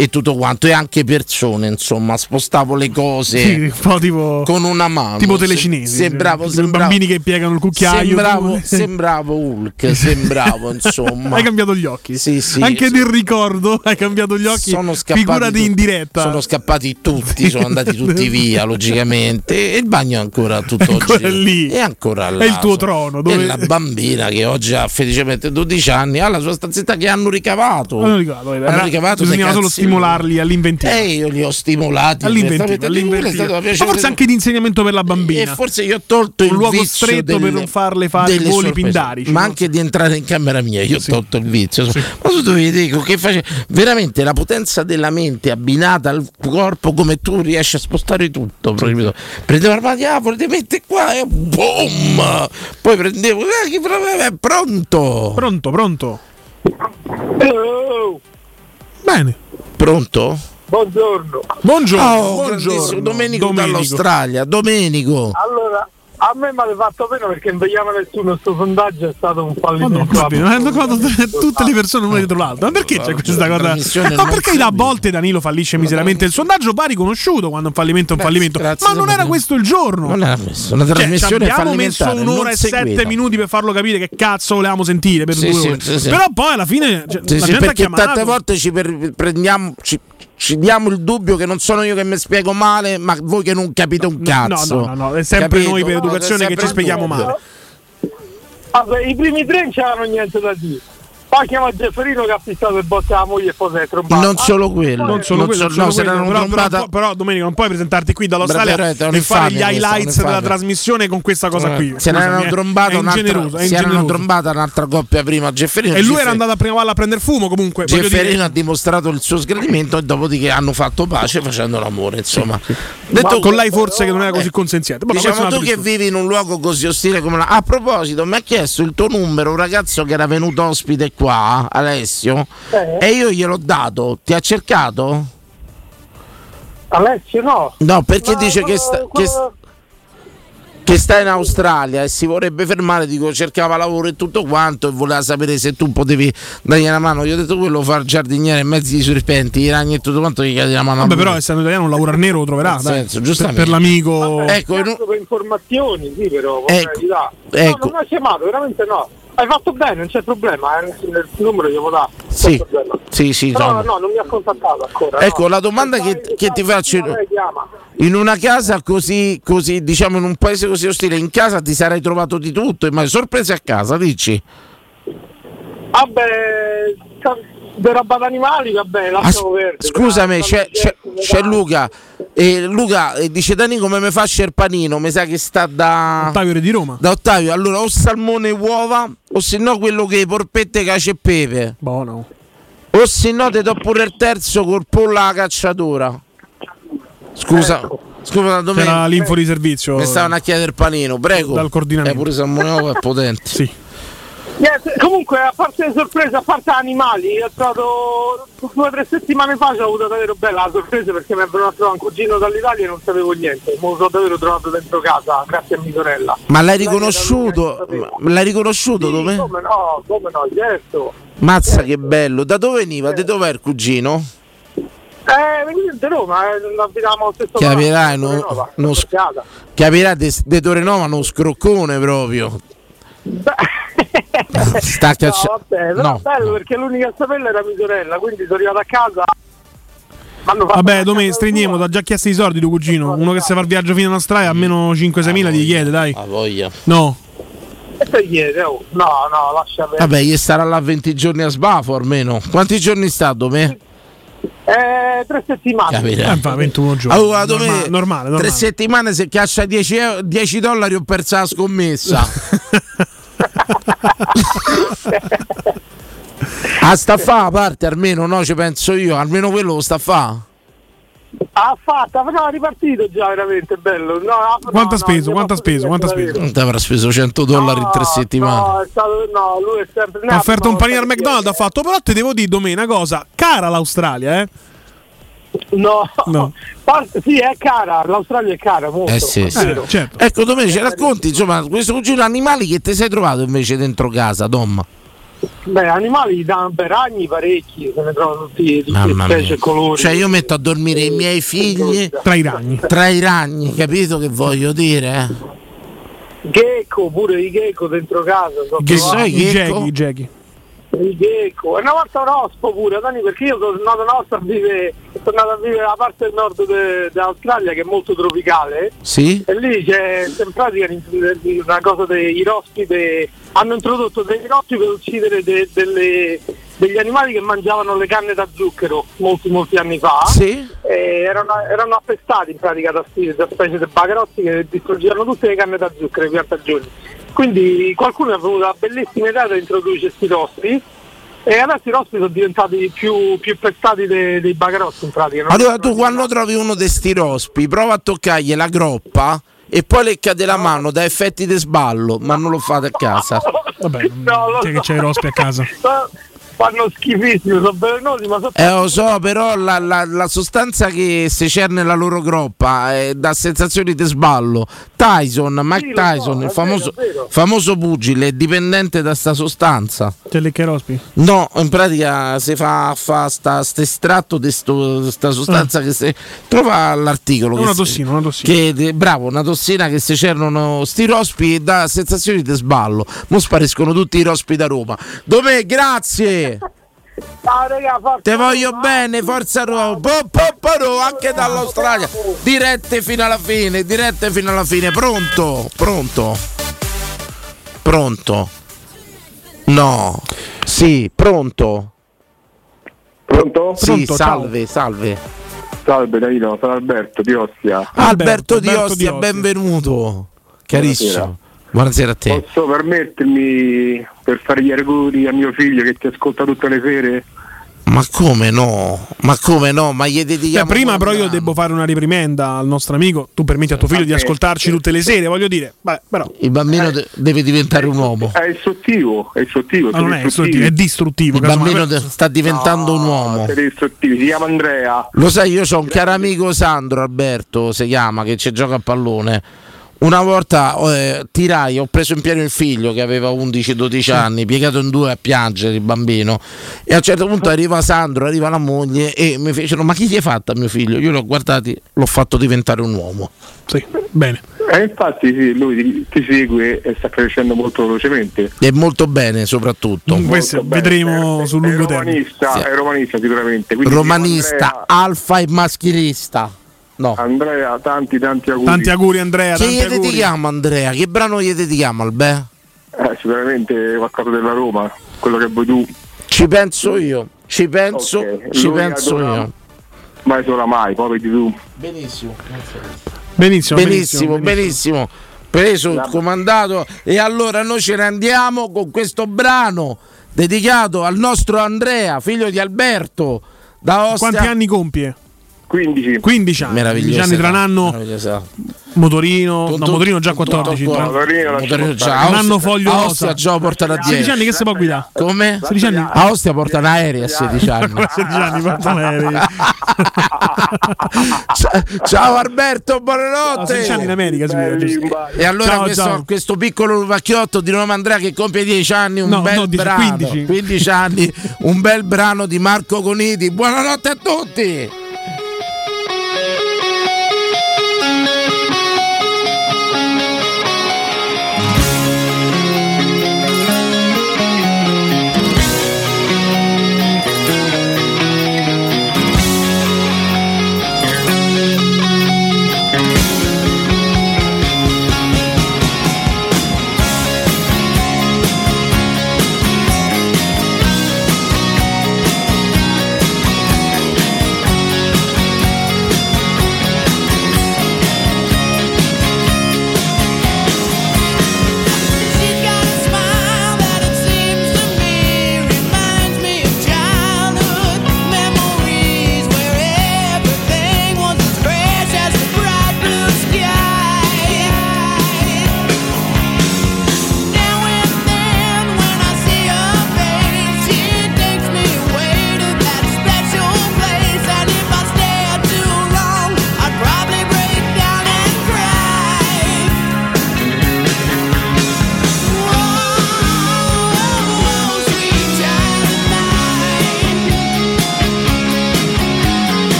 S3: E tutto quanto, e anche persone, insomma, spostavo le cose
S4: Sì, un po' tipo.
S3: con una mano.
S4: Tipo
S3: Se-
S4: telecinesi. cioè,
S3: Sembravo,
S4: Tipo i
S3: sembravo-
S4: bambini che piegano il cucchiaio.
S3: Sembravo,
S4: tu- eh.
S3: sembravo Hulk, sembravo insomma.
S4: Hai cambiato gli occhi.
S3: Sì, sì.
S4: Anche
S3: so-
S4: del ricordo hai cambiato gli occhi.
S3: sono scappati
S4: Figurati
S3: tutti.
S4: in diretta.
S3: Sono scappati tutti, sono andati tutti
S4: Ah,
S3: via, logicamente. E il bagno è ancora tutto lì. È ancora là.
S4: È il tuo trono, dove-
S3: E la bambina che oggi ha felicemente 12 anni ha la sua stanzetta che hanno ricavato.
S4: Hanno ricavato, eh,
S3: Hanno
S4: era-
S3: ricavato dai
S4: bisognava solo
S3: calzini.
S4: stimolarli all'inventivo.
S3: E io li ho stimolati.
S4: All'inventivo,
S3: onestamente, di quello è
S4: all'inventivo.
S3: stato
S4: Ma
S3: piacevole.
S4: forse anche di insegnamento per la bambina.
S3: E forse io ho tolto
S4: un
S3: il
S4: luogo
S3: vizio
S4: stretto
S3: delle-
S4: per non farle fare
S3: delle
S4: voli
S3: sorprese.
S4: pindarici.
S3: Ma anche di entrare in camera mia, io ho tolto il vizio. Ma tu dovevi dico che face... veramente la potenza della mente abbinata al corpo come tu riesci a spostare tutto. proprio. Prendevo la diavolo, ti mette qua e boom! Poi prendevo, eh, che pro- è pronto!
S4: Pronto, pronto.
S13: Oh,
S4: Bene.
S3: Pronto?
S13: buongiorno.
S4: Buongiorno,
S3: Oh, grandissimo, Domenico, dall'Australia. Domenico.
S13: Allora, a me mi avete fatto bene perché non vegliava nessuno sto sondaggio, è stato un
S4: Madonna,
S13: fallimento.
S4: guardi, ma hanno trovato tutte le persone una dietro l'altra. Ma perché c'è questa cosa?
S13: trasmissione
S4: Ma
S13: non
S4: perché da a volte Danilo fallisce miseramente? Il sondaggio va riconosciuto quando un fallimento è un fallimento. Ma non era questo il giorno.
S3: Non era questo, una
S4: Cioè, ci
S3: trasmissione
S4: abbiamo messo
S3: fallimentare,
S4: un'ora
S3: non
S4: e
S3: seguita.
S4: sette minuti per farlo capire che cazzo volevamo sentire per
S3: Sì,
S4: due
S3: sì,
S4: ore.
S3: sì, sì.
S4: Però poi alla fine cioè,
S3: Sì,
S4: la
S3: sì,
S4: gente ha
S3: perché
S4: chiamato.
S3: tante volte ci per- prendiamo, ci, ci diamo il dubbio che non sono io che mi spiego male, ma voi che non capite un cazzo.
S4: no, no, no, è sempre noi per
S3: No,
S4: educazione
S3: è
S4: che
S3: sempre
S4: ci spieghiamo
S3: il dubbio.
S4: male.
S13: Vabbè, I primi tre non c'erano niente da dire.
S9: Poi chiama Zefferino che ha fissato il boss della moglie e poi si è trombato.
S3: Non solo quello.
S4: Non solo
S3: Non so-
S4: quello, non solo
S3: no, se
S4: quello.
S3: l'hanno
S4: però, però,
S3: trombata-
S4: po- però, Domenico non puoi presentarti qui dall'Australia
S3: Beh, veramente, è
S4: e fare
S3: un'infamia
S4: gli
S3: questa,
S4: highlights
S3: un'infamia.
S4: della trasmissione con questa cosa qui.
S3: Se ne erano
S4: Scusami, eh.
S3: trombata
S4: è
S3: un'altra,
S4: ingeneroso, è
S3: se erano
S4: ingeneroso.
S3: trombata un'altra coppia prima Gefferino
S4: E lui era
S3: Gefferino-
S4: andato a prima palla a prendere fumo comunque. voglio dire-
S3: Gefferino ha dimostrato il suo sgradimento e dopodiché hanno fatto pace facendo l'amore, insomma.
S4: Ma con lei forse che non era così consenziente. Ma questo è
S3: diciamo
S4: un
S3: tu
S4: altro
S3: che vivi in un luogo così ostile come la... A proposito, mi ha chiesto il tuo numero un ragazzo che era venuto ospite qua, Alessio,
S9: Eh?
S3: e io gliel'ho dato. Ti ha cercato?
S9: Alessio no.
S3: No, perché dice che, sta, che s- che sta in Australia e si vorrebbe fermare, dico cercava lavoro e tutto quanto e voleva sapere se tu potevi dargli una mano. Gli ho detto quello fa il giardiniere in mezzo ai serpenti, i ragni e tutto quanto, gli chiedi una mano. a
S4: Vabbè,
S3: lui.
S4: però essendo italiano un lavoro al nero lo troverà.
S3: Nel
S4: dai.
S3: senso,
S4: Per-
S3: giustamente.
S4: Per l'amico.
S3: Ecco,
S9: Eh, certo, per informazioni, sì, però.
S4: Ecco,
S9: vorrei dà.
S4: ecco.
S9: No, non ha chiamato, veramente no. Hai fatto bene, non c'è problema, eh, il numero glielo dare. non c'è
S3: Sì,
S9: problema.
S3: sì, sì.
S9: Però
S3: insomma.
S9: no, non mi ha contattato ancora.
S3: Ecco,
S9: no.
S3: la domanda che, che ti faccio in, in una casa così, così, diciamo in un paese così ostile, in casa ti sarei trovato di tutto, ma sorprese a casa, dici?
S9: Vabbè, ca- di roba d'animali,
S3: Ah,
S9: vabbè, lasciamo perdere.
S3: Scusami, c'è, c'è- c'è Luca. E Luca eh, dice Dani come mi fa Scerpanino, mi sa che sta da
S4: Ottavio Re di Roma.
S3: Da Ottavio, allora o salmone e uova o se no quello che porpette cace e pepe.
S4: Buono.
S3: O se no ti do pure il terzo col pollo alla cacciatura. Scusa, scusa domenica.
S4: C'era l'info di servizio.
S3: Mi stavano a chiedere il panino, prego.
S4: Dal coordinamento.
S3: Eh, pure salmone e uova è potente.
S4: sì.
S9: Niente, comunque, a parte le sorprese, a parte animali, ho trovato due o tre settimane fa ci ho avuto davvero bella la sorpresa perché mi è venuto a trovare un cugino dall'Italia e non sapevo niente. Mo' l'ho davvero trovato dentro casa, grazie a mia sorella.
S3: Ma l'hai riconosciuto? L'hai riconosciuto dove?
S9: Come no, come no, certo.
S3: Mazza che bello. Da dove veniva? Di dov'è il cugino?
S9: Eh, venite da Roma, eh, non abitavamo allo stesso
S3: Capirai,
S9: palazzo,
S3: no,
S9: Roma,
S3: no, sc-
S9: Torriata.
S3: capirai de, de Torenova uno scroccone proprio. Sta
S9: No,
S3: cacciando.
S9: vabbè, Eh, però
S3: No.
S9: bello perché l'unica a saperla era mia sorella, quindi sono arrivato a casa. M'hanno fatto
S4: Vabbè, domenica stringiamo, ti ha già chiesto i soldi tuo cugino. Uno che se fa il viaggio fino in Australia, almeno 5-6 mila gli chiede, dai.
S3: Ha voglia.
S4: No.
S9: E te chiede, oh, no, no, lascia perdere.
S3: Vabbè, gli starà là 20 giorni a sbafo almeno. Quanti giorni sta Dome?
S9: Eh, tre settimane.
S3: Capirai.
S4: Eh, fa 21 giorni.
S3: Allora, Dome,
S4: Normale, normale, normale.
S3: tre settimane se caccia 10, euro- 10 dollari ho perso la scommessa. a sta fa a parte almeno, no? Ci penso io, almeno quello lo sta fa.
S9: Ha fatta, però è ripartito già veramente bello. No, ha- no,
S4: Quanto ha
S9: no,
S4: speso?
S9: mi
S4: Quanto ha speso? Quanto ha speso?
S3: Non ti avrà speso 100 dollari in tre settimane.
S9: No, è stato- no, lui è sempre.
S4: Ha offerto un panino al McDonald's, ha fatto, però ti devo dire domenica una cosa, cara l'Australia, eh?
S9: No,
S4: No.
S9: Pa- sì, è cara, l'Australia è cara molto.
S3: Eh sì, sì.
S9: vero.
S4: Certo.
S3: Ecco Domenico, ci racconti insomma questo cugino animali che ti sei trovato invece dentro casa, Dom.
S9: Beh, animali da beh, ragni parecchi, se ne trovano tutti, tutte
S3: Mamma
S9: specie
S3: mia.
S9: e colori.
S3: Cioè io metto a dormire i miei figli
S4: Tra i ragni.
S3: Tra i ragni, capito che voglio dire? eh?
S9: Gecko, pure i gecko dentro casa. so trovati.
S3: Che sai, Checco?
S4: I Jackie, i Jackie.
S9: Il gecko. E una volta un ospo pure, Dani, perché io sono tornato a Nostra a vivere, sono tornato a vivere la parte del nord de- dell'Australia che è molto tropicale.
S3: Sì?
S9: E lì c'è in pratica una cosa dei rospi de- hanno introdotto dei rospi per uccidere de- delle- degli animali che mangiavano le canne da zucchero molti molti anni fa. E erano, erano appestati in pratica da, sti- da specie di bagarotti che distruggevano tutte le canne da zucchero, le piantagioni. Quindi qualcuno ha avuto la bellissima idea di introdurre questi rospi e adesso i rospi sono diventati più, più pestati de- dei bagarotti in pratica. non-
S3: Allora tu quando trovi uno di sti rospi prova a toccargli la groppa e poi le cade la mano da effetti di sballo, ma non lo fate a casa.
S4: Vabbè, c'è che c'hai i rospi a casa.
S9: Fanno schifissimo, sono velenosi, ma sono
S3: Eh lo
S4: Cioè,
S3: so, però la, la- la sostanza che se c'è nella loro groppa eh, dà sensazioni di sballo. Tyson, Mike Tyson, il famoso, famoso pugile, è dipendente da sta sostanza.
S4: C'è le che rospi.
S3: No, in pratica si fa, fa sta, st' estratto di sto- sta sostanza che si trova l'articolo.
S4: Ah. Una
S3: che si-
S4: tossina, una tossina.
S3: che de- bravo, una tossina che se c'erano sti rospi e dà sensazioni di sballo. Mo spariscono tutti i rospi da Roma. Dove? Grazie!
S9: Ciao Ah, raga, forza
S3: Te voglio bene, forza Roma. Po, po, po, Roma, anche dall'Australia. Dirette fino alla fine, dirette fino alla fine. Pronto? Pronto? Pronto? No. Sì, pronto?
S15: Pronto?
S3: Sì, salve, salve.
S15: Salve Davino, sono Alberto di Ostia.
S3: Alberto, Di Ostia, benvenuto. Carissimo. Buonasera a te.
S15: Posso permettermi per fare gli auguri a mio figlio che ti ascolta tutte le sere?
S3: Ma come no? Ma come no? Ma gli
S4: Beh,
S3: dedichiamo
S4: prima però io devo fare una reprimenda al nostro amico. Tu permetti a tuo figlio di
S3: Esatto.
S4: ascoltarci tutte le sere, voglio dire. Vabbè, però.
S3: Il bambino de- deve diventare un uomo.
S15: È istruttivo, è istruttivo.
S4: Ma Ah, non è istruttivo, è distruttivo.
S3: Il bambino de- sta diventando un uomo.
S15: Siete istruttivi, si chiama Andrea.
S3: Lo sai, io ho un caro amico Sandro Alberto, si chiama, che ci gioca a pallone. Una volta eh, tirai, ho preso in pieno il figlio che aveva
S4: Mm.
S3: 11-12 anni, piegato in due a piangere il bambino. E a un certo punto arriva Sandro, arriva la moglie e mi fecero: Ma chi gli hai fatto a mio figlio? Io l'ho guardati, l'ho fatto diventare un uomo.
S4: Sì, bene.
S15: E infatti sì, lui ti, ti segue e sta crescendo molto velocemente.
S3: E molto bene, soprattutto.
S4: Questo vedremo sul lungo termine.
S15: Romanista, È romanista sicuramente. quindi
S3: Romanista, alfa e maschilista. No.
S15: Andrea, tanti tanti auguri.
S4: Tanti auguri, Andrea.
S3: Che
S4: tanti
S3: gli
S4: auguri.
S3: dedichiamo, Andrea? Che brano gli dedichiamo, Albè?
S15: Eh, sicuramente qualcosa della Roma, quello che vuoi tu.
S3: Ci penso io, ci penso,
S15: Ok,
S3: ci
S15: lui
S3: penso
S15: adora-
S3: io.
S15: Mai sola mai, poi vedi tu.
S3: Benissimo.
S4: Benissimo,
S3: benissimo, benissimo. Preso il comandato e allora noi ce ne andiamo con questo brano dedicato al nostro Andrea, figlio di Alberto. Da Ostia.
S4: Quanti anni compie?
S15: 15.
S4: 15 anni. 15 anni tra un anno. Esatto.
S3: Eh, esatto.
S4: Motorino, no, Motorino già 14. tra- un anno foglio
S3: a
S4: rosa.
S3: Ostia già portano a 10.
S4: 16 anni che si può guidare?
S3: Come?
S4: 16 anni.
S3: A Ostia portano aerei a 16 anni.
S4: 16 anni, porta l'aereo.
S3: Ciao Alberto, buonanotte.
S4: A 16 anni in America si guida, giusto?
S3: E allora
S4: Ciao,
S3: questo,
S4: ciao.
S3: questo piccolo vacchiotto di nome Andrea che compie 10 anni, un
S4: No,
S3: bel
S4: no, dieci-
S3: brano,
S4: 15.
S3: 15 anni, un bel brano di Marco Coniti. Buonanotte a tutti.